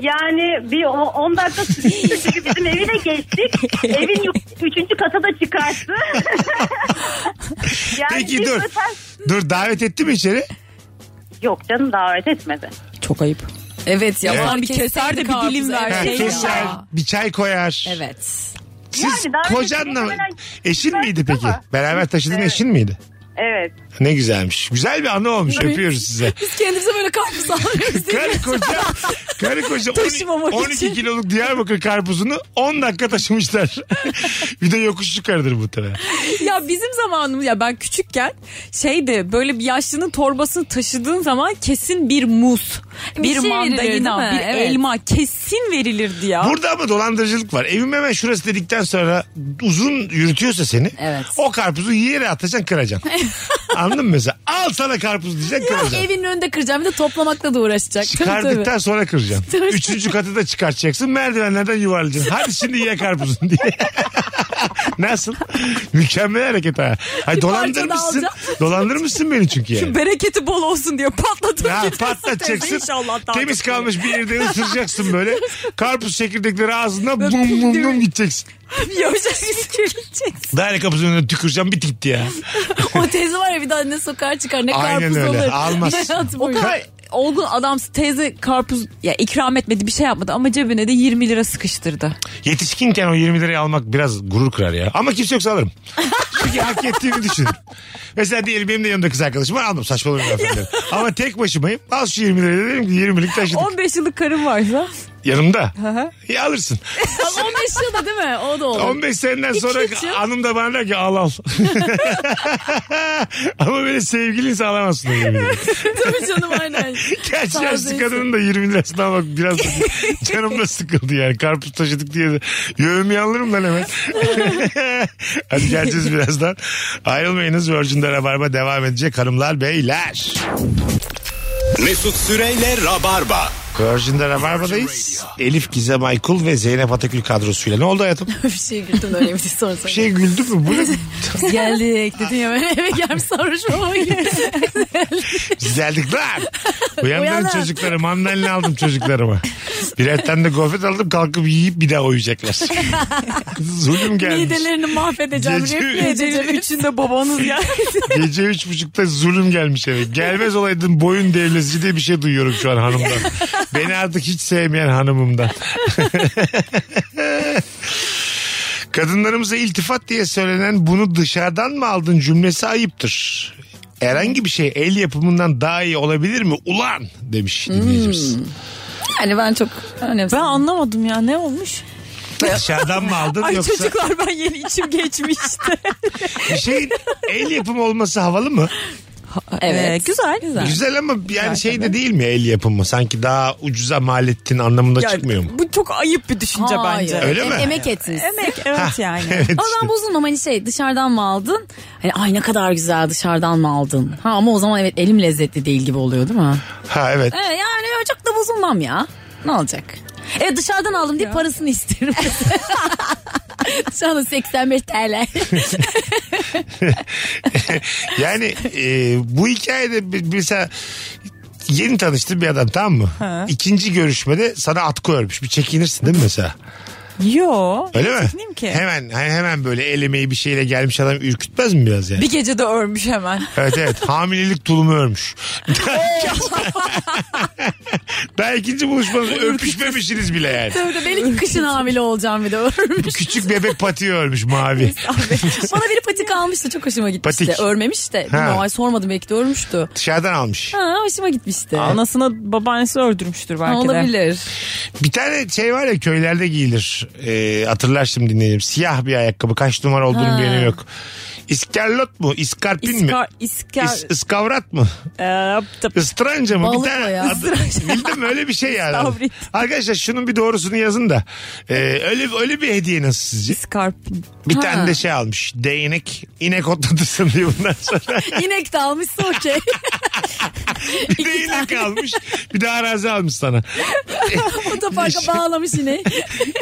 [SPEAKER 13] Yani bir o- 10 dakika sürdü çünkü bizim evi de geçtik. Evin yuk- üçüncü kata da çıkarttı. yani
[SPEAKER 3] Peki
[SPEAKER 13] biz
[SPEAKER 3] dur.
[SPEAKER 13] zaten-
[SPEAKER 3] Dur davet etti mi içeri?
[SPEAKER 13] Yok canım davet etmedi.
[SPEAKER 6] Çok ayıp. Evet ya.
[SPEAKER 3] Evet.
[SPEAKER 6] bana
[SPEAKER 5] Bir keser de bir
[SPEAKER 6] karpuz,
[SPEAKER 5] dilim
[SPEAKER 6] evet
[SPEAKER 5] verse
[SPEAKER 3] Ha,
[SPEAKER 5] şey ya.
[SPEAKER 3] keser, bir çay koyar.
[SPEAKER 6] Evet.
[SPEAKER 3] Siz
[SPEAKER 13] Yani davet
[SPEAKER 3] kocanla
[SPEAKER 13] etmeye gelen-
[SPEAKER 3] eşin miydi peki?
[SPEAKER 13] Ama-
[SPEAKER 3] Beraber taşıdığın eşin miydi?
[SPEAKER 13] Evet.
[SPEAKER 3] Ne güzelmiş. Güzel bir anı olmuş.
[SPEAKER 6] Evet.
[SPEAKER 3] Öpüyoruz size.
[SPEAKER 6] Biz kendimize böyle karpuz alıyoruz değil mi?
[SPEAKER 3] Karı koca, karı koca
[SPEAKER 6] Taşımamak
[SPEAKER 3] 12, 12
[SPEAKER 6] için.
[SPEAKER 3] kiloluk Diyarbakır karpuzunu 10 dakika taşımışlar. bir de yokuş yukarıdır muhtemelen.
[SPEAKER 5] Ya bizim zamanımız ya ben küçükken şeydi böyle bir yaşlının torbasını taşıdığın zaman kesin bir muz, bir,
[SPEAKER 6] Bir şey verilirdi
[SPEAKER 5] mandalina,
[SPEAKER 6] mi?
[SPEAKER 5] bir
[SPEAKER 6] Evet.
[SPEAKER 5] elma kesin verilirdi ya.
[SPEAKER 3] Burada ama dolandırıcılık var. Evim hemen şurası dedikten sonra uzun yürütüyorsa seni
[SPEAKER 6] Evet.
[SPEAKER 3] o karpuzu yere atacaksın kıracaksın. Anladın mı mesela? Al sana karpuz diyeceksin kıracaksın.
[SPEAKER 6] Evinin önünde kıracağım. Bir de toplamakla da uğraşacak. Tabii
[SPEAKER 3] Çıkardıktan
[SPEAKER 6] tabii.
[SPEAKER 3] sonra kıracaksın.
[SPEAKER 6] Tabii.
[SPEAKER 3] Üçüncü katı da çıkartacaksın. Merdivenlerden yuvarlayacaksın. Hadi şimdi ye karpuzun diye. Nasıl? Mükemmel hareket ha. Hayır,
[SPEAKER 6] parça da
[SPEAKER 3] dolandırmışsın.
[SPEAKER 6] alacaksın.
[SPEAKER 3] Dolandırmışsın beni çünkü yani.
[SPEAKER 5] Bereketi bol olsun diye patlatıp
[SPEAKER 3] Ya
[SPEAKER 5] gidersin teyze,
[SPEAKER 3] patlatacaksın.
[SPEAKER 5] inşallah daha
[SPEAKER 3] Temiz
[SPEAKER 5] çok
[SPEAKER 3] kalmış bir yerde ısıracaksın böyle. Karpuz çekirdekleri ağzına bum bum bum gideceksin.
[SPEAKER 5] iyi. Yavşak içireceksin.
[SPEAKER 3] Daire kapısının önüne tüküreceğim bir gitti ya.
[SPEAKER 6] O teyze var ya bir daha ne sokağa çıkar ne
[SPEAKER 3] Aynen
[SPEAKER 6] karpuz
[SPEAKER 3] öyle.
[SPEAKER 6] olur.
[SPEAKER 3] Almaz.
[SPEAKER 6] Hayatı
[SPEAKER 5] O
[SPEAKER 6] boyunca.
[SPEAKER 5] kadar olgun adam teyze karpuz ya ikram etmedi bir şey yapmadı ama cebine de 20 lira sıkıştırdı.
[SPEAKER 3] Yetişkinken o 20 lirayı almak biraz gurur kırar ya. Ama kimse yoksa alırım. Çünkü hak ettiğimi düşünürüm. Mesela diyelim benim de yanımda kız arkadaşım var aldım saçmalıyorum efendim. Ama tek başımayım. Al şu 20 lirayı dedim ki 20'lik taşıdık.
[SPEAKER 5] 15 yıllık karım varsa
[SPEAKER 3] yanımda.
[SPEAKER 6] Hı hı.
[SPEAKER 3] İyi alırsın.
[SPEAKER 6] 15 yılda değil mi? O da olur.
[SPEAKER 3] 15 seneden
[SPEAKER 6] İki
[SPEAKER 3] sonra
[SPEAKER 6] üç yıl.
[SPEAKER 3] hanım da bana der ki al al. Ama böyle sevgilinse alamazsın. o yemeği.
[SPEAKER 6] Tabii canım aynen.
[SPEAKER 3] Gerçi yaşlı
[SPEAKER 6] Tazeyse.
[SPEAKER 3] kadının da 20 lirasını almak biraz da canım da sıkıldı yani. Karpuz taşıdık diye de yövmeyi alırım lan hemen. Hadi geleceğiz birazdan. Ayrılmayınız Virgin'de Rabarba devam edecek hanımlar beyler.
[SPEAKER 2] Mesut Süreyle Rabarba.
[SPEAKER 3] Virgin'de Rabarba'dayız. Elif Gizem Aykul ve Zeynep Atakül kadrosuyla. Ne oldu hayatım?
[SPEAKER 6] bir şey güldüm öyle bir şey sorsan.
[SPEAKER 3] Bir şey güldün mü? Bu ne?
[SPEAKER 6] Biz geldik dedin ya böyle eve gelmiş sarhoşma
[SPEAKER 3] Güzeldik lan. Uyandırın
[SPEAKER 6] Uyanın.
[SPEAKER 3] çocukları. Mandalina aldım çocuklarıma. Birer tane de gofret aldım kalkıp yiyip bir daha uyuyacaklar. Zulüm gelmiş.
[SPEAKER 6] Midelerini mahvedeceğim.
[SPEAKER 3] Gece-
[SPEAKER 6] Gece, gece
[SPEAKER 5] üçünde babanız ya.
[SPEAKER 3] Gece üç buçukta zulüm gelmiş eve. Gelmez olaydın boyun devlesi diye bir şey duyuyorum şu an hanımdan. Beni artık hiç sevmeyen hanımımdan. Kadınlarımıza iltifat diye söylenen bunu dışarıdan mı aldın cümlesi ayıptır. Herhangi bir şey el yapımından daha iyi olabilir mi? Ulan
[SPEAKER 5] Hmm.
[SPEAKER 3] demiş dinleyicimiz.
[SPEAKER 6] Yani ben çok önemsedim.
[SPEAKER 5] Ben anlamadım ya ne olmuş?
[SPEAKER 3] Dışarıdan mı aldın
[SPEAKER 5] Ay
[SPEAKER 3] yoksa
[SPEAKER 5] çocuklar ben yeni içim geçmişti.
[SPEAKER 3] bir şeyin el yapımı olması havalı mı?
[SPEAKER 5] evet. Ee, güzel.
[SPEAKER 3] Güzel ama yani şey de değil mi el yapımı? Sanki daha ucuza mal ettiğin anlamında
[SPEAKER 5] Ya,
[SPEAKER 3] çıkmıyor mu?
[SPEAKER 5] Bu çok ayıp bir düşünce bence.
[SPEAKER 3] Öyle mi?
[SPEAKER 6] E, Emek ettiniz.
[SPEAKER 5] Emek evet yani.
[SPEAKER 3] evet
[SPEAKER 6] Ama ben bozulmam hani şey dışarıdan mı aldın? Hani ay ne kadar güzel dışarıdan mı aldın? Ha ama o zaman evet elim lezzetli değil gibi oluyor değil mi?
[SPEAKER 3] Ha evet.
[SPEAKER 6] Evet, Ee, yani öyle çok da bozulmam ya. Ne olacak? Evet dışarıdan aldım diye parasını isterim. Şu anda 85 TL.
[SPEAKER 3] Yani e, bu hikayede bir- mesela yeni tanıştığın bir adam tamam mı? İkinci görüşmede sana atkı örmüş. Bir çekinirsin değil mi mesela?
[SPEAKER 5] Yo.
[SPEAKER 3] Öyle mi?
[SPEAKER 5] çekineyim ki.
[SPEAKER 3] Hemen hani hemen böyle el emeği bir şeyle gelmiş adam ürkütmez mi biraz yani?
[SPEAKER 5] Bir gecede örmüş hemen.
[SPEAKER 3] Evet evet hamilelik tulumu örmüş. Daha ikinci buluşmanızda öpüşmemişsiniz bile yani.
[SPEAKER 6] Böyle belki kışın hamile olacağım bir de örmüş.
[SPEAKER 3] Küçük bebek patiği örmüş mavi.
[SPEAKER 6] Bana biri patik almıştı çok hoşuma gitmişti.
[SPEAKER 3] Patik.
[SPEAKER 6] Örmemiş de. Bilmiyorum, ay sormadım belki de örmüştü.
[SPEAKER 3] Dışarıdan almış.
[SPEAKER 6] Ha, hoşuma gitmişti.
[SPEAKER 5] Anasına babaannesi öldürmüştür
[SPEAKER 6] Ha,
[SPEAKER 5] belki de.
[SPEAKER 6] olabilir.
[SPEAKER 3] Bir tane şey var ya köylerde giyilir. Ee, hatırlar şimdi dinleyeyim. Siyah bir ayakkabı. Kaç numara olduğunu
[SPEAKER 5] Ha.
[SPEAKER 3] bir önemi yok. İskerlot mu? İskarpin mi?
[SPEAKER 5] İskar, iskar,
[SPEAKER 3] İs- iskavrat mı?
[SPEAKER 5] Ee, tıp-
[SPEAKER 3] Istranca mı?
[SPEAKER 5] Balık
[SPEAKER 3] bir
[SPEAKER 5] o
[SPEAKER 3] tane
[SPEAKER 5] ya.
[SPEAKER 3] adı- bildim mi? öyle bir şey yani.
[SPEAKER 5] İstavrit.
[SPEAKER 3] Arkadaşlar şunun bir doğrusunu yazın da. Ee, öyle öyle bir hediye nasıl sizce?
[SPEAKER 5] iskarpin.
[SPEAKER 3] Bir tane de şey almış. Değnek. inek otlatırsın diye bundan sonra.
[SPEAKER 6] İnek de almışsa okey.
[SPEAKER 3] bir de inek almış. Bir de arazi almış sana.
[SPEAKER 6] Otoparka bağlamış ineği.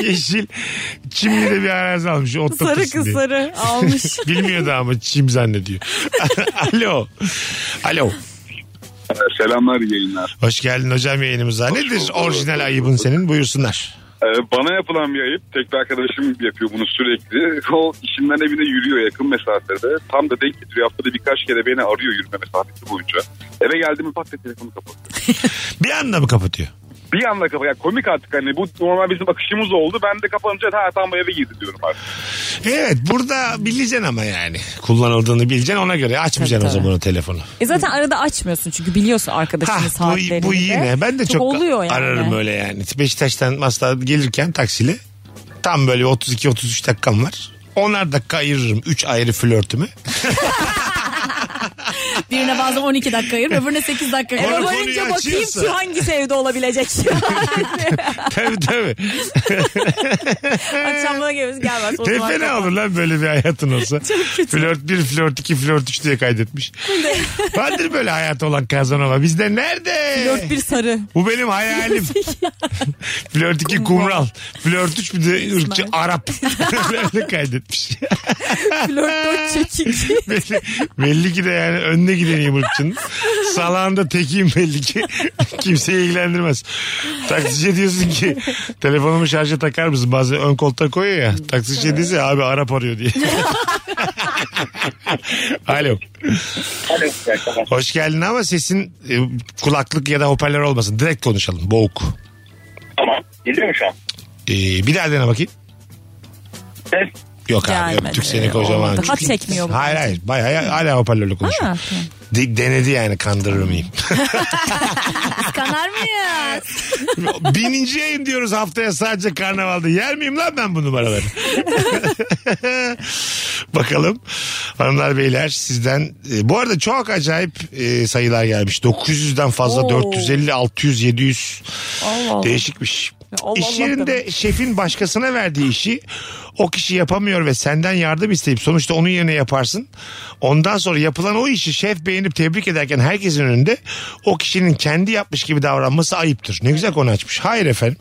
[SPEAKER 3] Yeşil. Çimli'de bir arazi almış. Otlatırsın
[SPEAKER 5] Sarı
[SPEAKER 3] diye.
[SPEAKER 5] kız sarı almış.
[SPEAKER 3] Bilmiyordu ama çim zannediyor. Alo. Alo.
[SPEAKER 14] Ee, Selamlar iyi yayınlar.
[SPEAKER 3] Hoş geldin hocam yayınımıza. Nedir orijinal ayıbın senin? Buyursunlar.
[SPEAKER 14] Ee, bana yapılan bir ayıp. Tek bir arkadaşım yapıyor bunu sürekli. O işinden evine yürüyor yakın mesafede. Tam da denk getiriyor. Haftada birkaç kere beni arıyor yürüme mesafesi boyunca. Eve geldiğimde pat diye telefonu kapalı.
[SPEAKER 3] Bir anda mı kapatıyor?
[SPEAKER 14] Bir anda kapalı. Yani komik artık hani bu normal bizim akışımız oldu. Ben de kapanınca ha tam eve girdi diyorum artık.
[SPEAKER 3] Evet burada bileceksin ama yani. Kullanıldığını bileceksin ona göre. Açmayacaksın o zaman o telefonu.
[SPEAKER 5] E zaten arada açmıyorsun çünkü biliyorsun
[SPEAKER 3] Ha,
[SPEAKER 5] arkadaşının saatlerini.
[SPEAKER 3] bu, bu yine. Ben de çok,
[SPEAKER 5] oluyor yani.
[SPEAKER 3] ararım öyle yani. Beşiktaş'tan masla gelirken taksiyle tam böyle 32-33 dakikam var. 10'ar dakika ayırırım. 3 ayrı flörtümü.
[SPEAKER 6] Birine bazen 12 dakika ayırır öbürüne 8 dakika
[SPEAKER 3] Konu-
[SPEAKER 6] ayırır.
[SPEAKER 3] konuyu
[SPEAKER 5] Boyunca bakayım
[SPEAKER 3] açıyorsa.
[SPEAKER 5] şu hangisi evde olabilecek.
[SPEAKER 3] tabii tabii.
[SPEAKER 5] Akşamlara gelmez gelmez. O
[SPEAKER 3] Ne
[SPEAKER 5] zaman
[SPEAKER 3] fena
[SPEAKER 5] kapat.
[SPEAKER 3] olur lan böyle bir hayatın olsa. Flört 1, flört 2, flört 3 diye kaydetmiş. Vardır böyle hayatı olan kazanova. Bizde nerede?
[SPEAKER 5] Dört bir sarı.
[SPEAKER 3] Bu benim hayalim. flört 2 kumral. Flört 3 bir de ırkçı Arap. Böyle kaydetmiş.
[SPEAKER 5] Flört dört çekik.
[SPEAKER 3] belli, belli ki de yani önüne gideni ırkçının. Salağında tekiyim belli ki. Kimseyi ilgilendirmez. Taksiciye diyorsun ki telefonumu şarja takar mısın? Bazen ön koltuğa koyuyor ya. Taksiciye diyorsa abi Arap arıyor diye. Alo. Hoş geldin ama sesin e, kulaklık ya da hoparlör olmasın. Direkt konuşalım. Boğuk.
[SPEAKER 8] Tamam. Geliyor mu şu an?
[SPEAKER 3] Ee, bir daha dene bakayım. Yok abi
[SPEAKER 5] Gelmedi.
[SPEAKER 3] öptük seni kocaman.
[SPEAKER 5] Olmadı. Hat
[SPEAKER 3] Çünkü-
[SPEAKER 5] çekmiyor bu
[SPEAKER 3] Hayır hayır. Bayağı hala hoparlörle konuşuyor. De- denedi yani kandırır mıyım?
[SPEAKER 6] Kanar mıyız?
[SPEAKER 3] Bininci yayın diyoruz haftaya sadece karnavalda. Yer miyim lan ben bu numaraları? Bakalım hanımlar beyler sizden. e, bu arada çok acayip e, sayılar gelmiş. 900'den fazla
[SPEAKER 15] Oo.
[SPEAKER 3] 450, 600, 700
[SPEAKER 15] Allah Allah.
[SPEAKER 3] değişikmiş.
[SPEAKER 15] Allah
[SPEAKER 3] İş
[SPEAKER 15] Allah
[SPEAKER 3] yerinde şefin başkasına verdiği işi o kişi yapamıyor ve senden yardım isteyip sonuçta onun yerine yaparsın. Ondan sonra yapılan o işi şef beğenip tebrik ederken herkesin önünde o kişinin kendi yapmış gibi davranması ayıptır. Ne güzel konu açmış. Hayır efendim.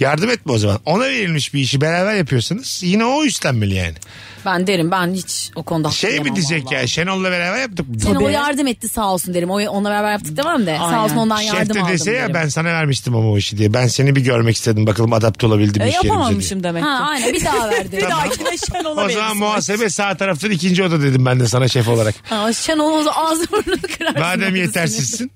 [SPEAKER 3] Yardım etme o zaman. Ona verilmiş bir işi beraber yapıyorsanız yine o üstlenmeli yani.
[SPEAKER 6] Ben derim ben hiç o konuda
[SPEAKER 3] Şey mi diyecek ya Şenol'la beraber yaptık.
[SPEAKER 6] Sen o yardım etti sağ olsun derim. O, onunla beraber yaptık demem de. Sağ olsun ondan yardım
[SPEAKER 3] Şef de
[SPEAKER 6] aldım
[SPEAKER 3] dese ya
[SPEAKER 6] derim.
[SPEAKER 3] ben sana vermiştim ama o işi diye. Ben seni bir görmek istedim bakalım adapte
[SPEAKER 15] E,
[SPEAKER 3] olabildim mi iş yerimize diye.
[SPEAKER 5] demek
[SPEAKER 6] Ha aynen bir daha verdi.
[SPEAKER 5] bir dahakine şen
[SPEAKER 3] O zaman muhasebe sağ taraftan ikinci oda dedim ben de sana şef olarak.
[SPEAKER 6] Ha, Şenol o zaman ağzı burnunu kırarsın.
[SPEAKER 3] Madem yetersizsin.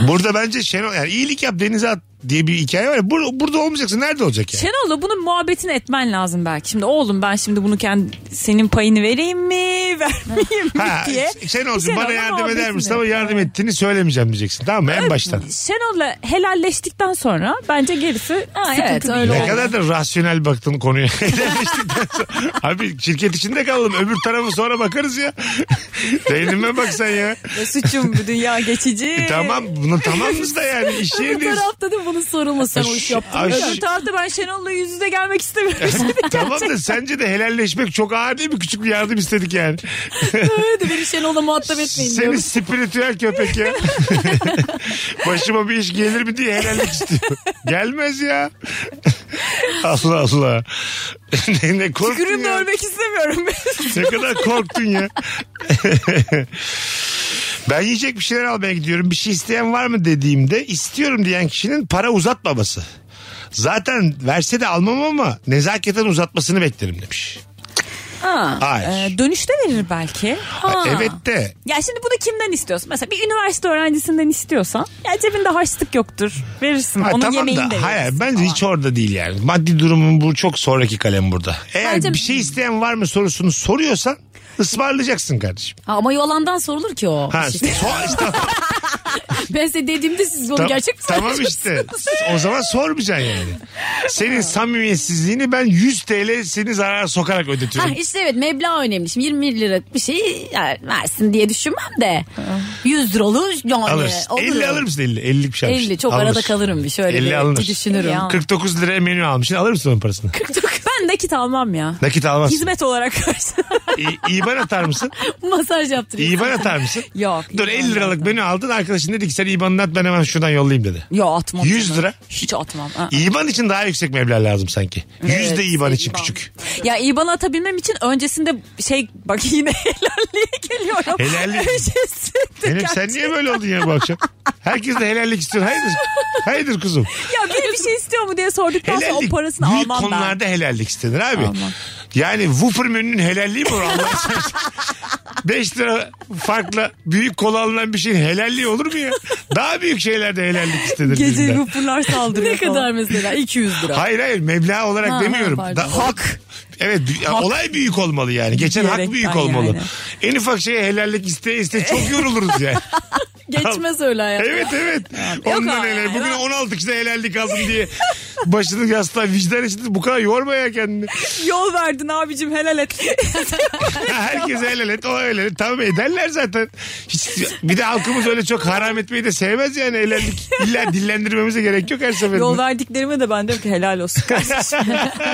[SPEAKER 3] Burada bence Şenol yani iyilik yap denize at diye bir hikaye var ya. Bur- burada olmayacaksın nerede olacak yani?
[SPEAKER 5] Şenol'la bunun muhabbetini etmen lazım belki. Şimdi oğlum ben şimdi bunu kendi senin payını vereyim mi vermeyeyim mi
[SPEAKER 3] Ha,
[SPEAKER 5] diye.
[SPEAKER 3] Şenol'cum bana
[SPEAKER 5] Şenol'la
[SPEAKER 3] yardım eder misin?
[SPEAKER 5] muhabbetini.
[SPEAKER 3] Ama yardım ettiğini söylemeyeceğim diyeceksin. Tamam mı? En baştan.
[SPEAKER 5] Şenol'la helalleştikten sonra bence gerisi sıkıntı
[SPEAKER 6] evet,
[SPEAKER 5] değil.
[SPEAKER 6] öyle
[SPEAKER 5] yani.
[SPEAKER 3] Ne kadar da rasyonel baktın konuya. Helalleştikten sonra- Abi şirket içinde kalalım. Öbür tarafı sonra bakarız ya. Beynime bak sen ya.
[SPEAKER 5] Mesut'cum bu dünya geçici.
[SPEAKER 3] E, tamam. Bunu tamamız da yani. İş
[SPEAKER 6] Öbür
[SPEAKER 3] yerindeyiz.
[SPEAKER 6] tarafta da bunu sorulması sen o işi yaptın.
[SPEAKER 3] Ay,
[SPEAKER 5] Öbür tarafta ben Şenol'la yüz yüze gelmek istemiyorum.
[SPEAKER 3] tamam da sence de helalleşmek çok ağır değil mi? Küçük bir yardım istedik yani.
[SPEAKER 6] Öyle beni Şenol'la muhatap etmeyin
[SPEAKER 3] Senin
[SPEAKER 6] diyorum.
[SPEAKER 3] spiritüel köpek ya. Başıma bir iş gelir mi diye helallik istiyor. Gelmez ya. Allah Allah. ne, ne korktun
[SPEAKER 5] Tükürüğümle
[SPEAKER 3] ya.
[SPEAKER 5] ölmek istemiyorum.
[SPEAKER 3] Ne kadar korktun ya. ben yiyecek bir şeyler almaya gidiyorum. Bir şey isteyen var mı dediğimde istiyorum diyen kişinin para uzatmaması. Zaten verse de almam ama nezaketen uzatmasını beklerim demiş.
[SPEAKER 5] Ha,
[SPEAKER 3] Hayır.
[SPEAKER 5] e, dönüşte verir belki.
[SPEAKER 3] Ha, evet de.
[SPEAKER 5] Ya şimdi bunu kimden istiyorsun? Mesela bir üniversite öğrencisinden istiyorsan ya cebinde harçlık yoktur. Verirsin.
[SPEAKER 3] Ha,
[SPEAKER 5] Onun
[SPEAKER 3] tamam
[SPEAKER 5] yemeğini
[SPEAKER 3] da
[SPEAKER 5] de
[SPEAKER 3] hayır
[SPEAKER 5] verirsin.
[SPEAKER 3] bence hiç orada değil yani. Maddi durumun bu çok sonraki kalem burada. Eğer
[SPEAKER 6] Bence-
[SPEAKER 3] bir şey isteyen var mı sorusunu soruyorsan ısmarlayacaksın kardeşim.
[SPEAKER 6] Ha, ama yalandan sorulur ki o.
[SPEAKER 3] Ha,
[SPEAKER 6] İşte.
[SPEAKER 3] so- işte-
[SPEAKER 6] ben size dediğimde siz bunu
[SPEAKER 3] tam-
[SPEAKER 6] gerçek mi
[SPEAKER 3] Tamam işte. O zaman sormayacaksın yani. Senin samimiyetsizliğini ben 100 TL seni zarara sokarak
[SPEAKER 6] Ha
[SPEAKER 3] ödetiyorum.
[SPEAKER 6] işte evet meblağ önemli. Şimdi 20 lira bir şey yani versin diye düşünmem de. 100 liralı yani.
[SPEAKER 3] Alırsın.
[SPEAKER 6] olur.
[SPEAKER 3] 50 alır mısın 50? 50 bir şey almışsın.
[SPEAKER 6] 50 çok arada kalırım bir şöyle
[SPEAKER 3] 50
[SPEAKER 6] bir- bir
[SPEAKER 3] alınır.
[SPEAKER 6] düşünürüm.
[SPEAKER 3] 49 liraya menü almışsın alır mısın onun parasını?
[SPEAKER 5] Ben nakit almam ya.
[SPEAKER 3] Nakit almaz.
[SPEAKER 5] Hizmet olarak karşı.
[SPEAKER 3] İ- İban atar mısın?
[SPEAKER 6] Masaj yaptırayım.
[SPEAKER 3] İban atar mısın?
[SPEAKER 5] Yok.
[SPEAKER 3] Dur 50 liralık beni aldın arkadaşın dedi ki sen IBAN'ını at ben hemen şuradan yollayayım dedi.
[SPEAKER 5] Yo atmam.
[SPEAKER 3] 100
[SPEAKER 5] canım.
[SPEAKER 3] lira.
[SPEAKER 5] Hiç atmam. Ha.
[SPEAKER 3] İban için daha yüksek meblağ lazım sanki. 100 de IBAN için küçük.
[SPEAKER 5] Ya IBAN atabilmem için öncesinde şey bak yine helalliğe geliyorum. şey
[SPEAKER 3] Helallik.
[SPEAKER 5] Öncesinde
[SPEAKER 3] Benim sen
[SPEAKER 5] gerçekten-
[SPEAKER 3] niye böyle oldun ya bu akşam? Herkes de helallik istiyor. Hayırdır? Hayırdır kuzum?
[SPEAKER 5] Ya biri bir şey istiyor mu diye sorduktan sonra o
[SPEAKER 3] Helallik.
[SPEAKER 5] parasını
[SPEAKER 3] Büyük
[SPEAKER 5] almam
[SPEAKER 3] konularda helallik istenir abi. Yani woofer menünün helalliği mi olur Allah aşkına? 5 lira farkla büyük kola alınan bir şeyin helalliği olur mu ya? Daha büyük şeylerde helallik
[SPEAKER 5] ben.
[SPEAKER 3] istenir.
[SPEAKER 5] Gece
[SPEAKER 3] bizden.
[SPEAKER 5] rupurlar saldırıyor
[SPEAKER 6] ne kadar mesela 200 lira.
[SPEAKER 3] Hayır hayır meblağ olarak
[SPEAKER 6] Ha, ha,
[SPEAKER 3] demiyorum.
[SPEAKER 6] pardon.
[SPEAKER 3] Da- hak. Evet bü-
[SPEAKER 6] Hak.
[SPEAKER 3] olay büyük olmalı yani. Geçen hak
[SPEAKER 6] Diyerekten
[SPEAKER 3] büyük olmalı.
[SPEAKER 6] yani.
[SPEAKER 3] En ufak şeye helallik iste iste çok yoruluruz yani.
[SPEAKER 6] Geçmez öyle hayat.
[SPEAKER 3] evet evet. Ondan
[SPEAKER 6] abi,
[SPEAKER 3] helal. Bugün 16 kişide helallik aldım diye başını yastığa vicdan içinde bu kadar yorma ya kendini.
[SPEAKER 5] Yol verdin abicim helal et.
[SPEAKER 3] Herkes helal et o helal et. Tamam ederler zaten. Hiç, bir de halkımız öyle çok haram etmeyi de sevmez yani helallik. İlla dillendirmemize gerek yok her seferinde.
[SPEAKER 5] yol verdiklerime de ben diyorum ki helal olsun kardeşim.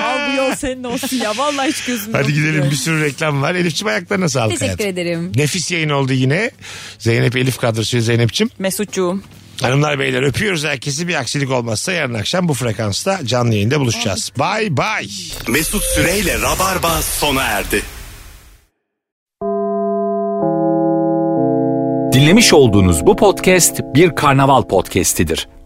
[SPEAKER 5] Al bu yol senin olsun ya. Vallahi hiç gözüm
[SPEAKER 3] Hadi
[SPEAKER 5] yok
[SPEAKER 3] gidelim
[SPEAKER 5] diyor.
[SPEAKER 3] bir sürü reklam var. Elif'ciğim ayaklarına sağlık
[SPEAKER 6] Teşekkür
[SPEAKER 3] hayatım.
[SPEAKER 6] ederim.
[SPEAKER 3] Nefis yayın oldu yine. Zeynep Elif kadrosu Zeynep'ciğim.
[SPEAKER 5] Mesutcuğum.
[SPEAKER 3] Hanımlar beyler öpüyoruz herkesi. Bir aksilik olmazsa yarın akşam bu frekansta canlı yayında buluşacağız. Bay bay.
[SPEAKER 2] Mesut Süreyle Rabarba sona erdi.
[SPEAKER 1] Dinlemiş olduğunuz bu podcast bir karnaval podcastidir.